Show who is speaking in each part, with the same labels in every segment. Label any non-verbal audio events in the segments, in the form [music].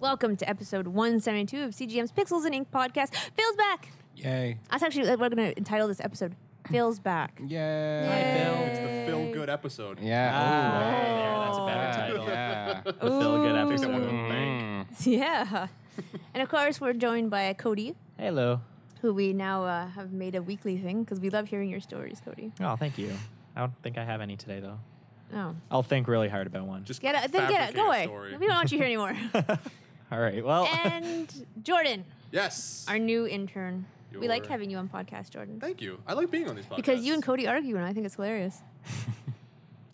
Speaker 1: Welcome to episode 172 of CGM's Pixels and Ink podcast. Phil's back.
Speaker 2: Yay.
Speaker 1: That's actually uh, we're going to entitle this episode "Phil's
Speaker 3: [laughs]
Speaker 1: Back."
Speaker 2: Yay.
Speaker 1: Yay.
Speaker 4: It's the feel good episode.
Speaker 2: Yeah.
Speaker 4: that's a
Speaker 2: Oh,
Speaker 4: better title.
Speaker 2: yeah.
Speaker 4: The feel good episode.
Speaker 2: Mm.
Speaker 1: Yeah, and of course we're joined by Cody,
Speaker 3: Hello.
Speaker 1: who we now uh, have made a weekly thing because we love hearing your stories, Cody.
Speaker 3: Oh, thank you. I don't think I have any today though.
Speaker 1: Oh,
Speaker 3: I'll think really hard about one.
Speaker 4: Just
Speaker 1: get it, then get it,
Speaker 4: fabricate
Speaker 1: go
Speaker 4: a
Speaker 1: away.
Speaker 4: story.
Speaker 1: We don't want you here
Speaker 4: [laughs]
Speaker 1: anymore.
Speaker 3: all right. Well,
Speaker 1: Eh. and Jordan,
Speaker 4: Yes.
Speaker 1: our new intern. We like
Speaker 4: Your-
Speaker 1: having you on podcast, Jordan,
Speaker 4: Thank you. I like being on these podcasts.
Speaker 1: because you and Cody argue, and I think it's
Speaker 4: [laughs]
Speaker 1: hilarious.
Speaker 3: have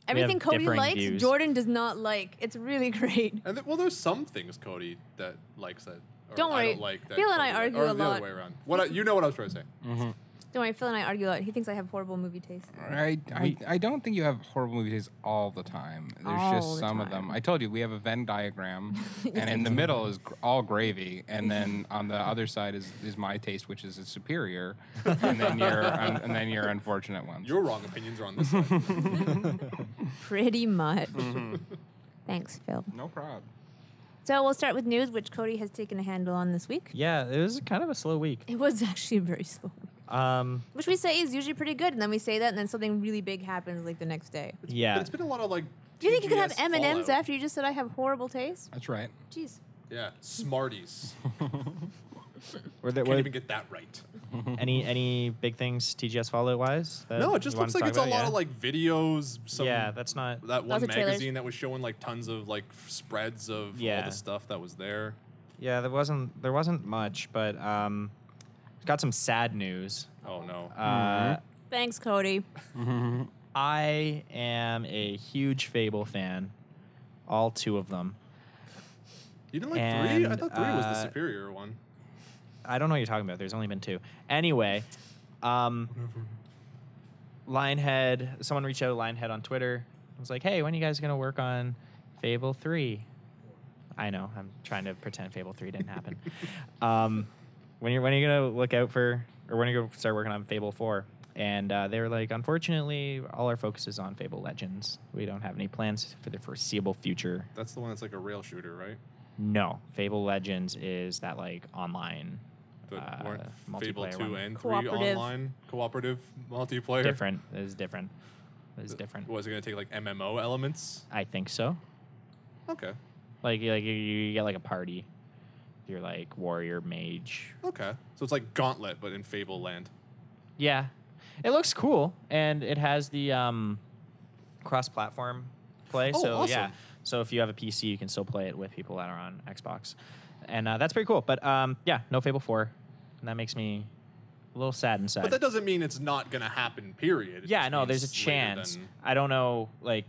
Speaker 1: Everything Cody
Speaker 3: differing
Speaker 1: likes,
Speaker 3: views.
Speaker 1: Jordan does not like. It's really [laughs] great.
Speaker 4: And th- well, there's some things Cody that likes that. Or
Speaker 1: Don't
Speaker 4: I
Speaker 1: worry.
Speaker 4: don't like that
Speaker 1: Phil and I
Speaker 4: Cody likes-
Speaker 1: argue
Speaker 4: or
Speaker 1: a
Speaker 4: the
Speaker 1: lot.
Speaker 4: other way around. What I, you know what I was trying to say.
Speaker 3: Mm.
Speaker 1: Don't worry, Phil and I argue a lot. He thinks I have horrible movie [laughs] taste.
Speaker 2: I, I, I don't think you have horrible movie days all the time. There's
Speaker 1: All
Speaker 2: just
Speaker 1: the
Speaker 2: some of them.
Speaker 1: time.
Speaker 2: I told you we have a
Speaker 1: [laughs]
Speaker 2: Venn diagram, and in the middle is gr- all gravy, and then on the other side is, is my taste, which is superior, and
Speaker 1: [laughs]
Speaker 2: then your un, and then your unfortunate ones.
Speaker 4: Your wrong opinions are on
Speaker 3: [laughs]
Speaker 4: this side.
Speaker 1: Pretty much.
Speaker 4: Mm-hmm.
Speaker 1: [laughs] Thanks, Phil.
Speaker 2: no problem.
Speaker 1: So we'll start with news, which Cody has taken a handle on this week.
Speaker 3: [laughs] yeah, it was kind of a slow week.
Speaker 1: It was [laughs] actually very slow.
Speaker 3: Um,
Speaker 1: Which we say is usually pretty good, and then we say that, and then something really big happens like the next day.
Speaker 4: But
Speaker 3: yeah.
Speaker 4: it's been a lot of like.
Speaker 1: Do you think you could have
Speaker 4: TGS
Speaker 1: M and M's
Speaker 4: fallout.
Speaker 1: after you just said I have horrible taste?
Speaker 2: That's right.
Speaker 1: Jeez.
Speaker 4: Yeah, Smarties.
Speaker 3: Were there,
Speaker 4: Can't
Speaker 3: were
Speaker 4: even get that right.
Speaker 3: any any big things TGS Fallout wise? that
Speaker 4: No,
Speaker 3: Uh, you
Speaker 4: it just
Speaker 3: wanna
Speaker 4: looks like
Speaker 3: talk
Speaker 4: it's a
Speaker 3: about?
Speaker 4: lot
Speaker 3: yeah.
Speaker 4: of like videos. Some,
Speaker 3: yeah, that's not.
Speaker 4: that one
Speaker 1: Lots of trailers.
Speaker 4: magazine that was showing like tons of like f- spreads of all
Speaker 3: Yeah.
Speaker 4: the stuff that was there.
Speaker 3: Yeah, there wasn't there wasn't much, but um, got some sad news.
Speaker 4: Oh no.
Speaker 3: Uh,
Speaker 1: Thanks, Cody.
Speaker 3: I am a huge Fable fan, all two of them.
Speaker 4: You didn't like three? I
Speaker 3: And,
Speaker 4: thought three was the
Speaker 3: uh,
Speaker 4: superior one.
Speaker 3: I don't know what you're talking about. There's only been two. Anyway, um, Lionhead, someone reached out to Lionhead on Twitter. I was like, hey, when are you guys going to work on Fable 3? I know. I'm trying to pretend Fable 3 didn't happen. um, when, you're, when are you going to look out for, or when are you going to start working on Fable 4? And uh, they were like, unfortunately, all our focus is on Fable Legends. We don't have any plans for the foreseeable future.
Speaker 4: That's the one that's like a rail shooter, right?
Speaker 3: No, Fable Legends is that like online.
Speaker 4: But
Speaker 3: uh,
Speaker 4: weren't Fable
Speaker 3: multiplayer
Speaker 4: two
Speaker 3: one.
Speaker 4: and three
Speaker 1: Cooperative.
Speaker 4: online cooperative multiplayer?
Speaker 3: different. It is different. It is different.
Speaker 4: Was it gonna take like MMO elements?
Speaker 3: I think so.
Speaker 4: Okay.
Speaker 3: Like like you, you get like a party. You're like warrior mage.
Speaker 4: Okay. So it's like Gauntlet, but in Fable land.
Speaker 3: Yeah, it looks cool, and it has the um, cross-platform play.
Speaker 4: Oh,
Speaker 3: so yeah,
Speaker 4: awesome.
Speaker 3: so if you have a PC, you can still play it with people that are on Xbox, and uh, that's pretty cool. But um, yeah, no Fable Four, and that makes me a little sad inside.
Speaker 4: But that doesn't mean it's not gonna happen, period. It
Speaker 3: yeah,
Speaker 4: just
Speaker 3: no, there's a
Speaker 4: means later
Speaker 3: chance.
Speaker 4: than-
Speaker 3: I don't know, like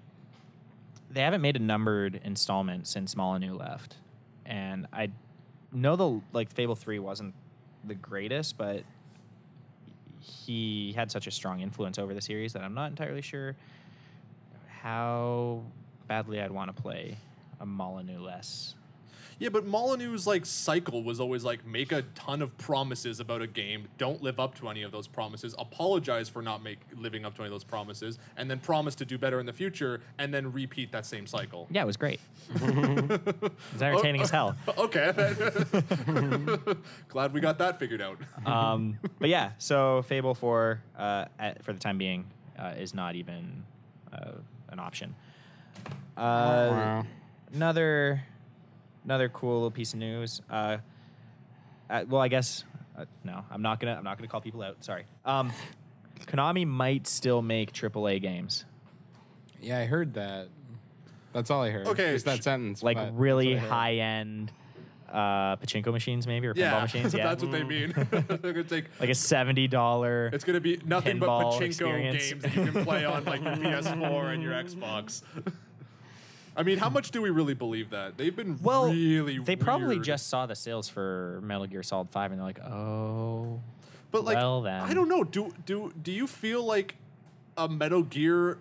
Speaker 3: they haven't made a numbered installment since Molyneux left, and I know the like Fable Three wasn't the greatest, but he had such a strong influence over the series that I'm not entirely sure how badly I'd want to play a Molyneux less.
Speaker 4: Yeah, but Molyneux's like cycle was always like make a ton of promises about a game, don't live up to any of those promises, apologize for not make living up to any of those promises, and then promise to do better in the future, and then repeat that same cycle.
Speaker 3: Yeah, it was great. it's entertaining
Speaker 4: [laughs]
Speaker 3: as hell.
Speaker 4: Okay. Glad we got that figured out.
Speaker 3: um,
Speaker 4: [laughs]
Speaker 3: but yeah, so Fable Four, uh, at, for the time being, uh, is not even uh, an option. Uh,
Speaker 2: Wow.
Speaker 3: another, another cool little piece of news. Uh, uh, well, I guess uh, no, I'm not gonna, I'm not gonna call people out. Sorry. Um, Konami might still make AAA games,
Speaker 2: Yeah, I heard that. That's all I heard.
Speaker 4: Okay,
Speaker 2: Just that
Speaker 4: sh-
Speaker 2: sentence.
Speaker 3: like
Speaker 2: but that's
Speaker 3: really
Speaker 2: what I heard.
Speaker 3: high end uh, pachinko machines, maybe or pinball
Speaker 4: Yeah, [laughs]
Speaker 3: machines. Yeah, Mm.
Speaker 4: that's what they mean. [laughs] They're gonna take.
Speaker 3: like a seventy dollar.
Speaker 4: It's gonna be nothing but
Speaker 3: Pinball
Speaker 4: pachinko
Speaker 3: experience.
Speaker 4: games that you can play on like your PS4 and your
Speaker 3: [laughs]
Speaker 4: Xbox. I mean, how much do we really believe that? They've been
Speaker 3: Well,
Speaker 4: really.
Speaker 3: they probably
Speaker 4: weird.
Speaker 3: just saw the sales for Metal Gear Solid Five, and they're like, "Oh,
Speaker 4: But like,
Speaker 3: well then."
Speaker 4: I don't know. Do do do you feel like a Metal Gear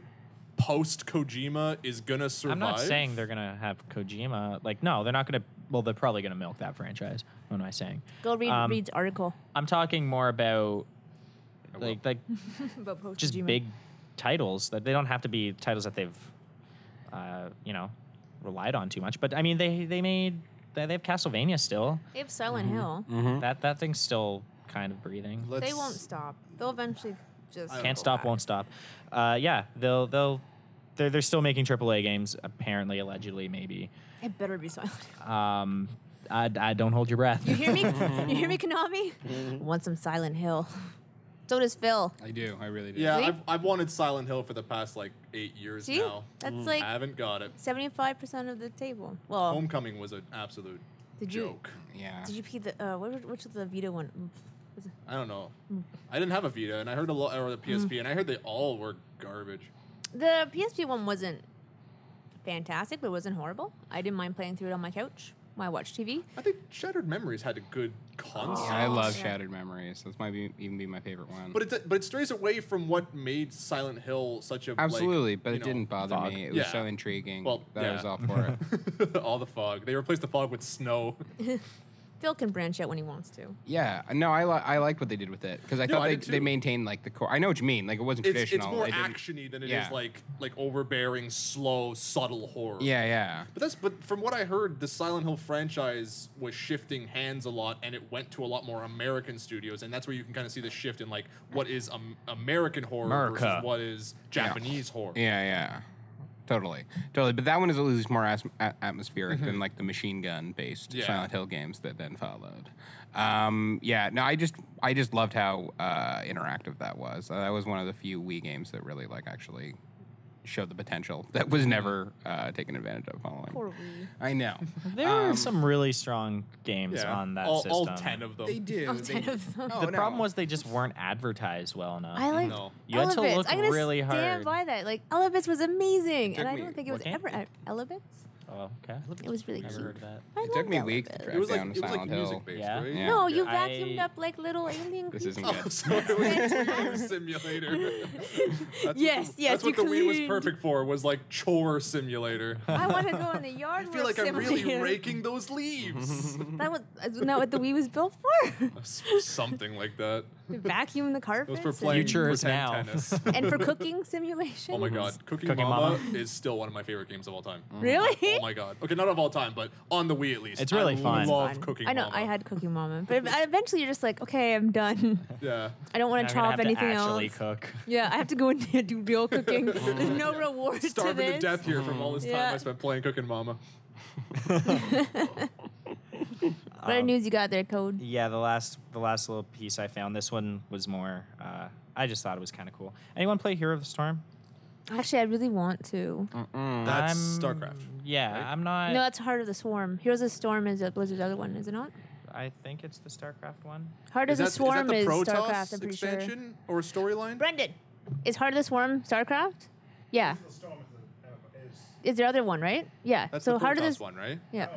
Speaker 4: post Kojima is gonna survive?
Speaker 3: I'm not saying they're gonna have Kojima. Like, no, they're not gonna. Well, they're probably gonna milk that franchise. What am I saying?
Speaker 1: Go read
Speaker 3: Um,
Speaker 1: Reed's article
Speaker 3: I'm talking more about
Speaker 4: I will.
Speaker 3: like like
Speaker 1: [laughs] about post
Speaker 3: just big titles that they don't have to be titles that they've, uh, you know, relied on too much. But I mean, they they made they they have Castlevania still.
Speaker 1: They have Silent
Speaker 3: Mm-hmm.
Speaker 1: Hill.
Speaker 4: Mm-hmm.
Speaker 3: That that thing's still kind of breathing.
Speaker 1: They
Speaker 4: Let's-
Speaker 1: won't stop. They'll eventually just
Speaker 4: I-
Speaker 1: go
Speaker 3: Can't stop,
Speaker 1: back.
Speaker 3: won't stop. Uh, yeah, they'll they'll they're they're still making AAA games apparently, allegedly, maybe.
Speaker 1: It better be Silent. Hill.
Speaker 3: Um, I, I don't hold your breath.
Speaker 1: You
Speaker 3: [laughs]
Speaker 1: hear me? you hear me,
Speaker 2: [laughs]
Speaker 1: Konami?
Speaker 2: Mm-hmm.
Speaker 1: Want some Silent Hill? So does Phil.
Speaker 2: I do. I really do.
Speaker 4: Yeah,
Speaker 1: See?
Speaker 4: I've, I've wanted Silent Hill for the past like eight years
Speaker 1: See,
Speaker 4: now.
Speaker 1: that's
Speaker 4: I
Speaker 3: Hmm.
Speaker 1: like
Speaker 4: haven't got it.
Speaker 1: seventy-five percent of the table. Well,
Speaker 3: Oh
Speaker 4: Homecoming was an absolute
Speaker 1: did you
Speaker 4: joke.
Speaker 2: Yeah.
Speaker 1: did you pee the uh, what, which of the Vita one? Mm, was it-
Speaker 4: I don't know.
Speaker 1: Hmm.
Speaker 4: I didn't have a Vita, and I heard a lot, or the PSP, and I heard they all were garbage.
Speaker 1: The PSP one wasn't fantastic, but it wasn't horrible. I didn't mind playing through it on my couch while I watched TV.
Speaker 4: I think Shattered Memories had a good
Speaker 1: Oh,
Speaker 4: concept,
Speaker 2: Yeah, I love
Speaker 1: Yeah.
Speaker 2: Shattered Memories. This might be, even be my favorite one.
Speaker 4: but it but it strays away from what made Silent Hill such a like,
Speaker 2: Absolutely, but
Speaker 4: you
Speaker 2: it
Speaker 4: know,
Speaker 2: didn't bother
Speaker 3: fog.
Speaker 2: me. It was
Speaker 4: Yeah.
Speaker 2: so intriguing
Speaker 4: Well,
Speaker 2: that I
Speaker 4: yeah.
Speaker 2: was all for
Speaker 4: [laughs]
Speaker 2: it.
Speaker 4: all the fog. They replaced the fog
Speaker 2: [laughs]
Speaker 4: with snow.
Speaker 1: Phil can branch out when he wants to.
Speaker 2: Yeah, no, I li- I liked what they did with it because I
Speaker 4: No,
Speaker 2: thought
Speaker 4: I
Speaker 2: they,
Speaker 4: did
Speaker 2: they
Speaker 4: too.
Speaker 2: maintained like the core. I know what you mean. Like it wasn't
Speaker 4: It's, it's
Speaker 2: traditional.
Speaker 4: more
Speaker 2: It didn't-
Speaker 4: actiony than it is
Speaker 2: yeah.
Speaker 4: like like overbearing, slow, subtle horror.
Speaker 2: Yeah, yeah.
Speaker 4: But that's but from what I heard, the Silent Hill franchise was shifting hands a lot, and it went to a lot more American studios, and that's where you can kind of see the shift in like what is um, American horror
Speaker 3: America.
Speaker 4: versus what is Japanese horror.
Speaker 2: Yeah, yeah. Totally. Totally. But that one is at least more as- a- atmospheric than like the machine gun based
Speaker 4: Yeah.
Speaker 2: Silent Hill games that then followed. Um, yeah, no, I just I just loved how uh, interactive that was. Uh, that was one of the few Wii games that really like actually showed the potential [laughs] that was never uh, taken advantage of following.
Speaker 1: Poor Wii.
Speaker 2: I know.
Speaker 3: [laughs]
Speaker 2: Um,
Speaker 3: there are some really strong games
Speaker 4: Yeah.
Speaker 3: on that
Speaker 4: all,
Speaker 3: system.
Speaker 4: all ten of them.
Speaker 2: do.
Speaker 1: Ten of them.
Speaker 3: the problem was they just weren't advertised well enough.
Speaker 1: I like
Speaker 4: No.
Speaker 3: Uh, You had to
Speaker 1: Elevits.
Speaker 3: look
Speaker 1: I'm gonna
Speaker 3: really
Speaker 1: stand
Speaker 3: hard.
Speaker 1: by that. Like Elevits was amazing,
Speaker 2: took
Speaker 1: and I
Speaker 2: me-
Speaker 1: don't think it
Speaker 3: what
Speaker 1: was
Speaker 3: game?
Speaker 1: ever at Elevits.
Speaker 3: oh, okay.
Speaker 1: It was really
Speaker 3: Never
Speaker 1: cute.
Speaker 3: heard of that.
Speaker 1: I
Speaker 2: It took
Speaker 1: loved
Speaker 2: me a week to
Speaker 1: Elevits.
Speaker 2: track
Speaker 4: It was like
Speaker 2: down
Speaker 4: it was like
Speaker 2: Silent Hill.
Speaker 4: music based,
Speaker 3: Yeah.
Speaker 4: right?
Speaker 2: Yeah.
Speaker 1: No, you
Speaker 3: I-
Speaker 1: vacuumed up like little alien
Speaker 2: This isn't
Speaker 1: creatures.
Speaker 4: Oh,
Speaker 2: good.
Speaker 4: [laughs] so it was a weed [laughs] simulator. That's
Speaker 1: Yes,
Speaker 4: [laughs] what, the-
Speaker 1: yes,
Speaker 4: That's
Speaker 1: you
Speaker 4: what the weed was
Speaker 1: cleaned.
Speaker 4: perfect for. Was like chore simulator. [laughs] I
Speaker 1: I want to go in the yard.
Speaker 4: feel like I'm really
Speaker 1: simulator.
Speaker 4: raking those leaves.
Speaker 1: [laughs]
Speaker 3: [laughs]
Speaker 1: That was isn't that what the Wii was built
Speaker 4: [laughs]
Speaker 1: for?
Speaker 4: Something like that.
Speaker 1: To vacuum the
Speaker 4: It was
Speaker 1: carpets
Speaker 4: for playing
Speaker 3: Future is
Speaker 4: pretend
Speaker 3: now. [laughs]
Speaker 4: tennis.
Speaker 1: and
Speaker 4: [laughs]
Speaker 1: for cooking simulation.
Speaker 4: Oh my god, Cooking,
Speaker 3: Cooking
Speaker 4: Mama,
Speaker 3: Mama.
Speaker 4: is still one of my favorite games of all time.
Speaker 1: Really?
Speaker 4: [laughs] Oh my god. Okay, not of all time, but on the Wii at least.
Speaker 3: It's really
Speaker 4: I
Speaker 3: fun.
Speaker 4: Love
Speaker 1: Fun.
Speaker 4: Cooking
Speaker 1: I know
Speaker 4: Mama.
Speaker 1: I had Cooking
Speaker 4: [laughs]
Speaker 1: Mama, but I- eventually you're just like, okay, I'm done.
Speaker 4: Yeah.
Speaker 1: I don't want
Speaker 3: Now
Speaker 1: to
Speaker 3: I'm gonna
Speaker 1: chop
Speaker 3: have
Speaker 1: anything
Speaker 3: to actually
Speaker 1: else.
Speaker 3: cook. [laughs]
Speaker 1: Yeah, I have to go in there and do real cooking.
Speaker 4: [laughs]
Speaker 1: There's no reward to
Speaker 4: Starving
Speaker 1: this. Mm-hmm.
Speaker 4: to death here from all this time
Speaker 1: Yeah.
Speaker 4: I spent playing Cooking Mama.
Speaker 1: What
Speaker 4: Um,
Speaker 1: other news you got there, Code?
Speaker 3: Yeah, the last the last little piece I found. This one was more. Uh, I just thought it was kind of cool. Anyone play Hero of the Storm?
Speaker 1: Actually, I really want to.
Speaker 4: That's
Speaker 3: Mm-hmm. I'm-
Speaker 4: StarCraft.
Speaker 3: Yeah, I'm not.
Speaker 1: No, that's Heart of the Swarm. Heroes of the Storm is a Blizzard's other one, is it not?
Speaker 3: I think it's the StarCraft one.
Speaker 1: Heart
Speaker 4: Is
Speaker 1: of the
Speaker 4: that,
Speaker 1: Swarm
Speaker 4: is
Speaker 1: is,
Speaker 4: that the
Speaker 1: StarCraft, I'm
Speaker 4: Protoss
Speaker 1: pretty sure.
Speaker 4: expansion or storyline?
Speaker 1: Brendan, is Heart of the Swarm StarCraft? Yeah.
Speaker 5: The storm is, is
Speaker 1: Is there other one, right? Yeah.
Speaker 4: That's
Speaker 1: so
Speaker 4: the
Speaker 1: Heart
Speaker 4: Protoss
Speaker 1: of this
Speaker 4: one, right?
Speaker 1: Yeah.
Speaker 5: oh,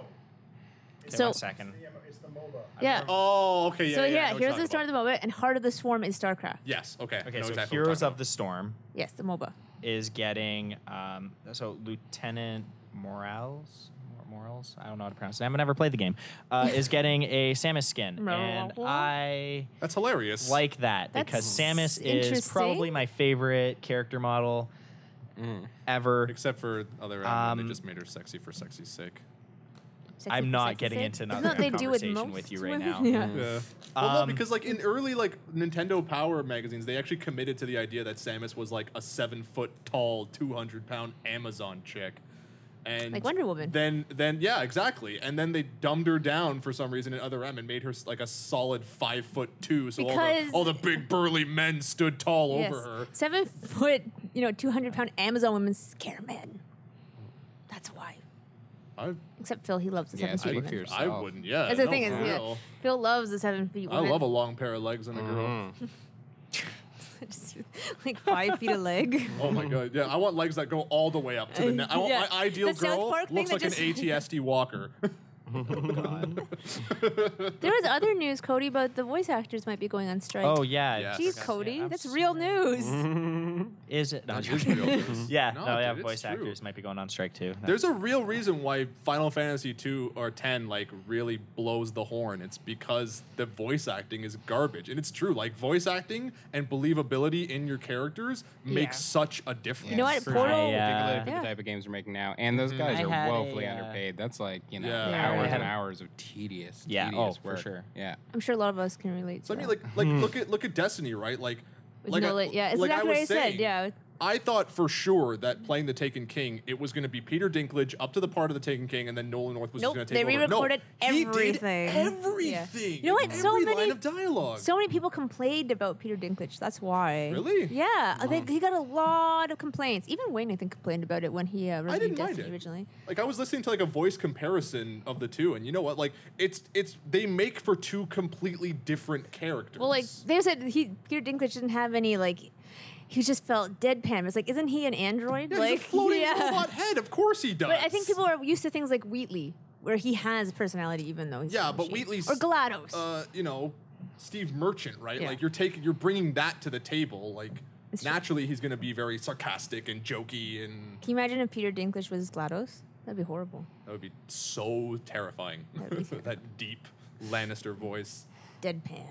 Speaker 3: Okay,
Speaker 1: So-
Speaker 3: one second.
Speaker 5: the, it's the MOBA.
Speaker 1: Yeah.
Speaker 4: Oh, okay. Yeah.
Speaker 1: so
Speaker 4: yeah, I
Speaker 1: yeah,
Speaker 4: know what
Speaker 1: Heroes
Speaker 4: you're
Speaker 1: of the Storm
Speaker 4: talking
Speaker 1: at the
Speaker 4: about.
Speaker 1: moment and Heart of the Swarm is StarCraft.
Speaker 4: Yes. Okay. I
Speaker 3: Okay,
Speaker 4: know
Speaker 3: so
Speaker 4: exactly what
Speaker 3: Heroes
Speaker 4: you're
Speaker 3: of the Storm
Speaker 1: Yes, the MOBA.
Speaker 3: is getting um, so Lieutenant Morales. Mor- Morales, I don't know how to pronounce it. I've never played the game. Uh, is
Speaker 4: [laughs]
Speaker 3: getting a Samus skin, and
Speaker 1: Morales?
Speaker 3: I
Speaker 4: about. That's hilarious.
Speaker 3: like that because
Speaker 1: That's
Speaker 3: Samus is probably
Speaker 1: interesting.
Speaker 3: my favorite character model
Speaker 4: Mm.
Speaker 3: ever.
Speaker 4: Except for other um, they
Speaker 3: Um,
Speaker 4: just made her sexy for sexy's sake.
Speaker 1: Sexy for
Speaker 3: I'm not
Speaker 1: sexy's
Speaker 3: getting
Speaker 1: sake.
Speaker 3: into
Speaker 1: Isn't
Speaker 3: another
Speaker 1: that they do with
Speaker 3: conversation
Speaker 1: most [laughs]
Speaker 3: with you right
Speaker 1: women?
Speaker 3: now.
Speaker 1: Yeah.
Speaker 4: Yeah. Well, no,
Speaker 3: Um,
Speaker 4: because like in early like Nintendo Power magazines, they actually committed to the idea that Samus was like a seven foot tall, two hundred pound Amazon chick, and
Speaker 1: Like Wonder Woman.
Speaker 4: Then, then yeah, exactly. And then they dumbed her down for some reason in other M and made her s- like a solid five foot two. So all the,
Speaker 1: Because-
Speaker 4: all the big burly men stood tall
Speaker 1: Yes.
Speaker 4: over her.
Speaker 1: Seven foot, you know, 200 pound Amazon women scare men. That's why.
Speaker 4: I,
Speaker 1: Except Phil, he loves the
Speaker 2: Yeah,
Speaker 1: seven
Speaker 2: speak
Speaker 1: feet
Speaker 2: for
Speaker 1: women.
Speaker 2: yourself.
Speaker 4: I wouldn't. Yeah,
Speaker 1: That's the
Speaker 4: no,
Speaker 1: thing is,
Speaker 4: for
Speaker 1: yeah,
Speaker 4: real.
Speaker 1: Phil loves the seven feet
Speaker 4: I
Speaker 1: women.
Speaker 4: love a long pair of legs and a girl.
Speaker 1: [laughs] Just like five feet a leg.
Speaker 4: Oh my god! Yeah, I want legs that go all the way up to the neck. I want
Speaker 1: Uh, Yeah.
Speaker 4: my ideal
Speaker 1: The South
Speaker 4: girl
Speaker 1: Park thing
Speaker 4: looks
Speaker 1: that
Speaker 4: like an
Speaker 1: just- [laughs]
Speaker 4: ATSD walker.
Speaker 1: There was other news, Cody, but the voice actors might be going on strike.
Speaker 3: Oh yeah,
Speaker 4: Yes.
Speaker 1: Jeez,
Speaker 4: Yeah,
Speaker 1: Cody,
Speaker 3: I'm
Speaker 1: that's
Speaker 3: s-
Speaker 1: real
Speaker 3: [laughs]
Speaker 1: news.
Speaker 3: Is it? No, I'm
Speaker 4: It's
Speaker 3: joking.
Speaker 4: real news.
Speaker 3: [laughs] yeah,
Speaker 4: No,
Speaker 3: no, yeah.
Speaker 4: dude, it's
Speaker 3: voice
Speaker 4: true.
Speaker 3: actors might be going on strike too. That-
Speaker 4: There's a real reason why Final Fantasy 2 or 10 like really blows the horn. It's because the voice acting is garbage. And it's true. Like voice acting and believability in your characters makes
Speaker 1: Yeah.
Speaker 4: such a difference.
Speaker 1: You know what?
Speaker 2: For
Speaker 1: Portal.
Speaker 3: I, uh,
Speaker 2: particularly for
Speaker 1: Yeah.
Speaker 3: Mm-hmm.
Speaker 2: the type of games we're making now. And those guys
Speaker 3: I
Speaker 2: are
Speaker 3: had
Speaker 2: woefully
Speaker 3: a, uh,
Speaker 2: underpaid. That's like you know
Speaker 4: Yeah.
Speaker 1: Yeah.
Speaker 3: I
Speaker 2: hours
Speaker 3: had
Speaker 2: and
Speaker 3: a-
Speaker 2: hours of tedious,
Speaker 3: Yeah,
Speaker 2: tedious
Speaker 3: oh, for
Speaker 2: work.
Speaker 3: sure.
Speaker 2: Yeah.
Speaker 1: I'm sure a lot of us can relate.
Speaker 4: So I
Speaker 1: to
Speaker 4: mean,
Speaker 1: that.
Speaker 4: like, like look at look at Destiny, right? Like,
Speaker 1: With
Speaker 4: like
Speaker 1: no lit- yeah, it's
Speaker 4: like
Speaker 1: exactly
Speaker 4: I was
Speaker 1: what I said.
Speaker 4: saying,
Speaker 1: Yeah,
Speaker 4: I thought for sure that playing the Taken King, it was going to be Peter Dinklage up to the part of the Taken King, and then Nolan North was
Speaker 1: Nope,
Speaker 4: going to
Speaker 1: they
Speaker 4: take over. No,
Speaker 1: re-recorded
Speaker 4: he did
Speaker 1: everything. Yeah.
Speaker 4: everything.
Speaker 1: You know what? So
Speaker 4: Every line
Speaker 1: many-
Speaker 4: of dialogue.
Speaker 1: so many people complained about Peter Dinklage. That's why.
Speaker 4: Really?
Speaker 1: Yeah, I
Speaker 3: Mm.
Speaker 1: think he got a lot of complaints. Even Wayne, I think, complained about it when he uh, reviewed
Speaker 4: didn't mind
Speaker 1: Destiny
Speaker 4: it.
Speaker 1: originally.
Speaker 4: like I was listening to like a voice comparison of the two, and you know what? Like it's it's they make for two completely different characters.
Speaker 1: Well, like they said, he Peter Dinklage didn't have any like. He just felt deadpan. It's like, isn't he an android?
Speaker 4: yeah,
Speaker 1: like, [laughs]
Speaker 4: he's a floating
Speaker 1: yeah.
Speaker 4: robot head. Of course he does.
Speaker 1: But I think people are used to things like Wheatley, where he has personality, even though he's
Speaker 4: Yeah,
Speaker 1: a
Speaker 4: but
Speaker 1: machine.
Speaker 4: Wheatley's-
Speaker 1: or Glados.
Speaker 4: uh, you know, Steve Merchant, right?
Speaker 1: Yeah.
Speaker 4: Like you're taking, you're bringing that to the table. Like
Speaker 1: It's true.
Speaker 4: naturally, he's going to be very sarcastic and jokey, and
Speaker 1: Can you imagine if Peter Dinklage was Glados? That'd be horrible.
Speaker 4: that would be so terrifying.
Speaker 1: That'd be terrifying.
Speaker 4: [laughs] that deep Lannister voice.
Speaker 1: Deadpan.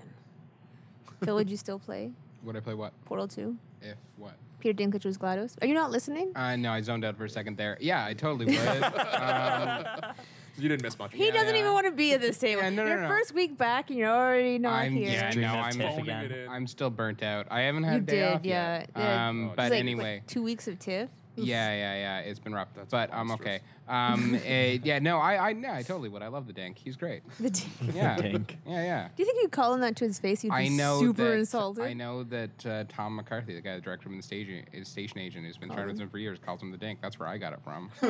Speaker 1: Phil, would you still play
Speaker 2: Would I play what?
Speaker 1: Portal 2?
Speaker 2: If what?
Speaker 1: Peter Dinklage was GLaDOS. Are you not listening?
Speaker 2: Uh, no, I zoned out for a second there. Yeah, I
Speaker 1: [laughs]
Speaker 2: totally would. Uh, um,
Speaker 4: You didn't miss much.
Speaker 1: He
Speaker 2: yeah,
Speaker 1: doesn't
Speaker 2: yeah.
Speaker 1: even want to be at this table.
Speaker 2: Yeah, no, no,
Speaker 1: Your
Speaker 2: no.
Speaker 1: first week back, and you're already not
Speaker 2: I'm-
Speaker 1: here.
Speaker 2: yeah,
Speaker 3: Dreaming
Speaker 2: no,
Speaker 3: of
Speaker 2: I'm-
Speaker 3: Tiff
Speaker 4: Phoning
Speaker 3: again.
Speaker 4: it
Speaker 1: [laughs]
Speaker 4: in.
Speaker 2: I'm still burnt out. I haven't had
Speaker 1: You
Speaker 2: a day
Speaker 1: did,
Speaker 2: off
Speaker 1: yeah,
Speaker 2: yet.
Speaker 1: yeah.
Speaker 2: Um,
Speaker 4: Oh,
Speaker 2: but
Speaker 1: It's like-
Speaker 2: anyway.
Speaker 1: like two weeks of TIFF.
Speaker 2: yeah, yeah, yeah. It's been rough, but I'm okay.
Speaker 4: monstrous.
Speaker 2: [laughs] Um, eh, yeah, no, I, I, yeah, I totally would. I love the Dank. He's [laughs] great.
Speaker 1: [laughs] The d- Do
Speaker 4: [laughs]
Speaker 2: Yeah,
Speaker 3: Dank.
Speaker 2: yeah, yeah.
Speaker 1: you think you call him that to his face? You'd be
Speaker 2: I know
Speaker 1: super
Speaker 2: that,
Speaker 1: insulted.
Speaker 2: I know that uh, Tom McCarthy, the guy that directed him in the stage, is station agent, who's been
Speaker 1: Oh,
Speaker 2: trying with him for years, calls him the Dink. That's where I got it from.
Speaker 4: [laughs]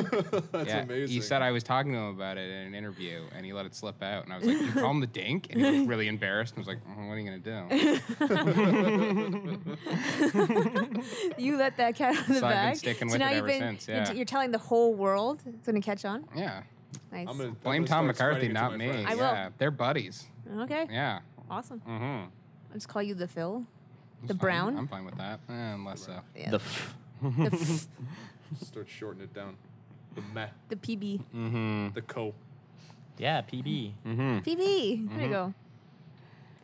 Speaker 4: That's
Speaker 2: yeah,
Speaker 4: amazing.
Speaker 2: he said I was talking to him about it in an interview, and he let it slip out, and I was like, "You call him the Dink?" And he
Speaker 4: [laughs]
Speaker 2: was really embarrassed, and I was like, "Mm, "What are you gonna do?"
Speaker 1: You let that cat out of the
Speaker 2: So I've been
Speaker 1: bag.
Speaker 2: sticking
Speaker 1: so
Speaker 2: with
Speaker 1: now
Speaker 2: it
Speaker 1: you've
Speaker 2: ever
Speaker 1: been,
Speaker 2: since,
Speaker 1: you're,
Speaker 2: yeah.
Speaker 1: you're telling the whole world it's going to catch on.
Speaker 2: Yeah,
Speaker 1: Nice.
Speaker 4: I'm gonna- I'm
Speaker 2: blame
Speaker 4: gonna
Speaker 2: Tom
Speaker 4: start spreading
Speaker 2: McCarthy,
Speaker 4: it to
Speaker 2: not
Speaker 4: my
Speaker 2: me.
Speaker 4: friends.
Speaker 1: I will.
Speaker 2: yeah, they're buddies.
Speaker 1: okay.
Speaker 2: Yeah.
Speaker 1: Awesome.
Speaker 2: Mm-hmm.
Speaker 1: I'll just call you the Phil. The
Speaker 2: Fine.
Speaker 1: brown.
Speaker 2: I'm fine with that, eh, unless so.
Speaker 1: Yeah.
Speaker 3: The f-
Speaker 1: the,
Speaker 2: [laughs]
Speaker 1: f-
Speaker 4: Start shorting it down. The meh,
Speaker 1: the PB.
Speaker 2: Mm.
Speaker 4: the co.
Speaker 3: yeah, PB.
Speaker 4: Mm-hmm.
Speaker 1: PB. There you
Speaker 2: Mm-hmm.
Speaker 1: go.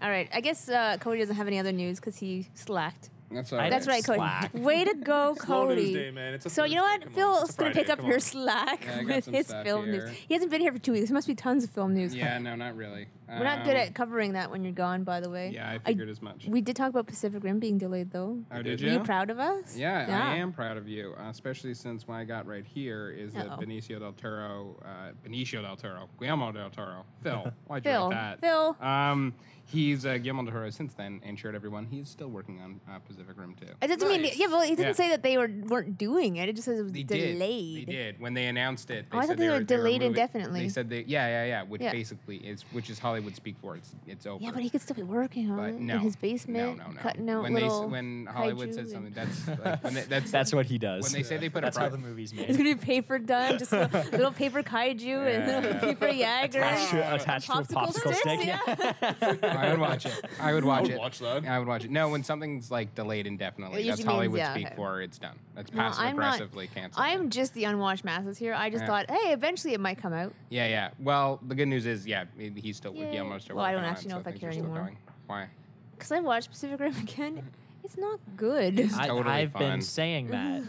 Speaker 1: All right. I guess uh, Cody doesn't have any other news because he slacked.
Speaker 2: That's all
Speaker 3: I
Speaker 2: right.
Speaker 1: That's right, Cody.
Speaker 3: Slack.
Speaker 1: Way to go,
Speaker 4: [laughs] Slow
Speaker 1: Cody.
Speaker 4: news day, man. It's a
Speaker 1: So you know
Speaker 4: Thursday.
Speaker 1: what?
Speaker 4: Come on. It's
Speaker 1: Phil's
Speaker 4: a
Speaker 1: gonna pick
Speaker 4: Friday.
Speaker 1: up
Speaker 4: Come
Speaker 1: your
Speaker 4: on.
Speaker 1: slack
Speaker 2: Yeah, I got
Speaker 1: with
Speaker 2: some
Speaker 1: his
Speaker 2: stuff
Speaker 1: film news.
Speaker 2: here.
Speaker 1: He hasn't been here for two weeks. There must be tons of film news.
Speaker 2: Yeah, no, not really.
Speaker 1: We're not good
Speaker 2: Um,
Speaker 1: at covering that when you're gone, by the way.
Speaker 2: Yeah, I figured as much.
Speaker 1: We did talk about Pacific Rim being delayed, though.
Speaker 2: Oh, did
Speaker 1: Are
Speaker 2: you?
Speaker 1: you proud of us?
Speaker 2: Yeah, I am proud of you, uh, especially since what I got right here is
Speaker 1: Uh-oh.
Speaker 2: that Benicio del Toro, uh, Benicio del Toro, Guillermo del Toro,
Speaker 1: [laughs]
Speaker 2: Phil. Why'd you
Speaker 1: Phil,
Speaker 2: write that?
Speaker 1: Phil.
Speaker 2: Um, he's uh, Guillermo del Toro since then, and shared everyone he's still working on uh, Pacific Rim 2.
Speaker 1: It doesn't mean.
Speaker 4: Nice.
Speaker 1: Yeah, well, he didn't
Speaker 2: Yeah.
Speaker 1: say that they were weren't doing it. It just says it was
Speaker 2: They
Speaker 1: delayed.
Speaker 2: did. They did. When they announced it,
Speaker 1: Oh,
Speaker 2: they
Speaker 1: I thought
Speaker 2: said
Speaker 1: they were delayed
Speaker 2: moving-
Speaker 1: indefinitely.
Speaker 2: They said they, yeah, yeah, yeah, which
Speaker 1: Yeah.
Speaker 2: basically is, which is Hollywood speak for. It's, it's over.
Speaker 1: Yeah, but he could still be working on
Speaker 2: But
Speaker 1: it
Speaker 2: no,
Speaker 1: in his basement,
Speaker 2: no, no, no.
Speaker 1: cutting out
Speaker 2: when they s-
Speaker 1: little.
Speaker 2: when Hollywood
Speaker 1: kaiju and- [laughs]
Speaker 2: says something, that's like, when they, that's
Speaker 3: [laughs] That's what he does.
Speaker 2: when they say they put
Speaker 3: That's
Speaker 2: a
Speaker 3: how
Speaker 2: pro-
Speaker 3: the movie's
Speaker 1: it's
Speaker 3: made.
Speaker 1: gonna be paper done, just
Speaker 2: [laughs]
Speaker 1: little, little paper kaiju and
Speaker 2: Yeah.
Speaker 1: little [laughs] paper
Speaker 3: attached
Speaker 1: Jaggers.
Speaker 3: to, attached to a popsicle, stick.
Speaker 1: Yeah. [laughs]
Speaker 2: I would watch it. I would watch
Speaker 4: I would
Speaker 2: it.
Speaker 4: watch that.
Speaker 2: Yeah, I would watch it. No, when something's like delayed indefinitely,
Speaker 1: It
Speaker 2: that's
Speaker 1: usually means,
Speaker 2: Hollywood
Speaker 1: yeah,
Speaker 2: speak
Speaker 1: okay.
Speaker 2: for it's done. That's
Speaker 1: No,
Speaker 2: passive
Speaker 1: I'm not-
Speaker 2: aggressively canceled.
Speaker 1: I'm just the unwashed masses here. I just
Speaker 2: Yeah.
Speaker 1: thought, hey, eventually it might come out.
Speaker 2: yeah, yeah. Well, the good news is, yeah, he- he's still with
Speaker 1: Yay.
Speaker 2: Guillermo. Still
Speaker 1: Well, I
Speaker 2: working
Speaker 1: don't
Speaker 2: on it,
Speaker 1: actually know
Speaker 2: so
Speaker 1: if I
Speaker 2: things
Speaker 1: care
Speaker 2: are still
Speaker 1: anymore.
Speaker 2: going. Why?
Speaker 1: Because I watched Pacific Rim [laughs] again. It's not good.
Speaker 2: [laughs]
Speaker 3: I,
Speaker 2: totally
Speaker 3: I've
Speaker 2: fun.
Speaker 3: been
Speaker 1: [laughs]
Speaker 3: saying that. for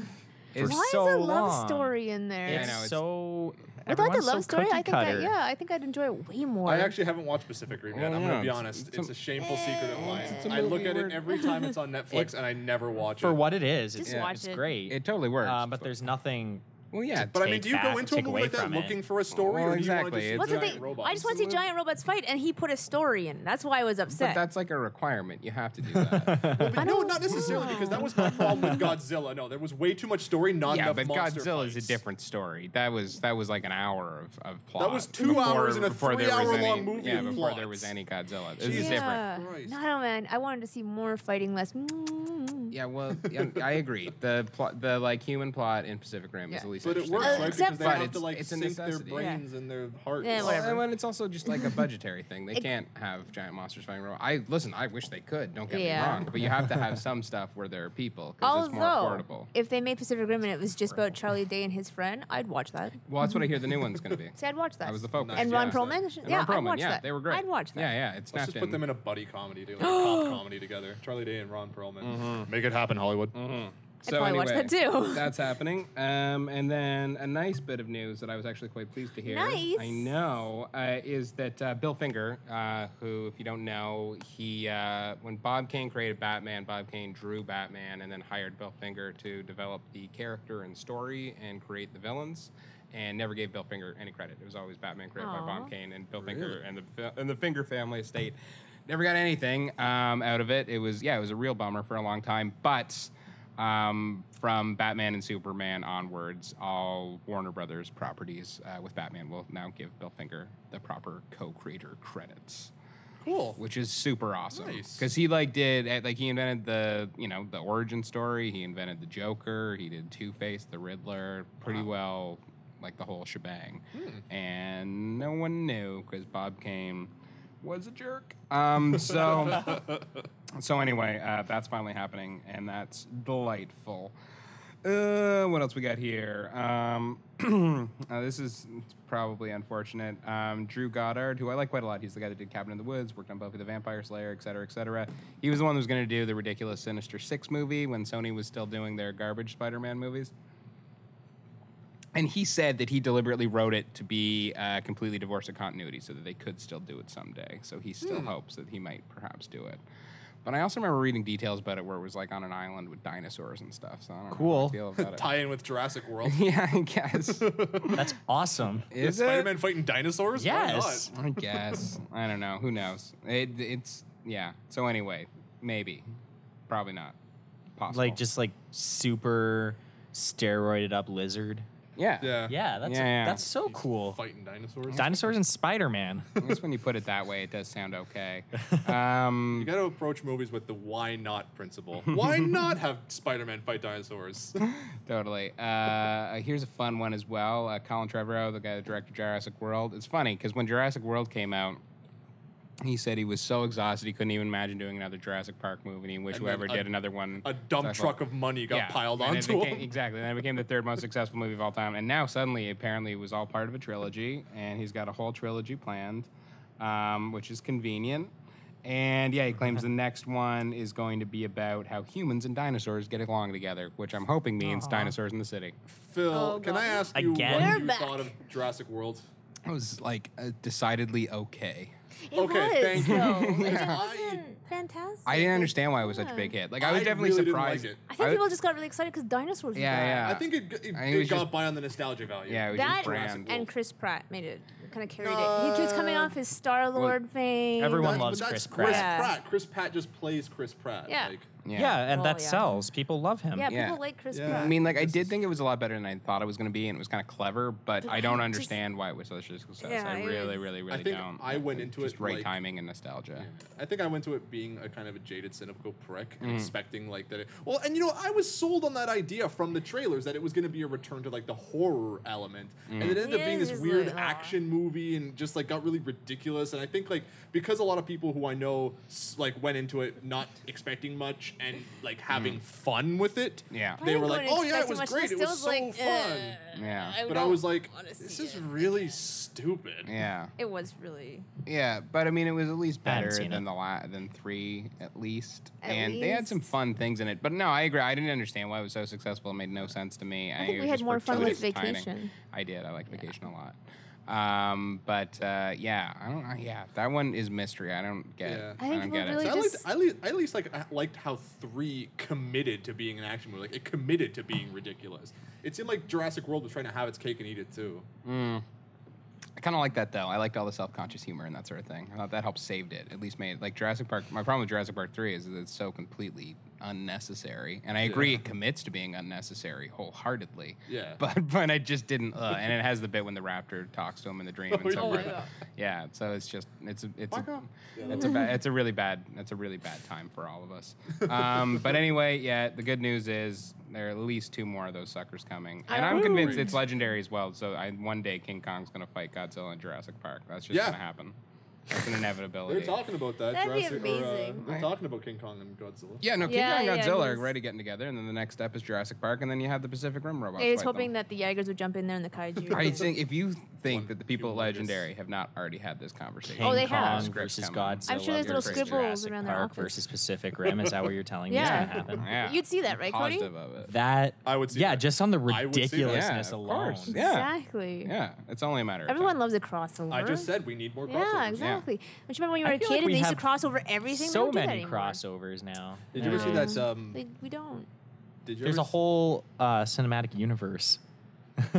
Speaker 2: It's-
Speaker 1: Why
Speaker 3: so
Speaker 1: is a love
Speaker 3: long.
Speaker 1: story in there?
Speaker 2: Yeah, I
Speaker 3: it's
Speaker 2: know, it's-
Speaker 3: so.
Speaker 1: Without the
Speaker 3: everyone's so
Speaker 1: love story, I think that
Speaker 3: cookie-cutter.
Speaker 1: yeah, I think I'd enjoy it way more.
Speaker 4: I actually haven't watched Pacific Rim yet.
Speaker 2: Well,
Speaker 4: I'm
Speaker 2: yeah,
Speaker 4: gonna be
Speaker 2: it's-
Speaker 4: honest.
Speaker 2: it's
Speaker 4: It's,
Speaker 2: a-
Speaker 4: a shameful
Speaker 1: Eh,
Speaker 4: secret of mine.
Speaker 2: It's a
Speaker 4: I look
Speaker 2: movie
Speaker 4: at
Speaker 2: where-
Speaker 4: it every time
Speaker 2: [laughs]
Speaker 4: it's on Netflix, and I never watch
Speaker 3: For
Speaker 4: it.
Speaker 3: what it is,
Speaker 1: Just
Speaker 3: it's,
Speaker 1: watch
Speaker 3: it's
Speaker 1: it.
Speaker 3: great.
Speaker 2: It totally works.
Speaker 3: Uh, but there's nothing.
Speaker 2: well, yeah.
Speaker 4: But I mean,
Speaker 3: Take
Speaker 4: do you
Speaker 3: back-
Speaker 4: go into a
Speaker 3: take
Speaker 4: movie
Speaker 3: away
Speaker 4: like that
Speaker 3: from it.
Speaker 4: looking for a story,
Speaker 2: Well,
Speaker 4: or do you
Speaker 2: exactly.
Speaker 4: want
Speaker 1: What's
Speaker 4: to
Speaker 1: the
Speaker 4: just see
Speaker 1: thing?
Speaker 4: giant robots?
Speaker 1: I just want to see giant robots fight, and he put a story in. That's why I was upset.
Speaker 2: But that's like a requirement. You have to
Speaker 4: [laughs]
Speaker 2: do that.
Speaker 4: Well, but
Speaker 1: I
Speaker 4: no,
Speaker 1: don't
Speaker 4: not necessarily, because that was
Speaker 1: [laughs]
Speaker 4: my problem with Godzilla. No, there was way too much story, not
Speaker 2: yeah,
Speaker 4: enough
Speaker 2: but
Speaker 4: monster
Speaker 2: Godzilla
Speaker 4: fights.
Speaker 2: is a different story. That was that was like an hour of, of plot.
Speaker 4: was two hours in a
Speaker 2: before there was
Speaker 4: three-hour-long
Speaker 2: any-
Speaker 4: movie
Speaker 2: Yeah,
Speaker 4: of
Speaker 2: before there
Speaker 4: plots.
Speaker 2: was any Godzilla. This
Speaker 1: yeah.
Speaker 2: is different.
Speaker 4: Christ.
Speaker 1: No, no, man. I wanted to see more fighting, less. [laughs]
Speaker 2: Yeah, well, yeah, I agree. The plot, the like human plot in Pacific Rim is
Speaker 1: Yeah.
Speaker 2: the least.
Speaker 4: But it
Speaker 2: interesting
Speaker 4: works,
Speaker 1: Uh, except
Speaker 2: part.
Speaker 4: right? Because they
Speaker 1: for-
Speaker 4: have
Speaker 2: But
Speaker 4: to
Speaker 2: it's-
Speaker 4: like
Speaker 2: it's a
Speaker 4: sink their
Speaker 2: necessity.
Speaker 1: Yeah.
Speaker 4: brains and their hearts.
Speaker 1: Yeah, whatever.
Speaker 2: And when it's also just like a budgetary thing, they can't have giant monsters fighting robots. I listen. I wish they could. Don't get
Speaker 1: Yeah.
Speaker 2: me wrong, but you have to
Speaker 1: [laughs]
Speaker 2: have some stuff where there are people because it's more
Speaker 1: Although,
Speaker 2: affordable.
Speaker 1: if they made Pacific Rim and it was just about Charlie Day and his friend, I'd watch that.
Speaker 2: Well, that's what I hear the new
Speaker 1: [laughs]
Speaker 2: one's going to be.
Speaker 1: See, I'd watch that.
Speaker 2: That was the focus.
Speaker 1: And Ron
Speaker 2: yeah.
Speaker 1: Perlman?
Speaker 2: And
Speaker 1: yeah,
Speaker 2: Ron Perlman.
Speaker 1: I'd watch
Speaker 2: yeah,
Speaker 1: that.
Speaker 2: they were great.
Speaker 1: I'd watch that.
Speaker 2: Yeah, yeah. It's
Speaker 4: Let's
Speaker 2: not
Speaker 4: just
Speaker 1: [gasps]
Speaker 4: put
Speaker 2: Mm-hmm.
Speaker 4: them in a buddy comedy, together, like a cop comedy together. Charlie Day and Ron Perlman. Make it happen, Hollywood.
Speaker 1: I'd probably watch that too.
Speaker 2: That's happening. Um, and then a nice bit of news that I was actually quite pleased to hear.
Speaker 1: Nice.
Speaker 2: I know uh, is that uh, Bill Finger, uh, who, if you don't know, he uh, when Bob Kane created Batman, Bob Kane drew Batman and then hired Bill Finger to develop the character and story and create the villains. And never gave Bill Finger any credit. It was always Batman created by
Speaker 1: Aw.
Speaker 2: Bob Kane and Bill Finger and the fi- and the Finger family estate. Never got anything um, out of it. It was yeah, it was a real bummer for a long time. But um, from Batman and Superman onwards, all Warner Brothers properties uh, with Batman will now give Bill Finger the proper co-creator credits,
Speaker 4: Cool.
Speaker 2: which is super awesome
Speaker 4: Nice.
Speaker 2: because he like did eh, like he invented the you know the origin story, he invented the Joker, he did Two Face, the Riddler, pretty well like the whole shebang, and no one knew because Bob Kane was a jerk. Um, so. So anyway, uh, that's finally happening, and that's delightful. Uh, what else we got here? Um, [clears throat] uh, this is it's probably unfortunate. Um, Drew Goddard, who I like quite a lot, he's the guy that did Cabin in the Woods, worked on Buffy the Vampire Slayer, et cetera, et cetera. He was the one that was going to do the ridiculous Sinister Six movie when Sony was still doing their garbage Spider-Man movies. And he said that he deliberately wrote it to be uh, completely divorced of continuity so that they could still do it someday. So he still hopes that he might perhaps do it. But I also remember reading details about it where it was like on an island with dinosaurs and stuff. So I don't know how
Speaker 3: Cool.
Speaker 2: I feel
Speaker 4: [laughs]
Speaker 2: about it.
Speaker 4: Tie in with Jurassic
Speaker 2: [laughs]
Speaker 4: World.
Speaker 2: yeah, I
Speaker 4: [laughs]
Speaker 2: guess. [laughs]
Speaker 3: That's awesome.
Speaker 2: Is
Speaker 4: Spider
Speaker 2: it?
Speaker 4: Man fighting dinosaurs? Why
Speaker 3: Yes.
Speaker 4: not?
Speaker 2: I guess. I don't know. Who knows? It, it's, yeah. So anyway, maybe. Probably not. Possible.
Speaker 3: Like just like super steroided up lizard.
Speaker 2: Yeah.
Speaker 4: Yeah.
Speaker 3: Yeah, that's
Speaker 2: Yeah, yeah.
Speaker 3: that's so cool.
Speaker 4: Fighting dinosaurs.
Speaker 3: Dinosaurs and Spider Man.
Speaker 2: I guess when you put it that way, it does sound okay. Um,
Speaker 4: you got to approach movies with the why not principle. why not have Spider Man fight dinosaurs?
Speaker 2: Totally. Uh, Uh, here's a fun one as well. Uh, Colin Trevorrow, the guy that directed Jurassic World. It's funny because when Jurassic World came out, he said he was so exhausted he couldn't even imagine doing another Jurassic Park movie, and he wished
Speaker 4: And then
Speaker 2: whoever
Speaker 4: a-
Speaker 2: did another one.
Speaker 4: A dump
Speaker 2: Sorry,
Speaker 4: truck of money got piled
Speaker 2: and it
Speaker 4: onto
Speaker 2: became-
Speaker 4: him.
Speaker 2: Exactly. And it became the third most successful movie of all time. And now suddenly, apparently, it was all part of a trilogy, and he's got a whole trilogy planned, um, which is convenient. And yeah, he claims the next one is going to be about how humans and dinosaurs get along together, which I'm hoping means dinosaurs in the city.
Speaker 4: Phil,
Speaker 1: Oh,
Speaker 4: can I
Speaker 1: God.
Speaker 4: ask you
Speaker 3: Again?
Speaker 4: what
Speaker 1: We're
Speaker 4: you
Speaker 1: back.
Speaker 4: thought of Jurassic World?
Speaker 2: It was like uh, decidedly okay.
Speaker 1: It
Speaker 4: Okay,
Speaker 1: was,
Speaker 4: thank you.
Speaker 1: though. Like,
Speaker 4: Yeah.
Speaker 1: It wasn't fantastic.
Speaker 2: I didn't understand why it was such a
Speaker 1: Yeah.
Speaker 2: big hit. Like I was definitely
Speaker 4: really didn't like
Speaker 2: surprised.
Speaker 4: it.
Speaker 1: I think people just got really excited because dinosaurs. were
Speaker 2: Yeah,
Speaker 1: back.
Speaker 2: yeah.
Speaker 4: I think it, it,
Speaker 2: I think it
Speaker 4: it
Speaker 2: was
Speaker 4: got
Speaker 2: just-
Speaker 4: by on the nostalgia value.
Speaker 2: yeah, it was
Speaker 1: That
Speaker 2: just brand.
Speaker 1: and Chris Pratt made it kind of carried it. He was
Speaker 4: No.
Speaker 1: coming off his Star Lord fame.
Speaker 3: everyone
Speaker 4: That's-
Speaker 3: loves
Speaker 4: but
Speaker 3: Chris
Speaker 4: that's
Speaker 3: Pratt.
Speaker 4: Chris
Speaker 1: Yeah.
Speaker 4: Pratt. Chris Pratt just plays Chris Pratt.
Speaker 1: Yeah.
Speaker 4: Like,
Speaker 3: Yeah,
Speaker 2: yeah.
Speaker 3: and
Speaker 1: Well,
Speaker 3: that
Speaker 1: yeah.
Speaker 3: sells. People love him.
Speaker 1: Yeah,
Speaker 2: Yeah.
Speaker 1: people like Chris
Speaker 4: Yeah.
Speaker 1: Pratt.
Speaker 2: I mean, like I did think it was a lot better than I thought it was going to be, and it was kind of clever. But
Speaker 1: But
Speaker 2: I
Speaker 1: I
Speaker 2: don't
Speaker 1: just-
Speaker 2: understand why it was such a success.
Speaker 1: Yeah,
Speaker 2: I
Speaker 1: it
Speaker 2: really,
Speaker 1: is.
Speaker 2: really, really
Speaker 4: think
Speaker 2: don't.
Speaker 4: I went into
Speaker 2: just
Speaker 4: it,
Speaker 2: right
Speaker 4: like-
Speaker 2: timing and nostalgia.
Speaker 4: I think I went to it being a kind of a jaded, cynical prick,
Speaker 2: Mm.
Speaker 4: and expecting like that. It, well, and you know, I was sold on that idea from the trailers that it was going to be a return to like the horror element, and
Speaker 2: Mm.
Speaker 4: it ended
Speaker 1: It
Speaker 4: up being
Speaker 1: is
Speaker 4: this
Speaker 1: just
Speaker 4: weird
Speaker 1: like, aw.
Speaker 4: action movie, and just like got really ridiculous. And I think like because a lot of people who I know s- like went into it not expecting much and like having fun with it.
Speaker 2: Mm. Yeah.
Speaker 1: I
Speaker 4: they
Speaker 1: didn't
Speaker 4: were
Speaker 1: go
Speaker 4: like,
Speaker 1: and
Speaker 4: "Oh yeah,
Speaker 1: expect
Speaker 4: it was
Speaker 1: much.
Speaker 4: great. It
Speaker 1: Still
Speaker 4: was so
Speaker 1: like,
Speaker 4: fun."
Speaker 1: "Ugh,
Speaker 2: Yeah.
Speaker 1: I
Speaker 4: but I was like,
Speaker 1: wanna see
Speaker 4: "This is
Speaker 1: it."
Speaker 4: really stupid."
Speaker 2: Yeah,
Speaker 1: It was really.
Speaker 2: yeah, but I mean, it was at least
Speaker 3: I haven't
Speaker 2: better
Speaker 3: seen
Speaker 2: than
Speaker 3: it.
Speaker 2: the la- than three at least,
Speaker 1: At
Speaker 2: and they had some
Speaker 1: least.
Speaker 2: fun things in it. But no, I agree. I didn't understand why it was so successful. It made no sense to me. I
Speaker 1: think
Speaker 2: it
Speaker 1: we
Speaker 2: was
Speaker 1: had
Speaker 2: just
Speaker 1: more fun with
Speaker 2: fortuitous timing.
Speaker 1: Vacation.
Speaker 2: I did. I like vacation a lot. Um, but uh, yeah, I don't. I, yeah, that one is mystery. I don't get.
Speaker 4: Yeah.
Speaker 2: It.
Speaker 1: I
Speaker 2: I,
Speaker 1: think
Speaker 2: don't
Speaker 1: people
Speaker 2: get
Speaker 1: really
Speaker 2: it.
Speaker 4: So I, liked,
Speaker 1: just-
Speaker 4: I, li- I at least like I liked how three committed to being an action movie. Like it committed to being ridiculous. It seemed like Jurassic World was trying to have its cake and eat it too.
Speaker 2: I kind of like that though. I liked all the self-conscious humor and that sort of thing. I thought that helped saved it. At least made it- like Jurassic Park. My problem with Jurassic Park Three is that it's so completely unnecessary, and I agree
Speaker 4: Yeah.
Speaker 2: it commits to being unnecessary wholeheartedly.
Speaker 4: Yeah.
Speaker 2: [laughs] But but I just didn't. Uh, and it has the bit when the raptor talks to him in the dream.
Speaker 4: Oh,
Speaker 2: and stuff
Speaker 4: yeah.
Speaker 2: like that. yeah. So it's just it's a, it's.
Speaker 4: Fuck
Speaker 2: A,
Speaker 4: off. Yeah.
Speaker 2: it's a ba- it's a really bad it's a really bad time for all of us. Um, but anyway, yeah, the good news is there are at least two more of those suckers coming, and I'm convinced it's legendary as well. So I, one day King Kong's gonna fight Godzilla in Jurassic Park. That's just
Speaker 4: Yeah.
Speaker 2: gonna happen. That's an
Speaker 4: They're
Speaker 2: inevitability.
Speaker 4: talking about that.
Speaker 1: That'd be
Speaker 4: Jurassic,
Speaker 1: amazing.
Speaker 4: Or, uh,
Speaker 2: Right.
Speaker 4: they're talking about King Kong and Godzilla.
Speaker 2: Yeah, no, King
Speaker 1: Yeah,
Speaker 2: Kong and
Speaker 1: yeah,
Speaker 2: Godzilla
Speaker 1: it
Speaker 2: are
Speaker 1: was-
Speaker 2: great at getting together, and then the next step is Jurassic Park, and then you have the Pacific Rim robots.
Speaker 1: I was
Speaker 2: fight
Speaker 1: hoping
Speaker 2: them.
Speaker 1: that the Jaegers would jump in there and the kaiju.
Speaker 2: I
Speaker 1: would-
Speaker 2: think if you think that the people at
Speaker 4: humongous-
Speaker 2: Legendary have not already had this conversation,
Speaker 1: Oh, they
Speaker 3: Kong
Speaker 1: have.
Speaker 2: Scripts
Speaker 3: versus
Speaker 2: come on.
Speaker 3: Godzilla.
Speaker 1: I'm sure there's little
Speaker 3: versus
Speaker 1: scribbles
Speaker 3: Jurassic
Speaker 1: around their
Speaker 3: Park
Speaker 1: office.
Speaker 3: versus Pacific Rim. Is that what you're telling
Speaker 1: [laughs]
Speaker 3: me
Speaker 1: Yeah.
Speaker 3: is going to happen?
Speaker 2: Yeah.
Speaker 1: You'd see that, right, Cody?
Speaker 2: Positive of it.
Speaker 3: That
Speaker 4: I would see
Speaker 3: Yeah,
Speaker 4: that.
Speaker 3: just on the
Speaker 4: I would see that.
Speaker 3: ridiculousness
Speaker 2: Yeah, of
Speaker 3: alone.
Speaker 2: course. Yeah.
Speaker 1: Exactly.
Speaker 2: Yeah, it's only a matter of
Speaker 1: Everyone
Speaker 2: time.
Speaker 1: loves a crossover.
Speaker 4: I just said we need more crossovers.
Speaker 1: Yeah, exactly. Don't you remember when you
Speaker 3: I
Speaker 1: were a
Speaker 3: feel
Speaker 1: kid
Speaker 3: like
Speaker 1: and
Speaker 3: we
Speaker 1: they used to
Speaker 3: have
Speaker 1: cross over everything? We
Speaker 3: So
Speaker 1: don't do that
Speaker 3: many
Speaker 1: anymore.
Speaker 3: crossovers now.
Speaker 4: Did you ever see
Speaker 1: Yeah.
Speaker 4: that? Um,
Speaker 1: They, we don't.
Speaker 4: did you
Speaker 3: There's
Speaker 4: ever
Speaker 3: a
Speaker 4: s-
Speaker 3: whole uh, cinematic universe. [laughs]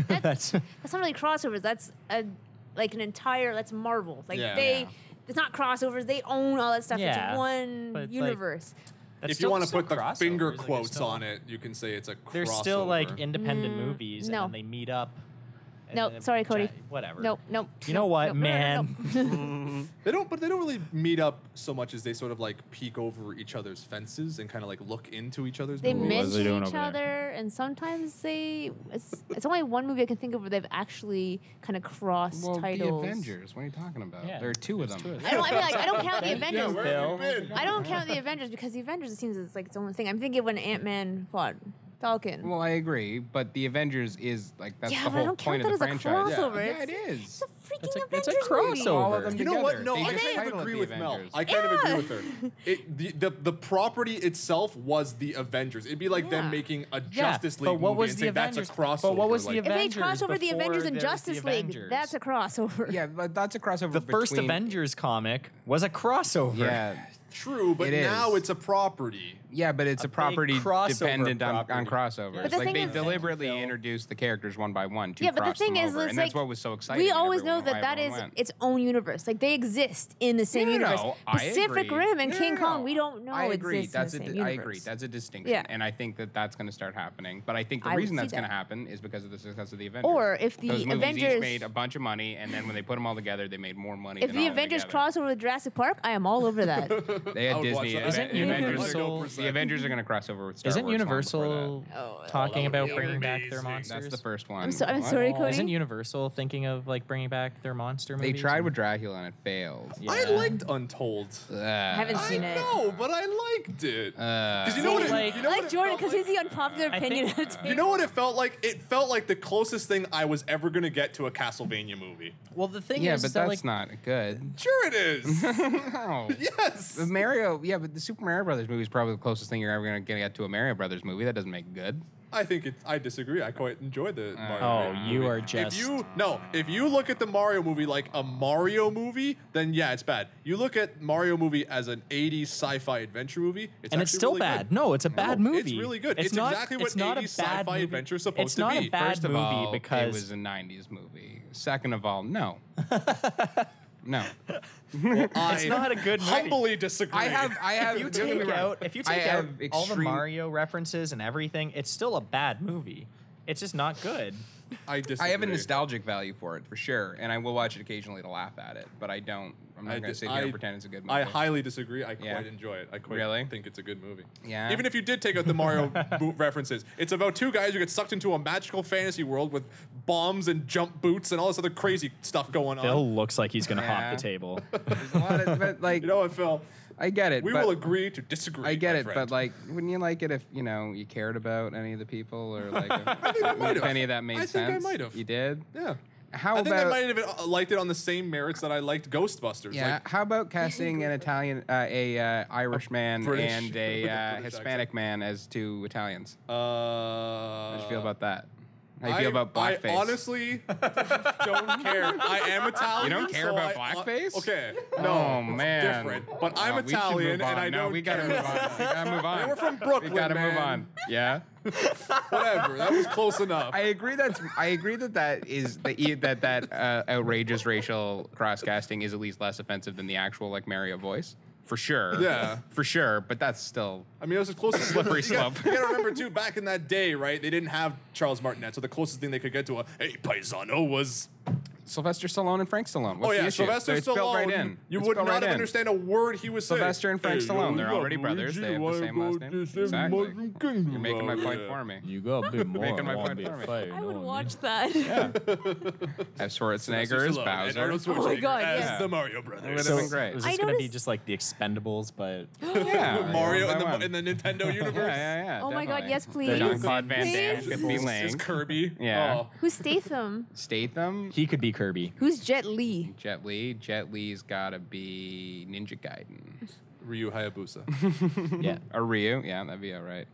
Speaker 3: That's
Speaker 1: That's not really crossovers. That's a like an entire. That's Marvel. Like
Speaker 4: Yeah.
Speaker 1: they.
Speaker 3: Yeah.
Speaker 1: It's not crossovers. They own all that stuff.
Speaker 3: Yeah,
Speaker 1: It's one
Speaker 3: but, like,
Speaker 1: universe.
Speaker 3: that's
Speaker 4: If you want to
Speaker 3: still
Speaker 4: put the
Speaker 3: crossovers,
Speaker 4: finger
Speaker 3: like, they're
Speaker 4: quotes
Speaker 3: still-
Speaker 4: on it, you can say it's a crossover.
Speaker 3: They're still like independent
Speaker 1: Mm,
Speaker 3: movies,
Speaker 1: no.
Speaker 3: and then they meet up. and
Speaker 1: No,
Speaker 3: then they
Speaker 1: sorry, Cody.
Speaker 3: chat- Whatever.
Speaker 1: Nope, nope.
Speaker 3: You know
Speaker 1: nope,
Speaker 3: what,
Speaker 1: nope, no, no, no,
Speaker 3: man?
Speaker 1: no.
Speaker 4: They don't, but they don't really meet up so much as they sort of like peek over each other's fences and kind of like look into each other's.
Speaker 1: [laughs] They
Speaker 4: movies.
Speaker 3: Mm-hmm. What was they
Speaker 1: mention
Speaker 3: doing
Speaker 1: each
Speaker 3: over
Speaker 1: other,
Speaker 3: there?
Speaker 1: and sometimes they. It's, it's only one movie I can think of where they've actually kind of crossed
Speaker 2: Well,
Speaker 1: titles.
Speaker 2: the Avengers. What are you talking about?
Speaker 3: Yeah,
Speaker 2: there are two of
Speaker 3: there's
Speaker 2: them.
Speaker 3: two of
Speaker 1: I don't. I mean, like, I don't count the
Speaker 3: [laughs] Yeah,
Speaker 1: Avengers.
Speaker 3: where have you
Speaker 4: Phil.
Speaker 1: I don't count the Avengers because the Avengers it seems it's like its own thing. I'm thinking of when Ant Man fought Falcon.
Speaker 2: Well, I agree, but the Avengers is like that's
Speaker 1: yeah, but
Speaker 2: the whole
Speaker 1: I don't
Speaker 2: point
Speaker 1: count that
Speaker 2: of
Speaker 1: as
Speaker 2: the
Speaker 1: a
Speaker 2: franchise.
Speaker 1: crossover.
Speaker 2: Yeah,
Speaker 1: it's,
Speaker 2: it is.
Speaker 1: It's a freaking
Speaker 3: It's a-
Speaker 1: Avengers
Speaker 3: it's a
Speaker 1: movie.
Speaker 3: crossover.
Speaker 2: them
Speaker 4: You know what?
Speaker 2: together.
Speaker 4: No,
Speaker 2: They
Speaker 4: I
Speaker 2: just
Speaker 4: kind of
Speaker 2: titled
Speaker 4: agree
Speaker 2: the
Speaker 4: with Mel.
Speaker 2: Avengers.
Speaker 4: I kind of agree
Speaker 1: Yeah.
Speaker 4: with her. It the, the the property itself was the Avengers. It'd be like them
Speaker 1: Yeah.
Speaker 4: making a
Speaker 3: Yeah,
Speaker 4: Justice League
Speaker 3: but what
Speaker 4: movie
Speaker 3: was
Speaker 4: and
Speaker 3: the
Speaker 4: saying
Speaker 3: Avengers?
Speaker 4: that's a crossover.
Speaker 3: But what was the
Speaker 4: like,
Speaker 1: If they
Speaker 3: Avengers
Speaker 1: cross over the
Speaker 3: before
Speaker 1: Avengers and
Speaker 3: there was
Speaker 1: Justice
Speaker 3: the
Speaker 1: League,
Speaker 3: Avengers.
Speaker 1: that's a crossover.
Speaker 2: Yeah, but that's a crossover.
Speaker 3: The first
Speaker 2: between-
Speaker 3: Avengers comic was a crossover.
Speaker 2: Yeah,
Speaker 4: True, but
Speaker 2: It
Speaker 4: now
Speaker 2: is.
Speaker 4: it's a property. [laughs]
Speaker 2: yeah, but it's
Speaker 3: A
Speaker 2: a,
Speaker 3: big
Speaker 2: property
Speaker 3: crossover
Speaker 2: dependent on, on crossovers.
Speaker 1: But the
Speaker 2: like
Speaker 1: thing
Speaker 2: they
Speaker 1: is-
Speaker 2: deliberately
Speaker 3: Phil.
Speaker 2: introduced the characters one by one to
Speaker 1: yeah, but
Speaker 2: cross
Speaker 1: the thing
Speaker 2: them
Speaker 1: is,
Speaker 2: over,
Speaker 1: it's
Speaker 2: and
Speaker 1: like
Speaker 2: that's what was so exciting.
Speaker 1: We
Speaker 2: and
Speaker 1: always know
Speaker 2: everyone- why
Speaker 1: that that is
Speaker 2: everyone went.
Speaker 1: its own universe. Like they exist in the same
Speaker 2: No, no,
Speaker 1: universe.
Speaker 2: no, I
Speaker 1: Pacific
Speaker 2: agree.
Speaker 1: Rim and
Speaker 2: No,
Speaker 1: King
Speaker 2: no,
Speaker 1: Kong,
Speaker 2: no.
Speaker 1: we don't know
Speaker 2: I agree.
Speaker 1: exist
Speaker 2: that's
Speaker 1: in the
Speaker 2: a,
Speaker 1: same
Speaker 2: di- I
Speaker 1: universe.
Speaker 2: agree. That's a distinction,
Speaker 1: Yeah.
Speaker 2: and I think that that's going to start happening. But I think the
Speaker 1: I would
Speaker 2: reason
Speaker 1: see
Speaker 2: that's going to
Speaker 1: that.
Speaker 2: happen is because of the success of the Avengers.
Speaker 1: Or if the
Speaker 2: Those movies each
Speaker 1: Avengers-
Speaker 2: made a bunch of money, and then when they put them all together, they made more money.
Speaker 1: if
Speaker 2: than
Speaker 1: the
Speaker 2: all of them
Speaker 1: Avengers
Speaker 2: together.
Speaker 1: cross over with Jurassic Park, I am all over that.
Speaker 2: they
Speaker 4: I
Speaker 2: had
Speaker 4: would watch
Speaker 2: Disney.
Speaker 4: that.
Speaker 2: Ava-
Speaker 3: Isn't
Speaker 2: the Avengers,
Speaker 3: Universal-
Speaker 2: are, the Avengers are going to cross over with Star
Speaker 3: Isn't
Speaker 2: Wars long before
Speaker 3: Universal
Speaker 1: Oh,
Speaker 3: talking
Speaker 1: that
Speaker 3: about
Speaker 1: would be
Speaker 3: bringing back their
Speaker 4: amazing.
Speaker 2: that.
Speaker 3: monsters?
Speaker 2: That's the first one.
Speaker 1: I'm so- I'm
Speaker 2: What?
Speaker 1: sorry, Cody.
Speaker 3: Isn't Universal thinking of like bringing back their monster
Speaker 2: They
Speaker 3: movies?
Speaker 2: tried
Speaker 3: and-
Speaker 2: with Dracula and it failed.
Speaker 3: Yeah.
Speaker 4: I liked Untold.
Speaker 2: I
Speaker 1: haven't
Speaker 4: I
Speaker 1: seen it.
Speaker 4: know, but I liked it.
Speaker 2: Uh,
Speaker 4: Because you know what? It,
Speaker 3: Like-
Speaker 4: you
Speaker 1: I
Speaker 4: know
Speaker 1: like
Speaker 4: what it
Speaker 1: Jordan
Speaker 4: felt
Speaker 1: because
Speaker 4: like?
Speaker 1: he's the unpopular
Speaker 3: I
Speaker 1: opinion.
Speaker 3: think-
Speaker 1: at the
Speaker 4: You know what it felt like? It felt like the closest thing I was ever gonna get to a Castlevania movie.
Speaker 3: Well, the thing
Speaker 2: yeah,
Speaker 3: is,
Speaker 2: but
Speaker 3: that,
Speaker 2: that's
Speaker 3: like,
Speaker 2: not good. [laughs]
Speaker 4: Sure, it is.
Speaker 2: no. The
Speaker 4: yes.
Speaker 2: Mario, yeah, but the Super Mario Brothers movie is probably the closest thing you're ever going to get to a Mario Brothers movie. That doesn't make good.
Speaker 4: I think it. I disagree. I quite enjoyed the Mario.
Speaker 3: Oh,
Speaker 4: movie.
Speaker 3: you are
Speaker 4: If
Speaker 3: just.
Speaker 4: you no, if you look at the Mario movie like a Mario movie, then yeah, it's bad. You look at Mario movie as an '80s sci-fi adventure movie, it's
Speaker 3: and it's
Speaker 4: actually
Speaker 3: still
Speaker 4: really [laughs]
Speaker 3: bad.
Speaker 4: Good.
Speaker 3: No, it's a bad
Speaker 4: No,
Speaker 3: movie.
Speaker 4: it's really good. It's exactly what
Speaker 3: it's not a
Speaker 4: 80s
Speaker 3: bad
Speaker 4: sci-fi
Speaker 3: movie.
Speaker 4: adventure is supposed
Speaker 3: it's
Speaker 4: to
Speaker 3: not
Speaker 4: be.
Speaker 3: a bad
Speaker 2: First of
Speaker 3: movie
Speaker 2: all,
Speaker 3: because
Speaker 2: it was a '90s movie. Second of all,
Speaker 4: [laughs]
Speaker 2: no, no.
Speaker 3: it's not a good movie.
Speaker 4: Humbly disagree.
Speaker 2: I
Speaker 4: [laughs]
Speaker 2: have, I have.
Speaker 3: If you
Speaker 2: don't get me
Speaker 3: take
Speaker 2: wrong,
Speaker 3: out, if you
Speaker 2: I
Speaker 3: take out
Speaker 2: have
Speaker 3: all the
Speaker 2: extreme-
Speaker 3: Mario references and everything, it's still a bad movie. It's just not good.
Speaker 4: I disagree.
Speaker 2: I have a nostalgic value for it for sure, and I will watch it occasionally to laugh at it. But I don't. I'm not
Speaker 4: I
Speaker 2: going to
Speaker 4: di-
Speaker 2: sit here
Speaker 4: I-
Speaker 2: and pretend it's a good movie.
Speaker 4: I highly disagree. I quite
Speaker 2: Yeah.
Speaker 4: enjoy it. I quite
Speaker 2: Really?
Speaker 4: think it's a good movie.
Speaker 2: Yeah.
Speaker 4: Even if you did take out
Speaker 2: [laughs]
Speaker 4: the Mario boot references, it's about two guys who get sucked into a magical fantasy world with bombs and jump boots and all this other crazy stuff going on.
Speaker 3: looks like he's gonna
Speaker 2: hop Yeah. the
Speaker 3: table.
Speaker 2: There's a lot of,
Speaker 4: [laughs]
Speaker 2: but like,
Speaker 4: You know what, Phil?
Speaker 2: I get it.
Speaker 4: We
Speaker 2: but
Speaker 4: will agree to disagree.
Speaker 2: I get
Speaker 4: my
Speaker 2: it,
Speaker 4: friend.
Speaker 2: but like, wouldn't you like it if you know you cared about any of the people
Speaker 4: [laughs]
Speaker 2: or like if,
Speaker 4: might
Speaker 2: if
Speaker 4: have.
Speaker 2: any of that made
Speaker 4: I think I
Speaker 2: sense?
Speaker 4: might have.
Speaker 2: You did.
Speaker 4: yeah.
Speaker 2: How
Speaker 4: I think
Speaker 2: about
Speaker 4: I might have uh, liked it on the same merits that I liked Ghostbusters.
Speaker 2: yeah?
Speaker 4: Like,
Speaker 2: how about casting an Italian, uh, a uh, Irish man,
Speaker 4: British- [laughs]
Speaker 2: and a
Speaker 4: with a
Speaker 2: uh,
Speaker 4: British
Speaker 2: Hispanic man as two Italians?
Speaker 4: uh,
Speaker 2: How do you feel about that? How do you feel about blackface?
Speaker 4: I honestly [laughs] don't care. I am Italian.
Speaker 2: You don't care
Speaker 4: so
Speaker 2: about
Speaker 4: I- uh,
Speaker 2: blackface?
Speaker 4: okay. No.
Speaker 2: oh
Speaker 4: it's
Speaker 2: man,
Speaker 4: different. But I'm
Speaker 2: Oh, we should
Speaker 4: Italian
Speaker 2: move
Speaker 4: and
Speaker 2: on.
Speaker 4: I
Speaker 2: no,
Speaker 4: don't
Speaker 2: we gotta
Speaker 4: care.
Speaker 2: move on. We gotta
Speaker 4: [laughs]
Speaker 2: move on.
Speaker 4: We're from Brooklyn.
Speaker 2: we gotta
Speaker 4: man.
Speaker 2: move on. Yeah.
Speaker 4: Whatever. That was close enough.
Speaker 2: I agree that's I agree that that is the that that uh, outrageous racial crosscasting is at least less offensive than the actual like Mario voice for sure.
Speaker 4: Yeah.
Speaker 2: for sure. But that's still
Speaker 4: I mean, it was the closest
Speaker 2: [laughs] Slippery
Speaker 4: [laughs] you gotta-
Speaker 2: slope.
Speaker 4: You gotta remember too, back in that day, right? They didn't have Charles Martinet, so the closest thing they could get to a "Hey, paisano" was
Speaker 2: Sylvester Stallone and Frank Stallone. What's
Speaker 4: oh yeah,
Speaker 2: the issue?
Speaker 4: Sylvester
Speaker 2: They're spelled
Speaker 4: Stallone.
Speaker 2: right in.
Speaker 4: You
Speaker 2: It's
Speaker 4: would
Speaker 2: spelled
Speaker 4: not
Speaker 2: right
Speaker 4: have
Speaker 2: in.
Speaker 4: understood a word he was saying.
Speaker 2: Sylvester and Frank Stallone. They're already brothers. They have the same last name. Exactly. You're making my point for me.
Speaker 6: You got a bit more.
Speaker 2: Making my
Speaker 6: on
Speaker 2: point
Speaker 6: the
Speaker 2: for me.
Speaker 6: fire, you
Speaker 1: I
Speaker 6: know what
Speaker 1: would
Speaker 6: mean?
Speaker 1: watch that.
Speaker 2: As Schwarzenegger is Bowser.
Speaker 1: Oh my God,
Speaker 4: as
Speaker 1: yeah.
Speaker 4: the Mario
Speaker 2: It would
Speaker 4: Brothers.
Speaker 2: have
Speaker 3: So
Speaker 2: been great.
Speaker 3: is
Speaker 1: I
Speaker 3: this going to be
Speaker 1: noticed-
Speaker 3: just like the Expendables, but
Speaker 2: yeah,
Speaker 4: Mario
Speaker 2: one
Speaker 4: in
Speaker 2: by
Speaker 4: the,
Speaker 2: one.
Speaker 4: in
Speaker 2: [laughs]
Speaker 4: the Nintendo universe.
Speaker 2: Yeah, yeah, yeah.
Speaker 1: Oh my God,
Speaker 2: definitely.
Speaker 1: yes,
Speaker 2: The
Speaker 1: please.
Speaker 2: Jean-Claude Van Damme
Speaker 1: Please.
Speaker 2: could be
Speaker 4: It's
Speaker 2: Link.
Speaker 4: Kirby.
Speaker 2: Yeah.
Speaker 4: Oh.
Speaker 1: Who's Statham?
Speaker 2: Statham.
Speaker 3: he could be Kirby.
Speaker 1: Who's Jet Li?
Speaker 2: Jet Li. Jet Li's gotta be Ninja Gaiden.
Speaker 4: Ryu
Speaker 2: [laughs]
Speaker 4: Hayabusa.
Speaker 3: [laughs] yeah.
Speaker 2: Or Ryu. Yeah, that'd be all right.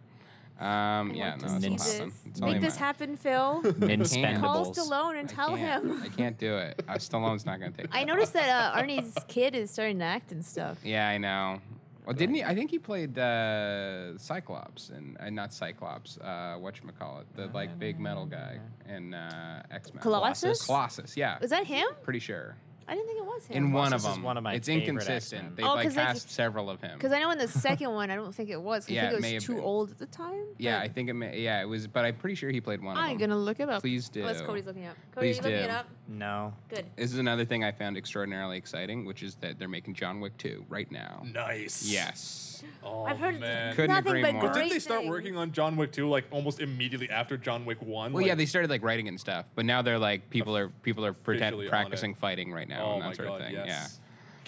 Speaker 2: Um,
Speaker 1: I
Speaker 2: yeah,
Speaker 1: want
Speaker 2: no,
Speaker 1: to
Speaker 2: it's
Speaker 1: see
Speaker 2: not
Speaker 3: Ninja.
Speaker 1: this.
Speaker 2: happen. It's only
Speaker 1: Make this
Speaker 2: mine.
Speaker 1: happen, Phil. Call
Speaker 3: Inspendables.
Speaker 1: Stallone and
Speaker 2: I
Speaker 1: tell
Speaker 2: can't-
Speaker 1: him.
Speaker 2: I can't do it. Uh, Stallone's not gonna take.
Speaker 1: [laughs] I
Speaker 2: that.
Speaker 1: noticed that uh, Arnie's kid is starting to act and stuff.
Speaker 2: Yeah, I know. Well, didn't he? I think he played uh, Cyclops and uh, not Cyclops. Uh, what you call it? The like big metal guy in uh, X Men.
Speaker 1: Colossus?
Speaker 2: Colossus. Yeah.
Speaker 1: Was that him?
Speaker 2: Pretty sure.
Speaker 1: I didn't think it was
Speaker 2: in
Speaker 1: him.
Speaker 2: one of
Speaker 3: Colossus is
Speaker 2: them.
Speaker 3: one of my
Speaker 2: it's
Speaker 3: favorite
Speaker 2: inconsistent.
Speaker 3: X-Men.
Speaker 2: They
Speaker 1: Oh,
Speaker 2: like
Speaker 1: 'cause they-
Speaker 2: cast several of him.
Speaker 1: Because I know in the second one, I don't think it was. 'cause I
Speaker 2: Yeah, it
Speaker 1: think
Speaker 2: may
Speaker 1: it
Speaker 2: have
Speaker 1: was too
Speaker 2: been.
Speaker 1: old at the time.
Speaker 2: yeah, I
Speaker 1: but
Speaker 2: think it. May, yeah, it was. But I'm pretty sure he played one
Speaker 1: I'm
Speaker 2: of them.
Speaker 1: gonna look it up.
Speaker 2: Please do.
Speaker 1: Unless Cody's looking it up. Cody,
Speaker 2: Please
Speaker 1: are you looking
Speaker 2: do.
Speaker 1: it up?
Speaker 3: No.
Speaker 1: Good.
Speaker 2: This is another thing I found extraordinarily exciting, which is that they're making John Wick 2 right now.
Speaker 4: Mm. nice. [laughs]
Speaker 2: Yes.
Speaker 4: Oh,
Speaker 1: I've heard
Speaker 4: man.
Speaker 2: Couldn't
Speaker 1: nothing
Speaker 2: agree
Speaker 1: but
Speaker 2: more. But
Speaker 1: great.
Speaker 2: didn't
Speaker 4: Didn't they start
Speaker 1: things.
Speaker 4: working on John Wick 2 like almost immediately after John Wick 1?
Speaker 2: Well,
Speaker 4: like,
Speaker 2: yeah, they started like writing it and stuff, but now they're like people are people are
Speaker 4: Officially on
Speaker 2: pretend,
Speaker 4: it.
Speaker 2: practicing fighting right now
Speaker 4: Oh
Speaker 2: and
Speaker 4: my
Speaker 2: that sort
Speaker 4: god,
Speaker 2: of thing.
Speaker 4: yes.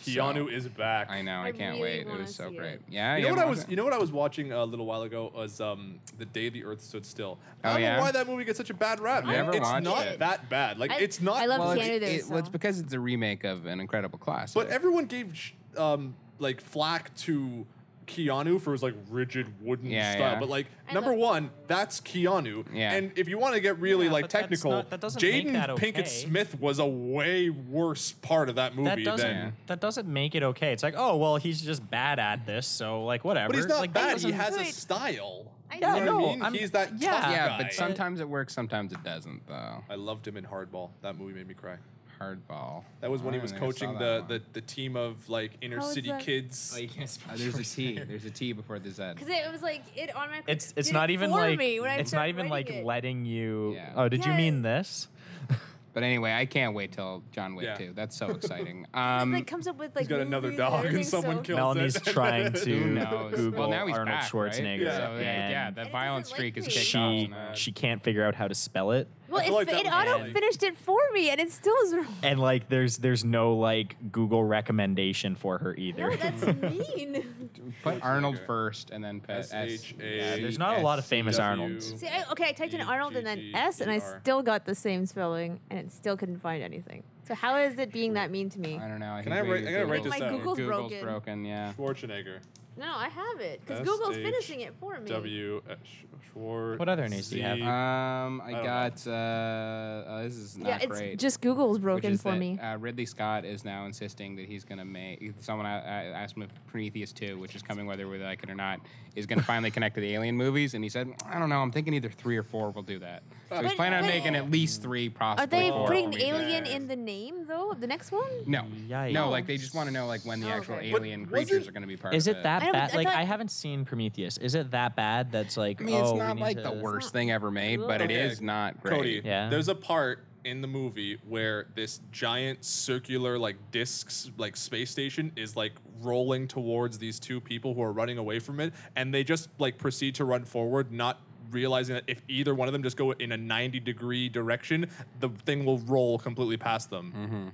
Speaker 2: Yeah.
Speaker 4: Keanu
Speaker 2: So-
Speaker 4: is back.
Speaker 2: Yeah, I know. I,
Speaker 1: I
Speaker 2: can't
Speaker 1: really
Speaker 2: wait. It
Speaker 1: wanna
Speaker 2: was so
Speaker 1: see
Speaker 2: great.
Speaker 1: it.
Speaker 2: Yeah.
Speaker 4: You know what I
Speaker 2: haven't
Speaker 4: was?
Speaker 2: watched it?
Speaker 4: You know what I was watching a little while ago was um the day the Earth stood still. I
Speaker 2: Oh,
Speaker 4: don't
Speaker 2: yeah?
Speaker 4: know why that movie gets such a bad rap. man.
Speaker 2: Never
Speaker 4: it's
Speaker 2: watched
Speaker 4: not
Speaker 2: it.
Speaker 4: that bad. Like
Speaker 1: I-
Speaker 4: it's not.
Speaker 1: I love
Speaker 2: Well,
Speaker 1: Keanu
Speaker 2: it's,
Speaker 1: there,
Speaker 2: it- well, it's
Speaker 1: so-
Speaker 2: because it's a remake of an incredible classic.
Speaker 4: But everyone gave sh- um like flack to Keanu for his like rigid wooden
Speaker 2: Yeah,
Speaker 4: style.
Speaker 2: yeah.
Speaker 4: But like
Speaker 1: I
Speaker 4: number
Speaker 1: love-
Speaker 4: one, that's Keanu.
Speaker 2: Yeah.
Speaker 4: And if you want to get really
Speaker 3: Yeah,
Speaker 4: like
Speaker 3: but that's
Speaker 4: technical,
Speaker 3: not- that doesn't make
Speaker 4: Jaden
Speaker 3: that okay.
Speaker 4: Pinkett Smith was a way worse part of that
Speaker 3: That
Speaker 4: movie
Speaker 3: doesn't
Speaker 4: than.
Speaker 3: that doesn't make it okay. It's like, oh well, he's just bad at this, so like whatever.
Speaker 4: But he's not
Speaker 3: like, that
Speaker 4: bad. He
Speaker 3: doesn't-
Speaker 4: has a
Speaker 1: Wait.
Speaker 4: style.
Speaker 1: I
Speaker 4: You know
Speaker 1: Yeah,
Speaker 4: what
Speaker 3: no,
Speaker 4: I mean?
Speaker 3: I'm-
Speaker 4: he's that tough
Speaker 3: yeah.
Speaker 2: yeah,
Speaker 4: guy.
Speaker 2: but sometimes it works, sometimes it doesn't, though.
Speaker 4: I loved him in Hardball. That movie made me cry.
Speaker 2: Hardball.
Speaker 4: That was when he
Speaker 2: I
Speaker 4: was
Speaker 2: don't think I saw
Speaker 4: coaching the,
Speaker 2: that one.
Speaker 4: the, the team of like inner
Speaker 1: How is
Speaker 4: city
Speaker 1: that-
Speaker 4: kids.
Speaker 2: Uh, [laughs] there's a
Speaker 4: [laughs]
Speaker 2: T. There's a T before the Z.
Speaker 1: [laughs] Because it was like it automatically.
Speaker 3: It's it's
Speaker 1: did
Speaker 3: not
Speaker 1: it
Speaker 3: even
Speaker 1: for
Speaker 3: like
Speaker 1: me when I
Speaker 3: it's not
Speaker 1: started
Speaker 3: even like
Speaker 1: writing it.
Speaker 3: letting you.
Speaker 2: Yeah.
Speaker 3: Oh, did you mean
Speaker 1: Yes.
Speaker 4: [laughs]
Speaker 3: this?
Speaker 2: But anyway, I can't wait till John Wick
Speaker 4: Yeah.
Speaker 2: 2. That's
Speaker 4: [laughs]
Speaker 2: so exciting.
Speaker 1: It
Speaker 2: Um,
Speaker 1: like comes up with like.
Speaker 4: he's got another
Speaker 1: movies and
Speaker 4: dog and
Speaker 1: everything's
Speaker 4: someone
Speaker 1: so-
Speaker 4: killed
Speaker 3: Melanie's
Speaker 4: it.
Speaker 3: trying to
Speaker 2: who knows?
Speaker 3: Google
Speaker 2: well, now he's
Speaker 3: Arnold
Speaker 2: back, right?
Speaker 3: Schwarzenegger.
Speaker 4: Yeah.
Speaker 2: So, yeah,
Speaker 3: and
Speaker 2: yeah, that
Speaker 1: doesn't
Speaker 2: violent
Speaker 1: like
Speaker 2: streak is
Speaker 1: me.
Speaker 2: kicked
Speaker 3: she
Speaker 2: off. man.
Speaker 3: she can't figure out how to spell it.
Speaker 1: Well,
Speaker 4: I
Speaker 1: it,
Speaker 4: feel like
Speaker 1: fi-
Speaker 4: that
Speaker 1: it
Speaker 4: was
Speaker 1: auto
Speaker 4: like-
Speaker 1: finished it for me, and it still is wrong.
Speaker 3: And like there's there's no like Google recommendation for her either. [laughs]
Speaker 1: No, that's mean.
Speaker 2: Put Arnold
Speaker 4: Schwarzenegger.
Speaker 2: first and then put S.
Speaker 4: S.H.A..
Speaker 2: Yeah,
Speaker 3: There's not a lot of famous
Speaker 4: W.
Speaker 3: Arnolds.
Speaker 1: See, I, okay, I typed in Arnold and then S, and I
Speaker 4: E-G-G-E-R.
Speaker 1: still got the same spelling, and it still couldn't find anything. So how is it being that mean to me?
Speaker 2: I don't know. I
Speaker 4: Can
Speaker 2: think
Speaker 4: I write-
Speaker 2: maybe
Speaker 4: I gotta write
Speaker 2: Google-
Speaker 4: this My down.
Speaker 1: Google's
Speaker 2: Google's
Speaker 1: broken.
Speaker 2: yeah.
Speaker 4: Schwarzenegger.
Speaker 1: No, I have it because
Speaker 4: S
Speaker 1: Google's
Speaker 4: H
Speaker 1: finishing it for me.
Speaker 4: W. uh, Sch- Schwar.
Speaker 3: What other names do you have?
Speaker 4: Z-
Speaker 2: Um,
Speaker 4: don't
Speaker 2: I
Speaker 4: know.
Speaker 2: got. Uh, oh, this is
Speaker 1: Yeah,
Speaker 2: not
Speaker 1: it's
Speaker 2: great.
Speaker 1: just Google's
Speaker 2: which
Speaker 1: broken
Speaker 2: is
Speaker 1: for
Speaker 2: that,
Speaker 1: me.
Speaker 2: Uh, Ridley Scott is now insisting that he's going to make someone I, I asked him if Prometheus 2, which is coming whether we like it or not, is going to finally connect to the Alien movies. And he said, I don't know, I'm thinking either three or four will do that. So he's
Speaker 1: But-
Speaker 2: planning on
Speaker 1: but-
Speaker 2: making at least three, possibly
Speaker 1: Are they
Speaker 2: four.
Speaker 1: putting
Speaker 2: Prometheus.
Speaker 1: alien in the name though? of The next one?
Speaker 2: No, no,
Speaker 3: Yikes.
Speaker 2: like they just want to know like when the
Speaker 1: Oh,
Speaker 2: actual
Speaker 1: okay.
Speaker 4: But
Speaker 2: alien
Speaker 4: wasn't-
Speaker 2: creatures are going to be part
Speaker 3: Is
Speaker 2: of
Speaker 3: it that
Speaker 1: I don't-
Speaker 3: bad?
Speaker 1: I
Speaker 3: like
Speaker 1: thought-
Speaker 3: I haven't seen Prometheus. Is it that bad? That's like
Speaker 2: I mean,
Speaker 3: oh,
Speaker 2: it's
Speaker 3: we
Speaker 2: not
Speaker 3: need
Speaker 2: like the
Speaker 3: to-
Speaker 2: worst thing ever made, but it
Speaker 4: Okay.
Speaker 2: is not great.
Speaker 4: Cody.
Speaker 3: Yeah.
Speaker 4: There's a part in the movie where this giant circular like discs like space station is like rolling towards these two people who are running away from it and they just like proceed to run forward not realizing that if either one of them just go in a 90 degree direction the thing will roll completely past them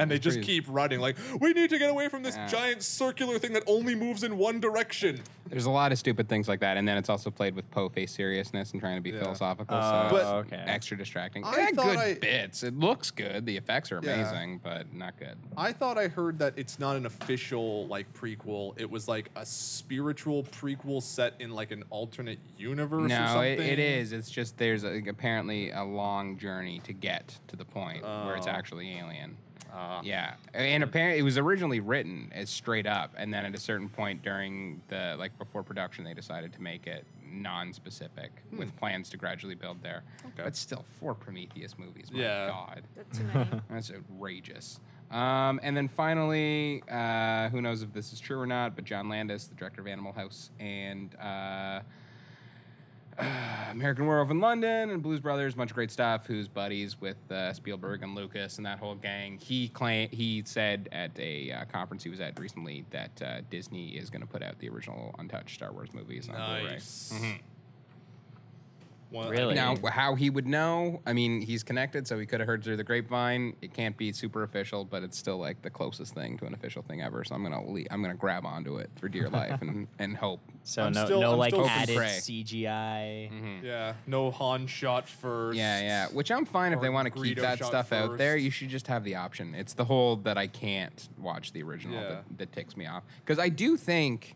Speaker 4: and they just keep running like we need to get away from this
Speaker 2: Yeah.
Speaker 4: giant circular thing that only moves in one direction
Speaker 2: There's a lot of stupid things like that, and then it's also played with po face seriousness and trying to be philosophical, so
Speaker 4: But-
Speaker 2: it's
Speaker 3: okay.
Speaker 2: extra distracting.
Speaker 4: I
Speaker 2: They got
Speaker 4: thought
Speaker 2: good
Speaker 4: I-
Speaker 2: bits. It looks good. The effects are
Speaker 4: Yeah.
Speaker 2: amazing, but not good.
Speaker 4: I thought I heard that it's not an official like prequel. It was like a spiritual prequel set in like an alternate universe. or
Speaker 2: No,
Speaker 4: something.
Speaker 2: it, it is. It's just there's a, apparently a long journey to get to the point where it's
Speaker 4: Oh. Ah.
Speaker 2: actually alien. yeah, and apparently it was originally written as straight up, and then at a certain point during the like before production, they decided to make it non-specific
Speaker 4: Hmm.
Speaker 2: with plans to gradually build there. But still, four Prometheus movies. My
Speaker 4: Yeah.
Speaker 2: God.
Speaker 1: That's too many.
Speaker 2: [laughs] That's outrageous. Um, and then finally, uh, who knows if this is true or not, but John Landis, the director of Animal House, and uh, [sighs] American Werewolf in London and Blues Brothers, bunch of great stuff. Who's buddies with uh, Spielberg and Lucas and that whole gang? He claim he said at a uh, conference he was at recently that uh, Disney is going to put out the original untouched Star Wars movies on Blu-ray.
Speaker 4: Nice. Well,
Speaker 3: Really?
Speaker 2: Now, how he would know? I mean, he's connected, so he could have heard through the grapevine. It can't be super official, but it's still like the closest thing to an official thing ever. So I'm gonna le- I'm gonna grab onto it for dear life and and hope.
Speaker 3: So
Speaker 4: I'm
Speaker 3: no,
Speaker 4: still-
Speaker 3: no
Speaker 4: I'm
Speaker 3: like
Speaker 4: still
Speaker 3: added
Speaker 2: afraid.
Speaker 3: CGI.
Speaker 2: Mm-hmm.
Speaker 4: Yeah. No Han shot first.
Speaker 2: Yeah, yeah. Which I'm fine if
Speaker 4: Or
Speaker 2: they want to keep
Speaker 4: Greedo
Speaker 2: that
Speaker 4: shot
Speaker 2: stuff out there.
Speaker 4: first.
Speaker 2: You should just have the option. It's the whole that I can't watch the original
Speaker 4: Yeah.
Speaker 2: that, that ticks me off. Because I do think,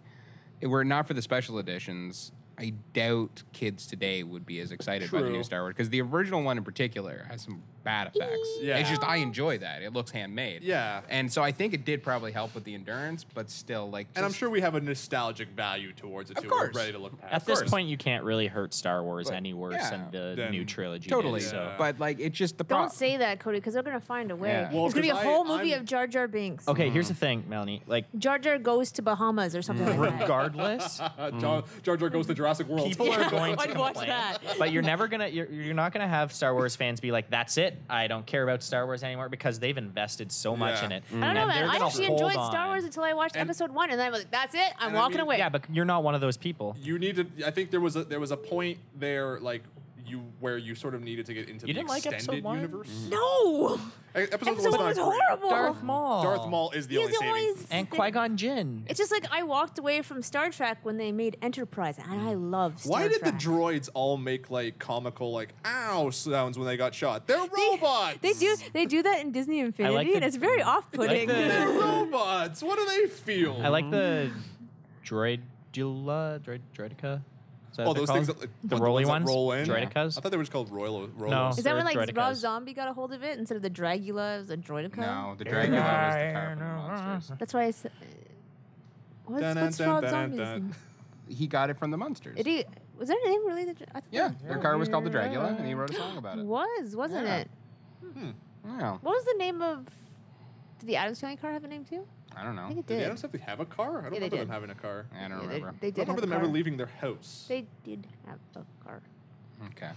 Speaker 2: if were it not for the special editions, I doubt kids today would be as excited by the new
Speaker 4: True.
Speaker 2: Star Wars. Because the original one in particular has some bad effects.
Speaker 4: Yeah.
Speaker 2: It's just I enjoy that. It looks handmade.
Speaker 4: Yeah.
Speaker 2: And so I think it did probably help with the endurance, but still, like,
Speaker 4: And I'm
Speaker 2: just-
Speaker 4: sure we have a nostalgic value towards it
Speaker 2: Of
Speaker 4: too.
Speaker 2: course.
Speaker 4: We're ready to look past.
Speaker 3: At this
Speaker 4: it.
Speaker 3: point, you can't really hurt Star Wars
Speaker 2: But-
Speaker 3: any worse
Speaker 2: yeah,
Speaker 3: than the
Speaker 4: then-
Speaker 3: new trilogy. did,
Speaker 2: totally.
Speaker 3: so.
Speaker 4: Yeah.
Speaker 2: But like, it's just the problem.
Speaker 1: [laughs] Don't say that, Cody, because they're gonna find a way.
Speaker 2: Yeah.
Speaker 4: Well,
Speaker 1: There's gonna be a
Speaker 4: 'cause I-
Speaker 1: whole movie
Speaker 4: I'm-
Speaker 1: of Jar Jar Binks.
Speaker 3: Okay, here's
Speaker 2: Mm-hmm.
Speaker 3: the thing, Melanie.
Speaker 1: [laughs]
Speaker 3: Like,
Speaker 1: Jar Jar goes to Bahamas or something like
Speaker 2: [laughs]
Speaker 1: that.
Speaker 3: regardless,
Speaker 4: Uh,
Speaker 2: Mm.
Speaker 4: Jar, Jar Jar goes to Jurassic World.
Speaker 3: people are going to
Speaker 1: I'd watch
Speaker 3: complain.
Speaker 1: that.
Speaker 3: But you're never gonna you're, you're not gonna have Star Wars fans be like, "That's it, I don't care about Star Wars anymore" because they've invested so much
Speaker 4: Yeah.
Speaker 3: in it.
Speaker 1: I don't know,
Speaker 3: and
Speaker 1: man.
Speaker 3: they're
Speaker 1: I
Speaker 3: gonna
Speaker 1: actually
Speaker 3: hold
Speaker 1: enjoyed
Speaker 3: on.
Speaker 1: Star Wars until I watched
Speaker 4: And-
Speaker 1: episode one, and then I was like, "That's it, I'm
Speaker 4: And I
Speaker 1: walking
Speaker 4: mean-
Speaker 1: away."
Speaker 3: Yeah, but you're not one of those people.
Speaker 4: You needed. I think there was a there was a point there like you where you sort of needed to get into
Speaker 3: You
Speaker 4: the
Speaker 3: didn't like episode
Speaker 4: extended
Speaker 3: one?
Speaker 4: universe.
Speaker 1: no,
Speaker 4: E- Episode,
Speaker 1: episode one was
Speaker 4: one's not great.
Speaker 1: horrible.
Speaker 3: Darth Maul.
Speaker 4: Darth Maul is the
Speaker 1: He's
Speaker 4: only
Speaker 1: the
Speaker 4: saving.
Speaker 1: only-
Speaker 3: and Qui Gon Jinn.
Speaker 1: It's just like I walked away from Star Trek when they made Enterprise, and I love Star
Speaker 4: Why did the
Speaker 1: Trek.
Speaker 4: droids all make like comical like ow sounds when they got shot? They're robots.
Speaker 1: They do they do that in Disney Infinity,
Speaker 3: the-
Speaker 1: and it's very off-putting.
Speaker 3: I like [laughs] the-
Speaker 4: They're robots. What do they feel?
Speaker 3: I like the droidula, droid, droidica. Is that
Speaker 4: all
Speaker 3: what they're
Speaker 4: Oh, those things.
Speaker 3: called?
Speaker 4: That, like,
Speaker 3: the
Speaker 4: ones- the
Speaker 3: rolly
Speaker 4: ones that
Speaker 3: ones,
Speaker 4: Roll in.
Speaker 3: droidicas.
Speaker 4: I thought they were just called Royal. Royal
Speaker 1: Is that when like
Speaker 3: Droidicas.
Speaker 1: Rob Zombie got a hold of it instead of the Dragula? It was a Droidica.
Speaker 2: No, the Dracula was the carpet of monsters.
Speaker 1: that's why I said. What's,
Speaker 4: Dun, dun,
Speaker 1: what's
Speaker 4: dun,
Speaker 1: Rob
Speaker 4: dun,
Speaker 1: Zombie's
Speaker 4: dun.
Speaker 1: name?
Speaker 2: He got it from the monsters.
Speaker 1: Did he? Was there anything related? To, I thought
Speaker 2: Yeah, their car was called the Dragula, and he wrote a song about
Speaker 1: there
Speaker 2: it.
Speaker 1: was wasn't
Speaker 2: Yeah.
Speaker 1: it?
Speaker 4: Hmm,
Speaker 2: Yeah,
Speaker 1: What was the name of? Did the Adams Family car have a name too?
Speaker 2: I don't
Speaker 1: I think
Speaker 2: know.
Speaker 1: it
Speaker 4: Did
Speaker 1: did.
Speaker 4: the Adams have to have a car? I don't
Speaker 1: Yeah, they
Speaker 4: remember them
Speaker 1: did.
Speaker 4: having a car.
Speaker 2: I don't
Speaker 1: Yeah, they-
Speaker 2: remember.
Speaker 1: They,
Speaker 4: I
Speaker 1: did.
Speaker 4: don't remember
Speaker 1: have
Speaker 4: them
Speaker 1: a
Speaker 4: ever
Speaker 1: car.
Speaker 4: leaving their house.
Speaker 1: They did have a car.
Speaker 2: Okay, well,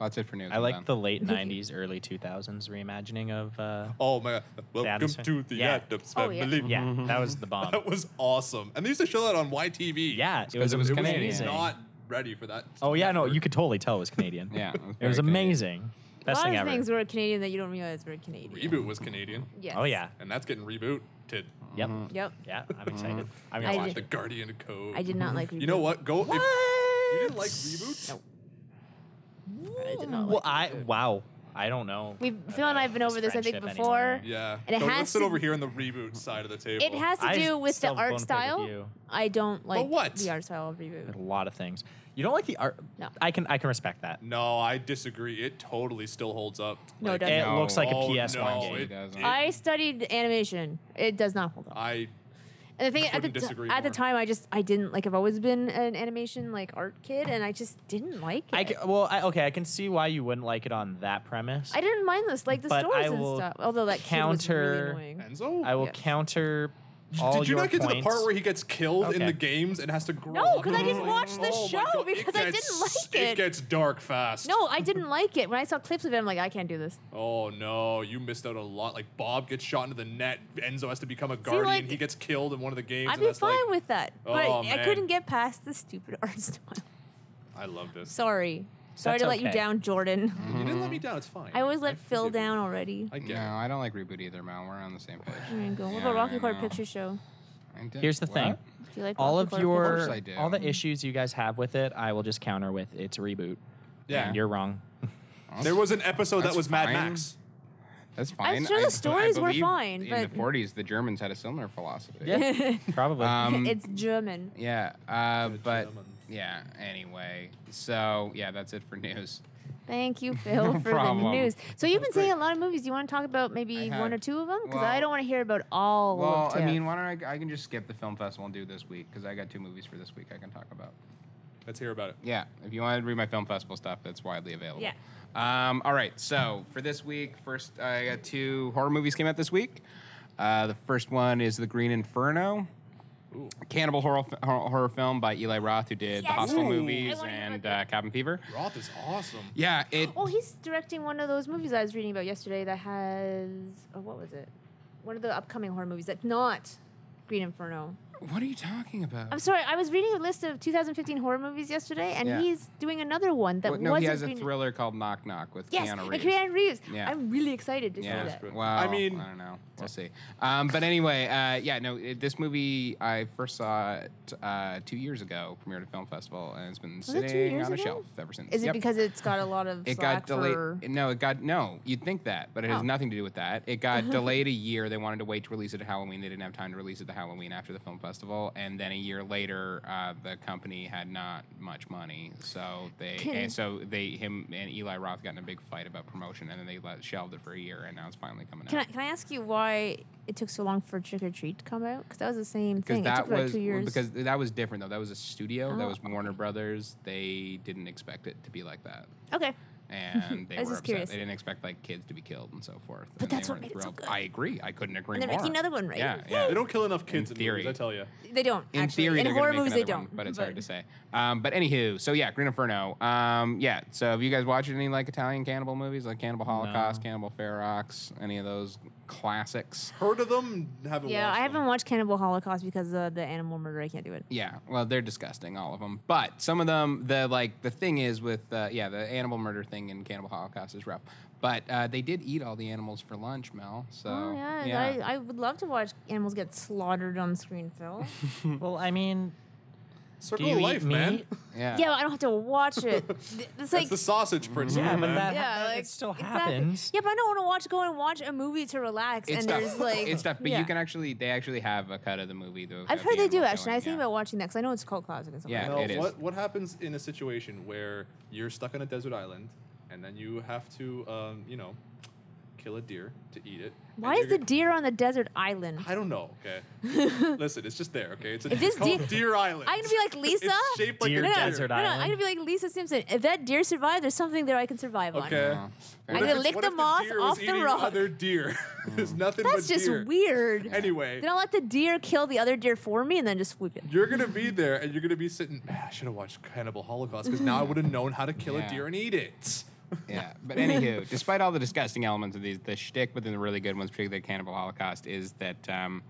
Speaker 2: that's it for news.
Speaker 3: I
Speaker 2: I'm
Speaker 3: like
Speaker 2: done.
Speaker 4: [laughs]
Speaker 3: the late '90s, early 2000s reimagining of. Uh,
Speaker 4: Oh my god. Welcome
Speaker 3: Adams
Speaker 4: to
Speaker 3: Family.
Speaker 4: the
Speaker 3: Yeah.
Speaker 4: Adams
Speaker 1: Oh, yeah.
Speaker 4: Family.
Speaker 3: yeah, that was the
Speaker 4: [laughs]
Speaker 3: bomb.
Speaker 4: That was awesome. And they used to show that on YTV.
Speaker 3: Yeah, it was,
Speaker 2: it
Speaker 3: it
Speaker 2: was
Speaker 3: was
Speaker 4: It was
Speaker 3: amazing.
Speaker 4: not ready for that.
Speaker 3: oh yeah, no,
Speaker 4: network.
Speaker 3: you could totally tell it
Speaker 4: [laughs]
Speaker 3: was Canadian.
Speaker 2: Yeah, it was
Speaker 3: it was
Speaker 2: very Canadian.
Speaker 3: amazing. Best
Speaker 1: a lot
Speaker 3: thing
Speaker 1: of
Speaker 3: ever.
Speaker 1: things were Canadian that you don't realize were Canadian.
Speaker 4: Reboot was Canadian.
Speaker 1: Yes.
Speaker 3: Oh yeah,
Speaker 4: And that's getting rebooted.
Speaker 3: yep,
Speaker 4: Mm-hmm.
Speaker 1: Yep.
Speaker 3: yeah. I'm excited.
Speaker 1: I
Speaker 3: I'm gonna watch
Speaker 1: did-
Speaker 4: The
Speaker 3: it.
Speaker 4: Guardian Code.
Speaker 1: I did not like. Reboot.
Speaker 4: You know what? Go. What? If you didn't like reboots?
Speaker 1: No. I did not
Speaker 3: Well,
Speaker 1: like.
Speaker 3: I wow. I don't know.
Speaker 1: We Phil and I have been
Speaker 3: This
Speaker 1: over this I think
Speaker 3: friendship
Speaker 1: before.
Speaker 3: anymore.
Speaker 4: Yeah.
Speaker 1: And it
Speaker 4: Go-
Speaker 1: has
Speaker 4: let's sit
Speaker 1: to-
Speaker 4: over here on the reboot side of the table.
Speaker 1: It has to
Speaker 3: I
Speaker 1: do with the
Speaker 3: still have a bone
Speaker 1: art
Speaker 3: to pick with
Speaker 1: style.
Speaker 3: you.
Speaker 1: I don't like
Speaker 4: what?
Speaker 1: the art style of reboot.
Speaker 3: a lot of things. You don't like the art?
Speaker 1: No.
Speaker 3: I can I can respect that.
Speaker 4: No, I disagree. It totally still holds up.
Speaker 1: No, it
Speaker 4: Like,
Speaker 1: doesn't.
Speaker 3: It
Speaker 2: No.
Speaker 3: looks like a
Speaker 4: Oh,
Speaker 3: PS1
Speaker 4: no,
Speaker 3: game.
Speaker 2: It
Speaker 4: it-
Speaker 2: doesn't.
Speaker 1: I studied animation. It does not hold up.
Speaker 4: I
Speaker 1: And the thing at the,
Speaker 4: couldn't disagree
Speaker 1: at the
Speaker 4: more.
Speaker 1: time, I just I didn't like. I've always been an animation like art kid, and I just didn't like it.
Speaker 3: I ca- well, I, okay, I can see why you wouldn't like it on that premise.
Speaker 1: I didn't mind this, like the
Speaker 3: But
Speaker 1: stories
Speaker 3: I
Speaker 1: and
Speaker 3: will
Speaker 1: stuff. Although that
Speaker 3: counter-
Speaker 1: kid was really annoying.
Speaker 4: Enzo.
Speaker 3: I will
Speaker 1: Yes.
Speaker 3: counter
Speaker 4: D-
Speaker 3: all
Speaker 4: Did you
Speaker 3: your
Speaker 4: not get to the part
Speaker 3: points.
Speaker 4: where he gets killed in
Speaker 3: Okay.
Speaker 4: the games and has to grow
Speaker 1: No,
Speaker 4: up?
Speaker 1: 'cause I didn't
Speaker 4: Like,
Speaker 1: watch the
Speaker 4: oh my
Speaker 1: show
Speaker 4: God, it
Speaker 1: because I didn't
Speaker 4: gets-
Speaker 1: like it.
Speaker 4: It gets dark fast.
Speaker 1: No, I didn't like it. When I saw clips of it, I'm like, I can't do this.
Speaker 4: Oh no, you missed out a lot. Like Bob gets shot into the net. Enzo has to become a guardian.
Speaker 1: like,
Speaker 4: he gets killed in one of the games.
Speaker 1: I'd
Speaker 4: and
Speaker 1: be
Speaker 4: that's
Speaker 1: fine
Speaker 4: like,
Speaker 1: with that, but
Speaker 4: Oh,
Speaker 1: I
Speaker 4: man.
Speaker 1: couldn't get past the stupid [laughs] art style.
Speaker 4: I love this.
Speaker 1: Sorry, sorry
Speaker 3: That's
Speaker 1: to let you
Speaker 3: okay.
Speaker 1: down, Jordan.
Speaker 4: [laughs] You didn't let me down. It's fine.
Speaker 1: I always let Phil
Speaker 4: forgive you.
Speaker 1: down already.
Speaker 4: I get.
Speaker 2: no,
Speaker 4: it.
Speaker 2: I don't like reboot either, Mal. We're on the same page.
Speaker 1: There you go. What
Speaker 2: Yeah,
Speaker 1: about Rocky
Speaker 2: I
Speaker 1: Horror
Speaker 2: know.
Speaker 1: Picture Show?
Speaker 2: I did-
Speaker 3: Here's the
Speaker 2: what?
Speaker 3: thing.
Speaker 1: Do you like
Speaker 3: All
Speaker 1: Rocky
Speaker 3: of
Speaker 1: Horror Picture
Speaker 2: course
Speaker 3: your
Speaker 2: I do.
Speaker 3: all the issues you guys have with it, I will just counter with it's a reboot.
Speaker 4: Yeah.
Speaker 3: And you're wrong.
Speaker 4: There was an episode
Speaker 2: That's
Speaker 4: that was Mad
Speaker 2: fine.
Speaker 4: Max.
Speaker 2: That's fine.
Speaker 1: sure
Speaker 2: I-
Speaker 1: the stories
Speaker 2: I
Speaker 1: were
Speaker 2: believe
Speaker 1: fine,
Speaker 2: In
Speaker 1: but-
Speaker 2: the 40s, the Germans had a similar philosophy.
Speaker 1: [laughs]
Speaker 2: [laughs]
Speaker 3: Probably.
Speaker 2: Um,
Speaker 1: it's German.
Speaker 2: yeah. Uh,
Speaker 4: The
Speaker 2: but
Speaker 4: Germans.
Speaker 2: yeah. Anyway, so yeah, that's it for news.
Speaker 1: Thank
Speaker 2: [laughs]
Speaker 1: you, Phil,
Speaker 2: No
Speaker 1: for the
Speaker 2: problem.
Speaker 1: news. So you've been
Speaker 2: great.
Speaker 1: saying a lot of movies. Do you want to talk about maybe
Speaker 2: I
Speaker 1: one or
Speaker 2: had-
Speaker 1: two of them? Because I
Speaker 2: well-
Speaker 1: don't want to hear about all
Speaker 2: Well,
Speaker 1: of
Speaker 2: I
Speaker 1: them.
Speaker 2: mean, why don't I? I can just skip the film festival and do this week because I got two movies for this week I can talk about.
Speaker 4: Let's hear about it.
Speaker 2: Yeah, if you want to read my film festival stuff, that's widely available.
Speaker 1: Yeah.
Speaker 2: Um, all right, so for this week, first I got two horror movies came out this week. Uh, the first one is The Green Inferno. Cannibal horror, horror, horror film by Eli Roth, who did the
Speaker 1: Yes!
Speaker 2: Hostel
Speaker 1: Ooh. I
Speaker 2: movies
Speaker 1: wanna hear
Speaker 2: and
Speaker 1: about
Speaker 2: uh, Cabin Fever.
Speaker 4: Roth is awesome.
Speaker 2: Yeah, it.
Speaker 1: Oh, he's directing one of those movies I was reading about yesterday that has. Oh, what was it? One of the upcoming horror movies that's not Green Inferno.
Speaker 2: What are you talking about?
Speaker 1: I'm sorry, I was reading a list of 2015 horror movies yesterday, and
Speaker 2: Yeah.
Speaker 1: he's doing another one that
Speaker 2: Well, no,
Speaker 1: wasn't
Speaker 2: he has a
Speaker 1: Green
Speaker 2: thriller called Knock Knock with
Speaker 1: Yes,
Speaker 2: Keanu
Speaker 1: and
Speaker 2: Reeves.
Speaker 1: Keanu Reeves.
Speaker 2: Yeah.
Speaker 1: I'm really excited to see
Speaker 2: yeah,
Speaker 1: that.
Speaker 2: well,
Speaker 4: I
Speaker 2: I
Speaker 4: mean-
Speaker 2: mean, I don't know. We'll see. Um, but anyway, uh, yeah, no, it, this movie I first saw it uh, two years ago, premiered at film festival, and it's been
Speaker 1: it two
Speaker 2: sitting
Speaker 1: years
Speaker 2: on a
Speaker 1: ago?
Speaker 2: shelf ever since.
Speaker 1: Is it
Speaker 2: Yep.
Speaker 1: because it's got a lot of
Speaker 2: it
Speaker 1: slack
Speaker 2: got delayed?
Speaker 1: for?
Speaker 2: No, it got no. You'd think that, but it
Speaker 1: Oh.
Speaker 2: has nothing to do with that. It
Speaker 1: [laughs]
Speaker 2: got delayed a year. They wanted to wait to release it at Halloween. They didn't have time to release it at Halloween after the film festival, and then a year later, uh, the company had not much money, so they
Speaker 1: Can-
Speaker 2: and so they him and Eli Roth got in a big fight about promotion, and then they let, shelved it for a year, and now it's finally coming
Speaker 1: Can I,
Speaker 2: out.
Speaker 1: can I ask you why it took so long for Trick or Treat to come out? Because that was the same
Speaker 2: Because
Speaker 1: thing. it
Speaker 2: that
Speaker 1: took about
Speaker 2: was
Speaker 1: two years.
Speaker 2: because that was different though. That was a studio.
Speaker 1: Oh,
Speaker 2: that was Warner Brothers. They didn't expect it to be like that.
Speaker 1: okay,
Speaker 2: and
Speaker 1: [laughs]
Speaker 2: they
Speaker 1: I was
Speaker 2: were
Speaker 1: just
Speaker 2: upset.
Speaker 1: curious.
Speaker 2: They didn't expect like kids to be killed and so forth.
Speaker 1: But
Speaker 2: and they
Speaker 1: that's what
Speaker 2: weren't
Speaker 1: made it so good.
Speaker 2: I agree. I couldn't agree
Speaker 1: And they're
Speaker 2: more.
Speaker 1: making another one, right?
Speaker 2: Yeah,
Speaker 4: They
Speaker 2: yeah.
Speaker 4: don't kill enough kids in,
Speaker 2: theory.
Speaker 4: movies, I tell you.
Speaker 1: they don't.
Speaker 2: In
Speaker 1: actually.
Speaker 2: theory,
Speaker 1: in
Speaker 2: they're
Speaker 1: horror
Speaker 2: gonna
Speaker 1: movies,
Speaker 2: make
Speaker 1: they
Speaker 2: another
Speaker 1: don't.
Speaker 2: one, but it's hard to say. Um, but anywho, so yeah, Green Inferno. Um, yeah. So have you guys watched any like Italian cannibal movies, like Cannibal Holocaust,
Speaker 3: No.
Speaker 2: Cannibal Ferox, any of those classics?
Speaker 4: Heard of them? Haven't
Speaker 1: Yeah,
Speaker 4: watched
Speaker 1: I haven't
Speaker 4: Them.
Speaker 1: watched Cannibal Holocaust because of the animal murder. I can't do it.
Speaker 2: Yeah, well, they're disgusting, all of them. But some of them, the like, the thing is with uh, yeah, the animal murder thing in Cannibal Holocaust is rough. But uh, they did eat all the animals for lunch, Mel. So
Speaker 1: oh yeah, I, I would love to watch animals get slaughtered on screen
Speaker 2: [laughs]
Speaker 1: film.
Speaker 3: well, I mean, do
Speaker 4: Circle
Speaker 3: you
Speaker 4: of
Speaker 3: eat
Speaker 4: Life, man.
Speaker 3: meat?
Speaker 2: yeah.
Speaker 1: yeah, but I don't have to watch it.
Speaker 2: [laughs]
Speaker 1: Th- It's like
Speaker 4: That's the sausage principle.
Speaker 3: Yeah, but
Speaker 4: man.
Speaker 3: that,
Speaker 1: yeah,
Speaker 3: that
Speaker 1: like
Speaker 3: it still
Speaker 1: exactly.
Speaker 3: happens.
Speaker 1: Yeah, but I don't want to watch go and watch a movie to relax.
Speaker 2: It's
Speaker 1: and
Speaker 2: tough.
Speaker 1: there's like
Speaker 2: it's tough, but
Speaker 1: yeah.
Speaker 2: you can actually they actually have a cut of the movie though.
Speaker 1: I've
Speaker 2: of
Speaker 1: heard
Speaker 2: the
Speaker 1: they do
Speaker 2: animal
Speaker 1: actually.
Speaker 2: killing,
Speaker 1: I was thinking
Speaker 2: yeah.
Speaker 1: about watching that because I know it's cult classic and stuff.
Speaker 2: Yeah.
Speaker 1: Like
Speaker 4: Now,
Speaker 2: it is.
Speaker 4: What, what happens in a situation where you're stuck on a desert island and then you have to, um, you know, kill a deer to eat it?
Speaker 1: that.
Speaker 4: and
Speaker 1: Why
Speaker 4: you're
Speaker 1: is the
Speaker 4: gonna-
Speaker 1: deer on the desert island?
Speaker 4: I don't know.
Speaker 1: [laughs]
Speaker 4: Okay, listen, it's just there. Okay, it's, a,
Speaker 1: If
Speaker 4: it's
Speaker 1: this
Speaker 4: called
Speaker 1: deer-
Speaker 4: deer, Island.
Speaker 1: I'm gonna be like, Lisa?
Speaker 4: [laughs] It's shaped like
Speaker 3: Deer
Speaker 4: a
Speaker 3: desert
Speaker 1: No, no, I'm
Speaker 3: island.
Speaker 1: gonna be like Lisa Simpson. If that deer survived, there's something there I can survive on.
Speaker 4: Okay.
Speaker 2: Yeah.
Speaker 1: I
Speaker 4: What
Speaker 1: did a
Speaker 4: if it's-
Speaker 1: lick
Speaker 4: what
Speaker 1: the
Speaker 4: if
Speaker 1: moss
Speaker 4: deer was
Speaker 1: off the
Speaker 4: eating
Speaker 1: rock.
Speaker 4: Other deer. [laughs] There's
Speaker 2: Mm.
Speaker 4: nothing
Speaker 1: That's
Speaker 4: but
Speaker 1: just
Speaker 4: deer.
Speaker 1: weird.
Speaker 4: Anyway,
Speaker 1: Then I'll let the deer kill the other deer for me and then just swoop it.
Speaker 4: you're gonna be there and you're gonna be sitting. Man, I should have watched Cannibal Holocaust because now I would have known how to kill a
Speaker 2: Yeah.
Speaker 4: deer and
Speaker 2: [laughs]
Speaker 4: eat it.
Speaker 2: [laughs] yeah. But
Speaker 1: [laughs]
Speaker 2: anywho, despite all the disgusting elements of these, the shtick within the really good ones, particularly Cannibal Holocaust, is that um,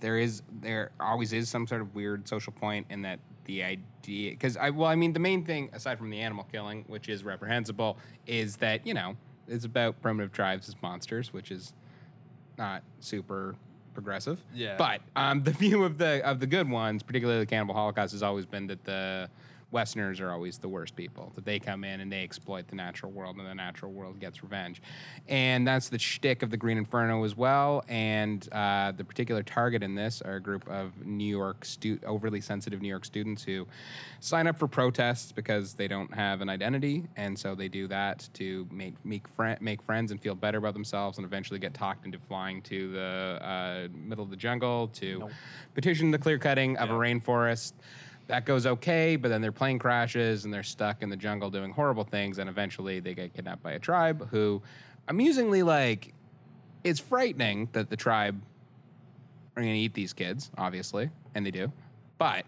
Speaker 2: there is there always is some sort of weird social point in that the idea because I well I mean the main thing aside from the animal killing, which is reprehensible, is that you know it's about primitive tribes as monsters, which is not super progressive.
Speaker 4: Yeah.
Speaker 2: But um, [laughs] the view of the of the good ones, particularly the Cannibal Holocaust, has always been that the Westerners are always the worst people. That they come in and they exploit the natural world, and the natural world gets revenge. And that's the shtick of the Green Inferno as well. And uh, the particular target in this are a group of New York stu- overly sensitive New York students who sign up for protests because they don't have an identity, and so they do that to make make, fri make friends and feel better about themselves, and eventually get talked into flying to the uh, middle of the jungle to petition the clear cutting of a rainforest. That goes okay, but then their plane crashes and they're stuck in the jungle doing horrible things, and eventually they get kidnapped by a tribe who, amusingly, like, it's frightening that the tribe are going to eat these kids, obviously, and they do, but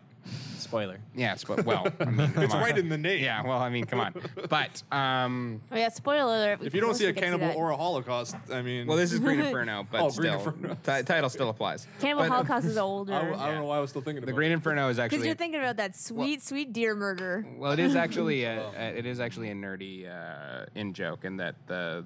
Speaker 3: Spoiler.
Speaker 2: yeah, it's but well, I mean, come
Speaker 4: It's
Speaker 2: on.
Speaker 4: right in the name.
Speaker 2: Yeah, well, I mean, come on. But um,
Speaker 1: Oh yeah, spoiler alert. we
Speaker 4: If you don't
Speaker 1: mostly
Speaker 4: see a
Speaker 1: can
Speaker 4: cannibal
Speaker 1: that.
Speaker 4: or a Holocaust, I mean,
Speaker 2: well, this is
Speaker 4: [laughs]
Speaker 2: Green Inferno, but
Speaker 4: Oh, Green
Speaker 2: still,
Speaker 4: Inferno.
Speaker 2: ti- title still applies.
Speaker 1: Cannibal
Speaker 2: But, um,
Speaker 1: Holocaust
Speaker 4: [laughs]
Speaker 1: is
Speaker 4: uh, I, I don't
Speaker 1: older.
Speaker 4: know why I was still thinking about
Speaker 2: The Green Inferno is
Speaker 1: Because
Speaker 2: actually
Speaker 1: you're thinking about that sweet, sweet deer murder.
Speaker 2: well, it is actually a,
Speaker 4: [laughs]
Speaker 2: a- it is actually a nerdy uh, in joke in that the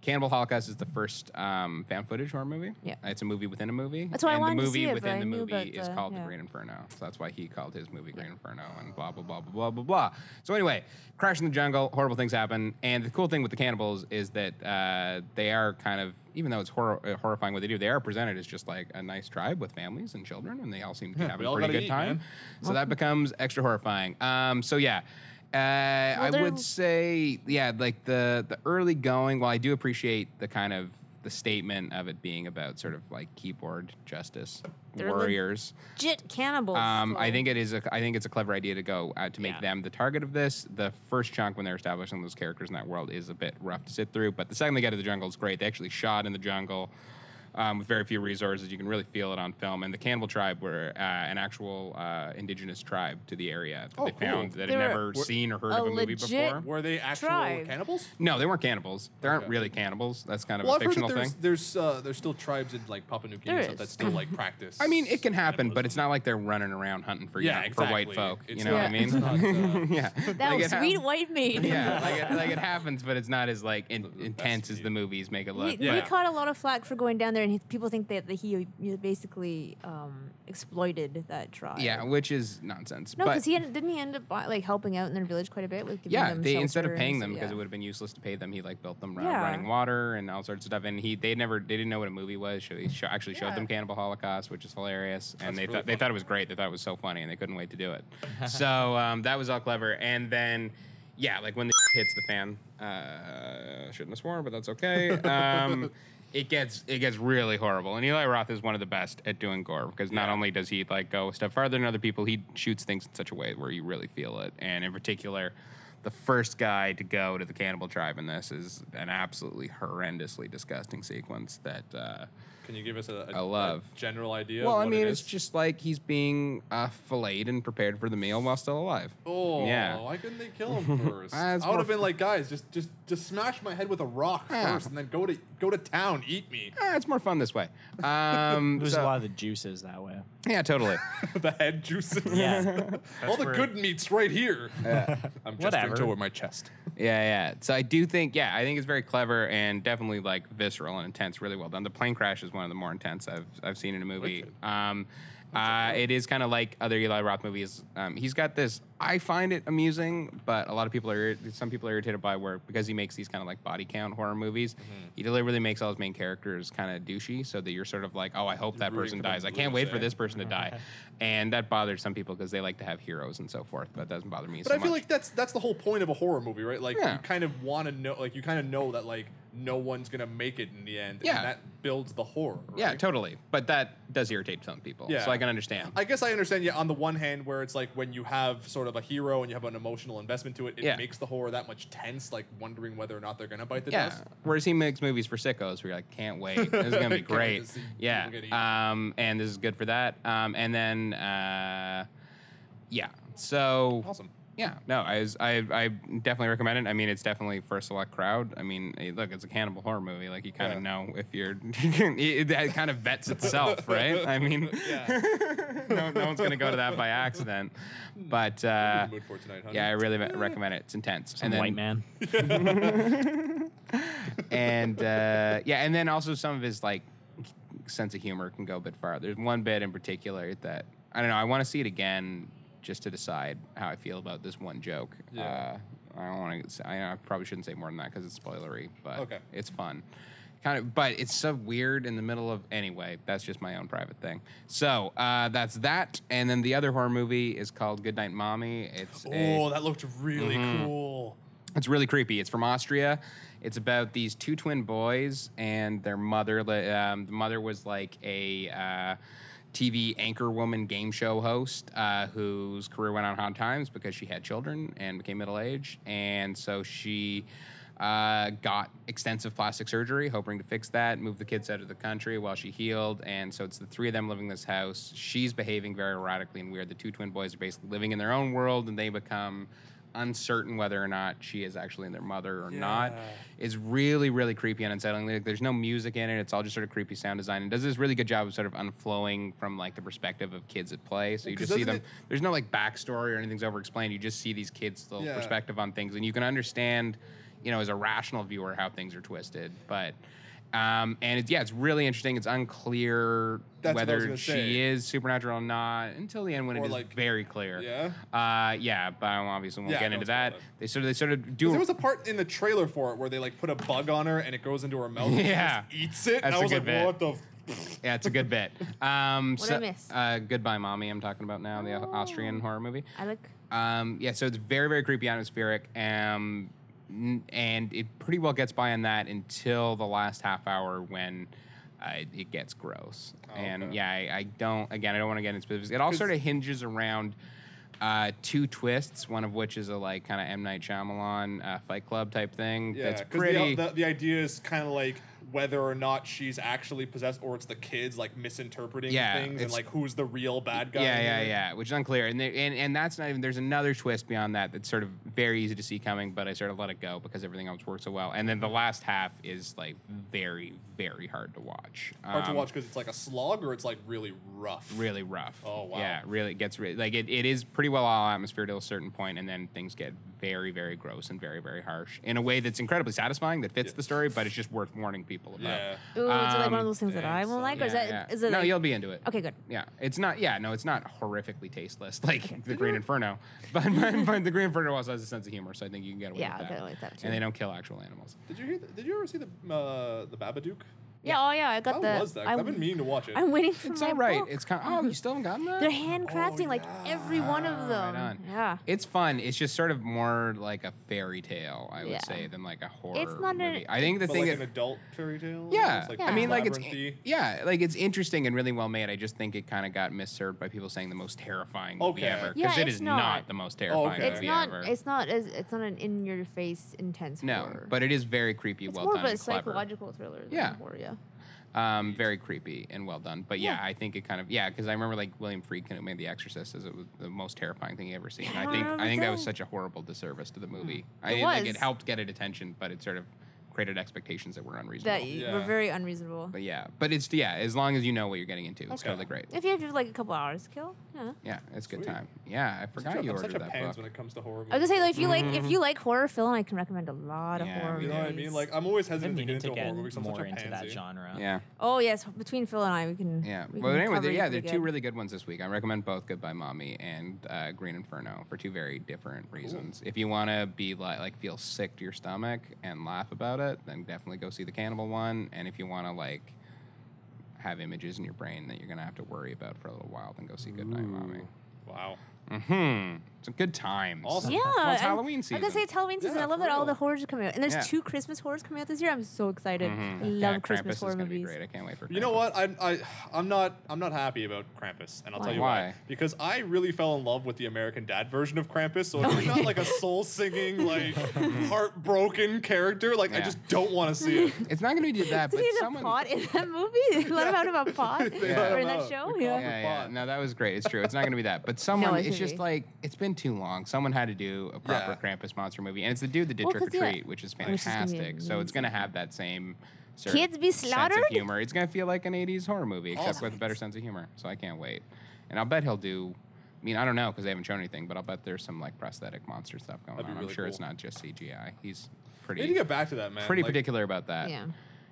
Speaker 2: Cannibal Holocaust is the first um, fan footage horror movie.
Speaker 1: Yeah.
Speaker 2: it's a movie within a movie.
Speaker 1: That's why I
Speaker 2: and
Speaker 1: wanted
Speaker 2: the
Speaker 1: to
Speaker 2: movie
Speaker 1: see it, but
Speaker 2: within
Speaker 1: I
Speaker 2: the
Speaker 1: knew
Speaker 2: movie
Speaker 1: about
Speaker 2: is
Speaker 1: the-
Speaker 2: called
Speaker 1: yeah.
Speaker 2: The Green Inferno, so that's why he called his movie Green Inferno and blah blah blah blah blah blah blah. So anyway, crash in the jungle, horrible things happen, and the cool thing with the cannibals is that uh, they are kind of even though it's horror, uh, horrifying what they do, they are presented as just like a nice tribe with families and children, and they all seem to be having
Speaker 4: all
Speaker 2: a pretty
Speaker 4: gotta
Speaker 2: good
Speaker 4: eat,
Speaker 2: time.
Speaker 4: man.
Speaker 2: So that becomes extra horrifying. Um, so yeah, uh, I
Speaker 1: they're-
Speaker 2: would say yeah, like the the early going. While I do appreciate the kind of the statement of it being about sort of like keyboard justice
Speaker 1: They're leg-
Speaker 2: warriors.
Speaker 1: Jit cannibals.
Speaker 2: Um, I
Speaker 1: so-
Speaker 2: think it is a I think it's a clever idea to go uh, to make
Speaker 3: Yeah.
Speaker 2: them the target of this. The first chunk when they're establishing those characters in that world is a bit rough to sit through, but the second they get to the jungle is great. They actually shot in the jungle. um, with very few resources. You can really feel it on film. And the Cannibal Tribe were uh, an actual uh, indigenous tribe to the area that
Speaker 4: Oh,
Speaker 2: they
Speaker 4: cool.
Speaker 2: found that
Speaker 1: They
Speaker 2: had
Speaker 1: were
Speaker 2: never seen or heard
Speaker 1: a
Speaker 2: of a movie
Speaker 1: legit-
Speaker 2: before.
Speaker 4: Were they actual
Speaker 1: Tribe.
Speaker 4: cannibals?
Speaker 2: No, they weren't cannibals. They aren't
Speaker 4: Okay.
Speaker 2: really cannibals. That's kind of a
Speaker 4: Well, I've heard that
Speaker 2: fictional
Speaker 4: there's
Speaker 2: thing.
Speaker 4: there's uh, there's still tribes in like Papua New Guinea
Speaker 1: There
Speaker 4: and stuff
Speaker 1: is.
Speaker 4: that still like practice.
Speaker 2: [laughs] I mean, it can happen, but it's
Speaker 4: cannibalism.
Speaker 2: not like they're running around hunting for
Speaker 4: Yeah,
Speaker 2: yeah, for white
Speaker 4: exactly.
Speaker 2: folk.
Speaker 4: It's
Speaker 2: you know what I
Speaker 1: not-
Speaker 2: mean?
Speaker 1: it's
Speaker 4: not, uh,
Speaker 2: [laughs] yeah,
Speaker 1: That
Speaker 2: Like, it
Speaker 1: was sweet
Speaker 2: hap-
Speaker 1: white maid. [laughs]
Speaker 2: yeah, like it, like it happens, but it's not as like in,
Speaker 4: That's
Speaker 2: intense as
Speaker 4: neat.
Speaker 2: the movies make it
Speaker 1: We,
Speaker 2: look.
Speaker 1: we
Speaker 4: Yeah.
Speaker 1: caught a lot of flack for going down there, and he, people think that, that he uh, basically um, exploited that tribe.
Speaker 2: But, yeah, which is nonsense.
Speaker 1: No,
Speaker 2: but
Speaker 1: because he ended, didn't he end up buy, like helping out in their village quite a bit with giving
Speaker 2: yeah,
Speaker 1: them
Speaker 2: they instead
Speaker 1: shelter and
Speaker 2: of paying
Speaker 1: so-
Speaker 2: them because
Speaker 1: yeah.
Speaker 2: it would have been useless to pay them, he like built them run,
Speaker 1: Yeah.
Speaker 2: running water and all sorts of stuff. And he they never they didn't know what a movie was. So he sho- actually showed
Speaker 1: Yeah.
Speaker 2: them Cannibal Holocaust, which is hilarious. And
Speaker 4: That's
Speaker 2: they
Speaker 4: really
Speaker 2: thought they
Speaker 4: funny.
Speaker 2: thought it was great. They thought it was so funny, and they couldn't wait to do it. so um, that was all clever. And then yeah, like when the [laughs] hits the fan, uh, shouldn't have sworn, but that's okay. Um, It gets it gets really horrible, and Eli Roth is one of the best at doing gore because not only does he like go a step farther than other people, he shoots things in such a way where you really feel it. And in particular, the first guy to go to the cannibal tribe in this is an absolutely horrendously disgusting sequence that uh,
Speaker 4: Can you give us a, a,
Speaker 2: I love.
Speaker 4: a general idea?
Speaker 2: well
Speaker 4: of
Speaker 2: i
Speaker 4: what
Speaker 2: mean
Speaker 4: it
Speaker 2: it's
Speaker 4: is?
Speaker 2: just like he's being uh, filleted and prepared for the meal while still alive
Speaker 4: Oh,
Speaker 2: Yeah.
Speaker 4: why couldn't they
Speaker 2: [laughs]
Speaker 4: kill him first?
Speaker 2: Ah,
Speaker 4: I
Speaker 2: it's
Speaker 4: would
Speaker 2: more
Speaker 4: have been like, guys, just just just smash my head with a rock
Speaker 2: Yeah.
Speaker 4: first, and then go to go to town,
Speaker 2: [laughs]
Speaker 4: eat me.
Speaker 2: Eh, it's more fun this way um,
Speaker 3: Lose
Speaker 2: so-
Speaker 3: a lot of the juices
Speaker 2: [laughs]
Speaker 3: that way.
Speaker 2: yeah totally
Speaker 4: the head juices.
Speaker 3: Yeah.
Speaker 4: all the
Speaker 3: where-
Speaker 4: good meats right here. [laughs] I'm gesturing
Speaker 3: Whatever.
Speaker 4: toward my chest.
Speaker 2: yeah yeah so i do think yeah i think it's very clever and definitely like visceral and intense really well done the plane crash is one of the more intense i've, I've seen in a movie
Speaker 4: Wicked.
Speaker 2: um, uh, it is kind of like other eli roth movies um, he's got this i find it amusing but a lot of people are irri- some people are irritated by where because he makes these kind of like body count horror movies
Speaker 4: Mm-hmm.
Speaker 2: he deliberately makes all his main characters kind of douchey so that you're sort of like oh i hope that
Speaker 4: rooting
Speaker 2: person
Speaker 4: for them
Speaker 2: dies
Speaker 4: to
Speaker 2: i can't
Speaker 4: lose,
Speaker 2: wait for
Speaker 4: eh?
Speaker 2: this person to
Speaker 4: [laughs]
Speaker 2: die and that bothers some people because they like to have heroes and so forth but that doesn't bother me
Speaker 4: But
Speaker 2: so
Speaker 4: I feel
Speaker 2: much.
Speaker 4: like that's that's the whole point of a horror movie, right? Like
Speaker 2: Yeah.
Speaker 4: you kind of want to know, like you kind of know that like no one's gonna make it in the end,
Speaker 2: Yeah.
Speaker 4: and that builds the horror. Right?
Speaker 2: Yeah, totally. But that does irritate some people.
Speaker 4: Yeah.
Speaker 2: So I can understand.
Speaker 4: I guess I understand. Yeah, on the one hand, where it's like when you have sort of a hero and you have an emotional investment to it, it
Speaker 2: Yeah.
Speaker 4: makes the horror that much tense, like wondering whether or not they're gonna bite the
Speaker 2: yeah.
Speaker 4: dust.
Speaker 2: Whereas he makes movies for sickos where you're like, can't wait. This is going to be
Speaker 4: [laughs] Can't wait
Speaker 2: great.
Speaker 4: to see
Speaker 2: yeah.
Speaker 4: people get eaten.
Speaker 2: Um, and this is good for that. Um, and then, uh, yeah. So.
Speaker 4: Awesome.
Speaker 2: Yeah, no, I, was, I I definitely recommend it. I mean, it's definitely for a select crowd. I mean, eh, look, it's a cannibal horror movie. Like you kind
Speaker 4: Yeah.
Speaker 2: of know if you're, [laughs] it, it kind of vets
Speaker 4: [laughs]
Speaker 2: itself, right? I mean, [laughs] no, no one's gonna go to that by accident. But uh,
Speaker 4: Good mood for tonight, honey.
Speaker 2: yeah, I really re- recommend it. It's intense.
Speaker 3: Some white man.
Speaker 2: [laughs] and uh, yeah, and then also some of his like sense of humor can go a bit far. There's one bit in particular that I don't know. I want to see it again just to decide how I feel about this one joke.
Speaker 4: Yeah.
Speaker 2: Uh, I don't want to. I, I probably shouldn't say more than that because it's spoilery, but
Speaker 4: Okay.
Speaker 2: it's fun. Kind of, but it's so weird in the middle of. Anyway, that's just my own private thing. So uh, that's that, and then the other horror movie is called Goodnight Mommy. It's a-
Speaker 4: Oh, that looked really
Speaker 2: Mm-hmm.
Speaker 4: cool.
Speaker 2: it's really creepy. It's from Austria. It's about these two twin boys and their mother. Li- Um, the mother was like a uh, TV anchor woman, game show host, uh, whose career went on hard times because she had children and became middle aged. And so she uh, got extensive plastic surgery, hoping to fix that, move the kids out of the country while she healed. And so it's the three of them living in this house. She's behaving very erratically and weird. The two twin boys are basically living in their own world and they become uncertain whether or not she is actually their mother or not
Speaker 4: Yeah.
Speaker 2: is really really creepy and unsettling like there's no music in it it's all just sort of creepy sound design and does this really good job of sort of unflowing from like the perspective of kids at play so you
Speaker 4: 'cause
Speaker 2: just see
Speaker 4: doesn't
Speaker 2: them
Speaker 4: it-
Speaker 2: there's no like backstory or anything's over explained you just see these kids little
Speaker 4: Yeah.
Speaker 2: perspective on things and you can understand you know as a rational viewer how things are twisted but um, and it's, yeah, it's really interesting. It's unclear
Speaker 4: That's what I was
Speaker 2: whether
Speaker 4: gonna
Speaker 2: she
Speaker 4: say.
Speaker 2: is supernatural or not until the end when
Speaker 4: Or,
Speaker 2: it is
Speaker 4: like,
Speaker 2: very clear.
Speaker 4: yeah?
Speaker 2: Uh, yeah, but I obviously won't
Speaker 4: Yeah,
Speaker 2: get
Speaker 4: don't
Speaker 2: into
Speaker 4: spoil
Speaker 2: that.
Speaker 4: it.
Speaker 2: They sort of they sort of
Speaker 4: 'Cause
Speaker 2: do
Speaker 4: There was a part in the trailer for it where they like put a bug on her and it goes into her mouth. and she
Speaker 2: Yeah.
Speaker 4: just eats it.
Speaker 2: That's
Speaker 4: and I
Speaker 2: a
Speaker 4: was
Speaker 2: good
Speaker 4: like,
Speaker 2: bit.
Speaker 4: what the. F-?
Speaker 2: Yeah, it's a good
Speaker 4: [laughs]
Speaker 2: bit. Um,
Speaker 1: What
Speaker 2: so-
Speaker 1: I miss?
Speaker 2: Uh, Goodbye, mommy. I'm talking about now the
Speaker 1: Oh.
Speaker 2: Austrian horror movie.
Speaker 1: I like.
Speaker 2: Um, yeah, so it's very very creepy, atmospheric, um, n- and it pretty well gets by on that until the last half hour when. Uh, it, it gets gross,
Speaker 4: Oh,
Speaker 2: and
Speaker 4: okay.
Speaker 2: yeah, I, I don't. Again, I don't want to get into specifics. It all
Speaker 4: 'Cause-
Speaker 2: sort of hinges around uh, two twists, one of which is a like kind of M Night Shyamalan uh, Fight Club type thing.
Speaker 4: Yeah,
Speaker 2: that's
Speaker 4: because
Speaker 2: pretty.
Speaker 4: the, the, the idea is kind of like whether or not she's actually possessed or it's the kids like misinterpreting
Speaker 2: Yeah,
Speaker 4: things and
Speaker 2: it's-
Speaker 4: like who's the real bad guy.
Speaker 2: Yeah,
Speaker 4: here.
Speaker 2: yeah, yeah. Which is unclear, and, there, and and that's not even. There's another twist beyond that that's sort of very easy to see coming, but I sort of let it go because everything else worked so well. And then
Speaker 4: Mm-hmm.
Speaker 2: the last half is like very, very hard to watch.
Speaker 4: Hard to
Speaker 2: Um,
Speaker 4: watch because it's like a slog or it's like really rough.
Speaker 2: Really rough.
Speaker 4: Oh, wow.
Speaker 2: Yeah, really it gets re- like it, it is pretty well all atmosphere till a certain point, and then things get very, very gross and very, very harsh in a way that's incredibly satisfying that fits
Speaker 4: Yeah.
Speaker 2: the story, but it's just worth warning people about.
Speaker 4: Yeah.
Speaker 1: Ooh, is it like one
Speaker 2: Um,
Speaker 1: of those things that I
Speaker 4: dang,
Speaker 1: won't like, or is
Speaker 2: Yeah,
Speaker 1: that is
Speaker 2: yeah.
Speaker 1: it
Speaker 2: no,
Speaker 1: like,
Speaker 2: you'll be into it.
Speaker 1: okay? Good.
Speaker 2: Yeah, it's not. Yeah, no, it's not horrifically tasteless [laughs] like the Green Inferno, but, but, but the Green Inferno also has a sense of humor, so I think you can get away
Speaker 1: Yeah,
Speaker 2: with
Speaker 1: I'll
Speaker 2: that.
Speaker 1: get away with that too.
Speaker 2: And they don't kill actual animals.
Speaker 4: Did you hear? The, did you ever see the uh, the Babadook?
Speaker 1: Yeah. Oh yeah, I got
Speaker 4: How
Speaker 1: the.
Speaker 4: was that?
Speaker 1: I,
Speaker 4: i I've been meaning to watch it.
Speaker 1: am waiting for
Speaker 2: It's
Speaker 1: my
Speaker 2: all right.
Speaker 1: book.
Speaker 2: It's kind. Of, oh, you still haven't gotten that?
Speaker 1: They're
Speaker 4: Oh,
Speaker 1: handcrafting like every one
Speaker 2: Ah,
Speaker 1: of them.
Speaker 2: Right on.
Speaker 1: Yeah.
Speaker 2: It's fun. It's just sort of more like a fairy tale, I would
Speaker 1: Yeah.
Speaker 2: say, than like a horror.
Speaker 1: not an-
Speaker 2: movie. I think the
Speaker 4: but
Speaker 2: thing
Speaker 4: like
Speaker 2: that
Speaker 4: an adult fairy tale.
Speaker 2: Yeah,
Speaker 4: It's,
Speaker 1: Yeah.
Speaker 2: I mean, like it's
Speaker 4: labyrinthy.
Speaker 2: yeah, like it's interesting and really well made. I just think it kind of got misserved by people saying the most terrifying movie
Speaker 4: Okay.
Speaker 2: ever
Speaker 1: Yeah,
Speaker 2: because it
Speaker 1: it's
Speaker 2: is
Speaker 1: not.
Speaker 2: not. the most terrifying
Speaker 4: okay.
Speaker 1: It's
Speaker 2: movie
Speaker 1: not.
Speaker 2: ever.
Speaker 1: It's not as. It's not an in-your-face intense.
Speaker 2: no,
Speaker 1: horror.
Speaker 2: but it is very creepy,
Speaker 1: it's
Speaker 2: well
Speaker 1: more
Speaker 2: done,
Speaker 1: of a
Speaker 2: and clever.
Speaker 1: psychological thriller than
Speaker 2: Yeah.
Speaker 1: a horror. Yeah.
Speaker 2: Um, very creepy and well done. But yeah,
Speaker 1: Yeah.
Speaker 2: I think it kind of yeah, because I remember like William Friedkin who made The Exorcist as it was the most terrifying thing he ever seen.
Speaker 1: Yeah,
Speaker 2: And
Speaker 1: I
Speaker 2: I think
Speaker 1: remember
Speaker 2: I think that
Speaker 1: that.
Speaker 2: was such a horrible disservice to the movie. I
Speaker 1: It
Speaker 2: think like,
Speaker 1: was.
Speaker 2: it helped get it attention, but it sort of created expectations that were unreasonable.
Speaker 1: That
Speaker 4: Yeah.
Speaker 1: were very unreasonable.
Speaker 2: but yeah, but it's yeah, as long as you know what you're getting into, it's
Speaker 4: Okay.
Speaker 2: totally great.
Speaker 1: if you have like a couple hours to kill, yeah.
Speaker 2: Yeah, it's good
Speaker 4: Sweet.
Speaker 2: time. Yeah, I
Speaker 4: I'm
Speaker 2: forgot
Speaker 4: such a-
Speaker 2: you
Speaker 4: I'm
Speaker 2: ordered
Speaker 4: such a
Speaker 2: that
Speaker 4: pans
Speaker 2: book.
Speaker 4: when it comes to horror.
Speaker 1: I was gonna say if you like if
Speaker 2: Mhm.
Speaker 1: you like horror film, I can recommend a lot of
Speaker 2: Yeah,
Speaker 1: horror.
Speaker 2: we
Speaker 4: You know what I mean?
Speaker 1: movies.
Speaker 2: uh,
Speaker 4: Like I'm always
Speaker 3: I've been
Speaker 4: hesitant to get
Speaker 3: meaning to
Speaker 4: into
Speaker 3: get
Speaker 4: horror because I'm such a
Speaker 3: more into that
Speaker 4: pansy.
Speaker 3: genre.
Speaker 2: Yeah,
Speaker 1: oh yes, between Phil and I, we can.
Speaker 4: [laughs]
Speaker 2: yeah.
Speaker 1: we
Speaker 2: Well,
Speaker 1: can
Speaker 2: anyway,
Speaker 1: cover
Speaker 2: there,
Speaker 1: you
Speaker 2: yeah, there are
Speaker 1: pretty
Speaker 2: two
Speaker 1: good.
Speaker 2: really good ones this week. I recommend both Goodbye Mommy and uh, Green Inferno for two very different reasons. If you want to be like, like feel sick to your stomach and laugh about it, then definitely go see the cannibal one. And if you want to like have images in your brain that you're gonna have to worry about for a little while, then go see Goodbye Mommy.
Speaker 4: Wow.
Speaker 2: Mm-hmm. It's a good time.
Speaker 4: Awesome.
Speaker 1: Yeah,
Speaker 2: Well, it's
Speaker 1: I-
Speaker 2: Halloween season.
Speaker 1: I was gonna say it's Halloween season.
Speaker 4: Yeah,
Speaker 1: I love
Speaker 4: for
Speaker 1: that all
Speaker 4: real.
Speaker 1: the horrors are coming out, and there's
Speaker 2: Yeah.
Speaker 1: two Christmas horrors coming out this year. I'm so excited. I
Speaker 2: Mhm.
Speaker 1: love
Speaker 2: yeah, Krampus
Speaker 1: Christmas
Speaker 2: is
Speaker 1: horror
Speaker 2: gonna be
Speaker 1: movies.
Speaker 2: great. I can't wait for.
Speaker 4: You know
Speaker 2: Krampus.
Speaker 4: what? I I I'm not I'm not happy about Krampus, and I'll tell
Speaker 1: Why?
Speaker 4: you why.
Speaker 2: Why?
Speaker 4: Because I really fell in love with the American Dad version of Krampus. So if you're not like a soul singing, like heartbroken character, like I
Speaker 2: Yeah.
Speaker 4: just don't want to see it.
Speaker 2: It's not gonna be
Speaker 1: [laughs]
Speaker 2: that,
Speaker 1: Did
Speaker 2: but
Speaker 1: he have a
Speaker 2: someone.
Speaker 1: pot in that movie? [laughs] They let him out of a
Speaker 2: [laughs]
Speaker 1: pot
Speaker 4: They
Speaker 2: let
Speaker 1: or in
Speaker 4: him
Speaker 1: that show.
Speaker 4: out. They call him
Speaker 1: Yeah.
Speaker 2: yeah,
Speaker 4: Fuck.
Speaker 2: yeah. No, that was great. It's true. It's not going to be that.
Speaker 1: [laughs]
Speaker 2: But someone,
Speaker 1: it
Speaker 2: it's
Speaker 1: should
Speaker 2: just
Speaker 1: be.
Speaker 2: like, it's been too long. Someone had to do a proper Krampus monster movie. And it's the dude that did
Speaker 1: Well,
Speaker 2: Trick or
Speaker 1: 'cause, yeah,
Speaker 2: Treat, which is
Speaker 1: which is gonna be
Speaker 2: fantastic. so it's going to have that same sort of
Speaker 1: Kids be
Speaker 2: sense
Speaker 1: slaughtered?
Speaker 2: of humor. It's going to feel like an 80s horror movie, except
Speaker 4: Awesome.
Speaker 2: with a better sense of humor. So I can't wait. And I'll bet he'll do. I mean, I don't know because they haven't shown anything, but I'll bet there's some like prosthetic monster stuff going
Speaker 4: That'd be
Speaker 2: on.
Speaker 4: really
Speaker 2: I'm sure it's
Speaker 4: cool.
Speaker 2: not just CGI. He's
Speaker 4: We need to
Speaker 2: pretty
Speaker 4: get back to that, man.
Speaker 2: pretty
Speaker 4: Like,
Speaker 2: particular about that.
Speaker 1: yeah.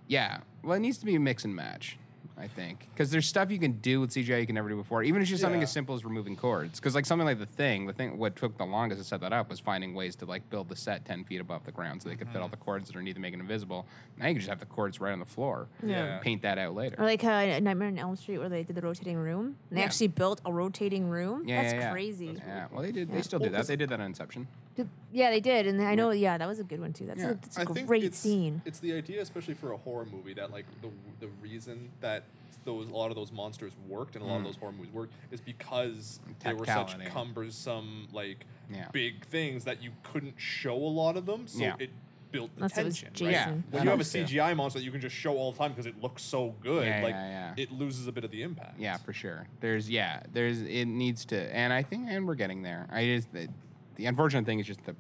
Speaker 2: Yeah. Well, it needs to be a mix and match, I think, because there's stuff you can do with CGI you can never do before. Even if it's just something as
Speaker 4: Yeah.
Speaker 2: simple as removing cords, because like something like the thing, the thing what took the longest to set that up was finding ways to like build the set ten feet above the ground so they could fit all the
Speaker 4: Mm-hmm.
Speaker 2: cords underneath and make it invisible. Now you can just have the cords right on the floor.
Speaker 4: Yeah.
Speaker 2: and Paint that out
Speaker 1: Or
Speaker 2: later.
Speaker 1: like uh, Nightmare on Elm Street, where they did the rotating room. And they
Speaker 2: Yeah.
Speaker 1: actually built a rotating room.
Speaker 2: Yeah,
Speaker 1: That's
Speaker 2: yeah, yeah.
Speaker 1: crazy.
Speaker 2: Yeah. Well, they did. They still
Speaker 4: Well,
Speaker 2: do that.
Speaker 4: 'cause-
Speaker 2: They did that on Inception.
Speaker 1: Did- Yeah, they did, and I know. Yeah, that was a good one too. That's
Speaker 2: Yeah.
Speaker 1: a, that's a
Speaker 4: I think
Speaker 1: great
Speaker 4: it's,
Speaker 1: scene.
Speaker 4: It's the idea, especially for a horror movie, that like the the reason that those a lot of those monsters worked and a lot
Speaker 2: Mm.
Speaker 4: of those horror movies worked is because they were such
Speaker 2: Tactility.
Speaker 4: cumbersome, like
Speaker 2: Yeah.
Speaker 4: big things that you couldn't show a lot of them, so
Speaker 2: Yeah.
Speaker 4: it built the
Speaker 1: Unless it was
Speaker 4: tension. right?
Speaker 1: Jason.
Speaker 2: Yeah.
Speaker 4: When
Speaker 2: That
Speaker 4: you have a
Speaker 2: helps, too.
Speaker 4: CGI monster that you can just show all the time because it looks so good,
Speaker 2: Yeah,
Speaker 4: like
Speaker 2: yeah, yeah.
Speaker 4: it loses a bit of the impact.
Speaker 2: Yeah, for sure. There's yeah, there's it needs to, and I think and we're getting there. I just the, the unfortunate thing is just the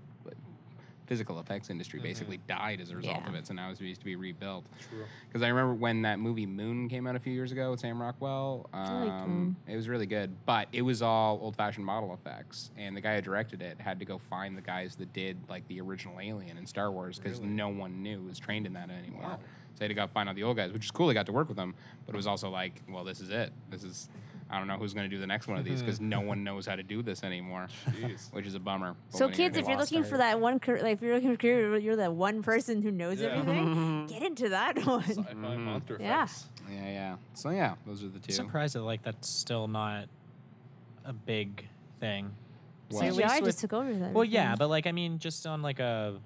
Speaker 2: physical effects industry basically died as a result
Speaker 1: Yeah.
Speaker 2: of it, so now it's used to be rebuilt.
Speaker 4: True.
Speaker 2: Because I remember when that movie Moon came out a few years ago with Sam Rockwell.
Speaker 1: liked
Speaker 2: Um, it was really good, but it was all old-fashioned model effects, and the guy who directed it had to go find the guys that did like the original Alien in Star Wars because
Speaker 4: Really?
Speaker 2: no one knew was trained in that anymore.
Speaker 4: Wow.
Speaker 2: So they had to go find out the old guys, which is cool. They got to work with them, but it was also like, well, this is it. This is I don't know who's going to do the next one of these because
Speaker 4: Hmm.
Speaker 2: no one knows how to do this anymore,
Speaker 1: [laughs]
Speaker 4: Jeez.
Speaker 2: which is a bummer. But
Speaker 1: So
Speaker 2: what are you
Speaker 1: kids,
Speaker 2: gonna
Speaker 1: if
Speaker 2: do?
Speaker 1: you're looking for that one, career, like if you're looking for career, you're that one person who knows
Speaker 4: Yeah.
Speaker 1: everything. Get into that [laughs] one.
Speaker 4: Sci-fi
Speaker 2: Mm-hmm.
Speaker 4: monster
Speaker 1: Yeah.
Speaker 4: effects.
Speaker 2: yeah, yeah. So yeah, those are the two.
Speaker 3: Surprised that like that's still not a big thing.
Speaker 2: Well-
Speaker 3: See, at
Speaker 1: CGI
Speaker 3: least
Speaker 1: just
Speaker 3: with-
Speaker 1: took over that.
Speaker 3: Well, yeah, but like I mean, just on like a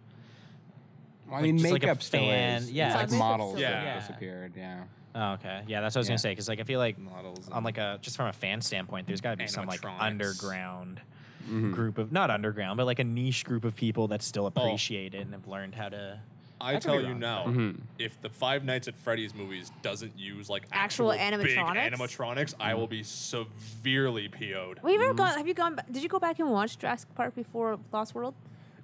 Speaker 2: Well, I
Speaker 3: Like,
Speaker 2: mean,
Speaker 3: just like a
Speaker 2: makeup still
Speaker 3: fan-
Speaker 2: is.
Speaker 3: yeah,
Speaker 2: it's like
Speaker 1: it's-
Speaker 2: models
Speaker 4: Yeah.
Speaker 2: that have
Speaker 3: Yeah.
Speaker 2: disappeared. Yeah,
Speaker 3: oh, okay, yeah, that's what I was
Speaker 2: Yeah.
Speaker 3: gonna say because like I feel like
Speaker 4: Models.
Speaker 3: on like a just from a fan standpoint, there's got to be some like
Speaker 4: Animatronics.
Speaker 3: underground
Speaker 2: Hmm. Mm-hmm.
Speaker 3: group of not underground, but like a niche group of people that still appreciate it and have learned how to
Speaker 4: I
Speaker 3: could
Speaker 4: tell
Speaker 3: be
Speaker 4: you
Speaker 3: wrong.
Speaker 4: now,
Speaker 2: Mhm.
Speaker 4: if the Five Nights at Freddy's movies doesn't use like
Speaker 1: Actual
Speaker 4: actual,
Speaker 1: animatronics?
Speaker 4: big animatronics, I will be severely PO'd.
Speaker 1: Have you ever gone? Have you gone? ba- Did you go back and watch Jurassic Park before Lost World,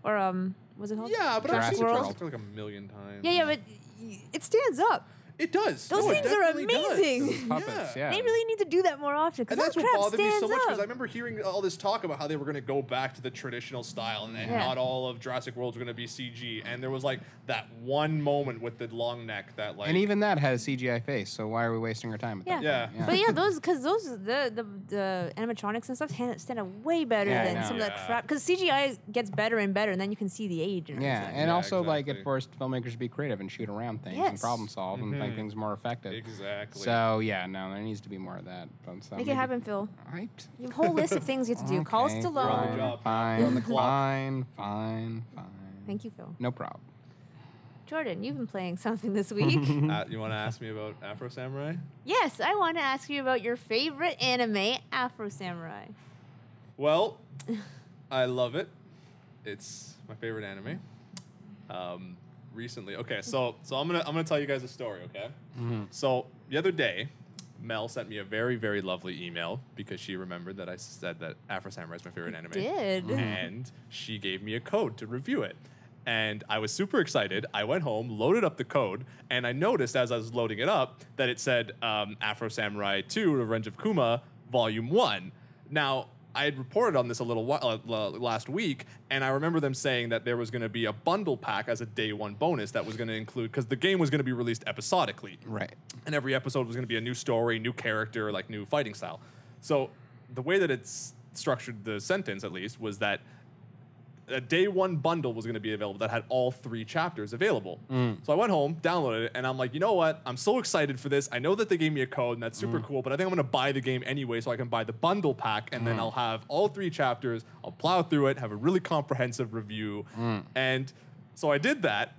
Speaker 1: or um, was it called?
Speaker 4: Yeah, but I've
Speaker 2: Jurassic
Speaker 4: seen
Speaker 2: World.
Speaker 4: Jurassic like a million times.
Speaker 1: Yeah, yeah, but y- it stands up.
Speaker 4: it does.
Speaker 1: Those
Speaker 4: No, it
Speaker 1: things are
Speaker 4: definitely does.
Speaker 1: amazing.
Speaker 2: Puppets, yeah.
Speaker 1: They really need to do that more often because
Speaker 4: And that's
Speaker 1: that
Speaker 4: what
Speaker 1: crap
Speaker 4: bothered me
Speaker 1: stands
Speaker 4: so much because
Speaker 1: up.
Speaker 4: I remember hearing all this talk about how they were going to go back to the traditional style and, and
Speaker 1: Yeah.
Speaker 4: not all of Jurassic World's going to be CG. And there was like that one moment with the long neck that like
Speaker 2: And even that has CGI face, so why are we wasting our time with
Speaker 1: yeah.
Speaker 2: that?
Speaker 4: Yeah.
Speaker 1: but
Speaker 2: [laughs]
Speaker 1: yeah, those because those the, the the animatronics and stuff hand- stand up way better
Speaker 2: Yeah, I
Speaker 1: than
Speaker 2: know.
Speaker 1: some of that
Speaker 4: Yeah.
Speaker 1: crap. Because CGI gets better and better, and then you can see the age. And
Speaker 2: Yeah,
Speaker 1: everything.
Speaker 2: and
Speaker 4: Yeah,
Speaker 2: also like it
Speaker 4: exactly.
Speaker 2: forced filmmakers to be creative and shoot around things and
Speaker 1: Yes.
Speaker 2: problem solve and make things more effective.
Speaker 4: exactly.
Speaker 2: So yeah, no, there needs to be more of that. But so
Speaker 1: Make
Speaker 2: maybe-
Speaker 1: it happen, Phil.
Speaker 2: Right?
Speaker 1: You have a whole list of things you have to do. Call
Speaker 2: [laughs] Okay,
Speaker 1: Stallone.
Speaker 4: job.
Speaker 2: Fine,
Speaker 4: We're on the clock.
Speaker 2: fine, fine, fine.
Speaker 1: Thank you, Phil.
Speaker 2: No problem.
Speaker 1: Jordan, you've been playing something this week.
Speaker 2: [laughs]
Speaker 4: Uh, you want to ask me about Afro Samurai?
Speaker 1: yes, I want to ask you about your favorite anime, Afro Samurai. [laughs]
Speaker 4: Well, I love it. It's my favorite anime. Um, recently, okay, so so I'm gonna I'm gonna tell you guys a story, okay? So the other day, Mel sent me a very very lovely email because she remembered that I said that Afro Samurai is my favorite anime.
Speaker 1: Did
Speaker 4: and she gave me a code to review it. And I was super excited. I went home, loaded up the code, and I noticed as I was loading it up that it said um, Afro Samurai 2 Revenge of Kuma, Volume 1. Now, I had reported on this a little while uh, l- last week, and I remember them saying that there was going to be a bundle pack as a day one bonus that was going to include, because the game was going to be released episodically
Speaker 2: Right.
Speaker 4: and every episode was going to be a new story, new character, like new fighting style. So the way that it's structured the sentence, at least, was that a day one bundle was going to be available that had all three chapters available.
Speaker 2: Mm.
Speaker 4: So I went home, downloaded it, and I'm like, you know what? I'm so excited for this. I know that they gave me a code, and that's super
Speaker 2: Mm.
Speaker 4: cool, but I think I'm going to buy the game anyway so I can buy the bundle pack, and
Speaker 2: Mm.
Speaker 4: then I'll have all three chapters. I'll plow through it, have a really comprehensive review.
Speaker 2: Mm.
Speaker 4: And so I did that.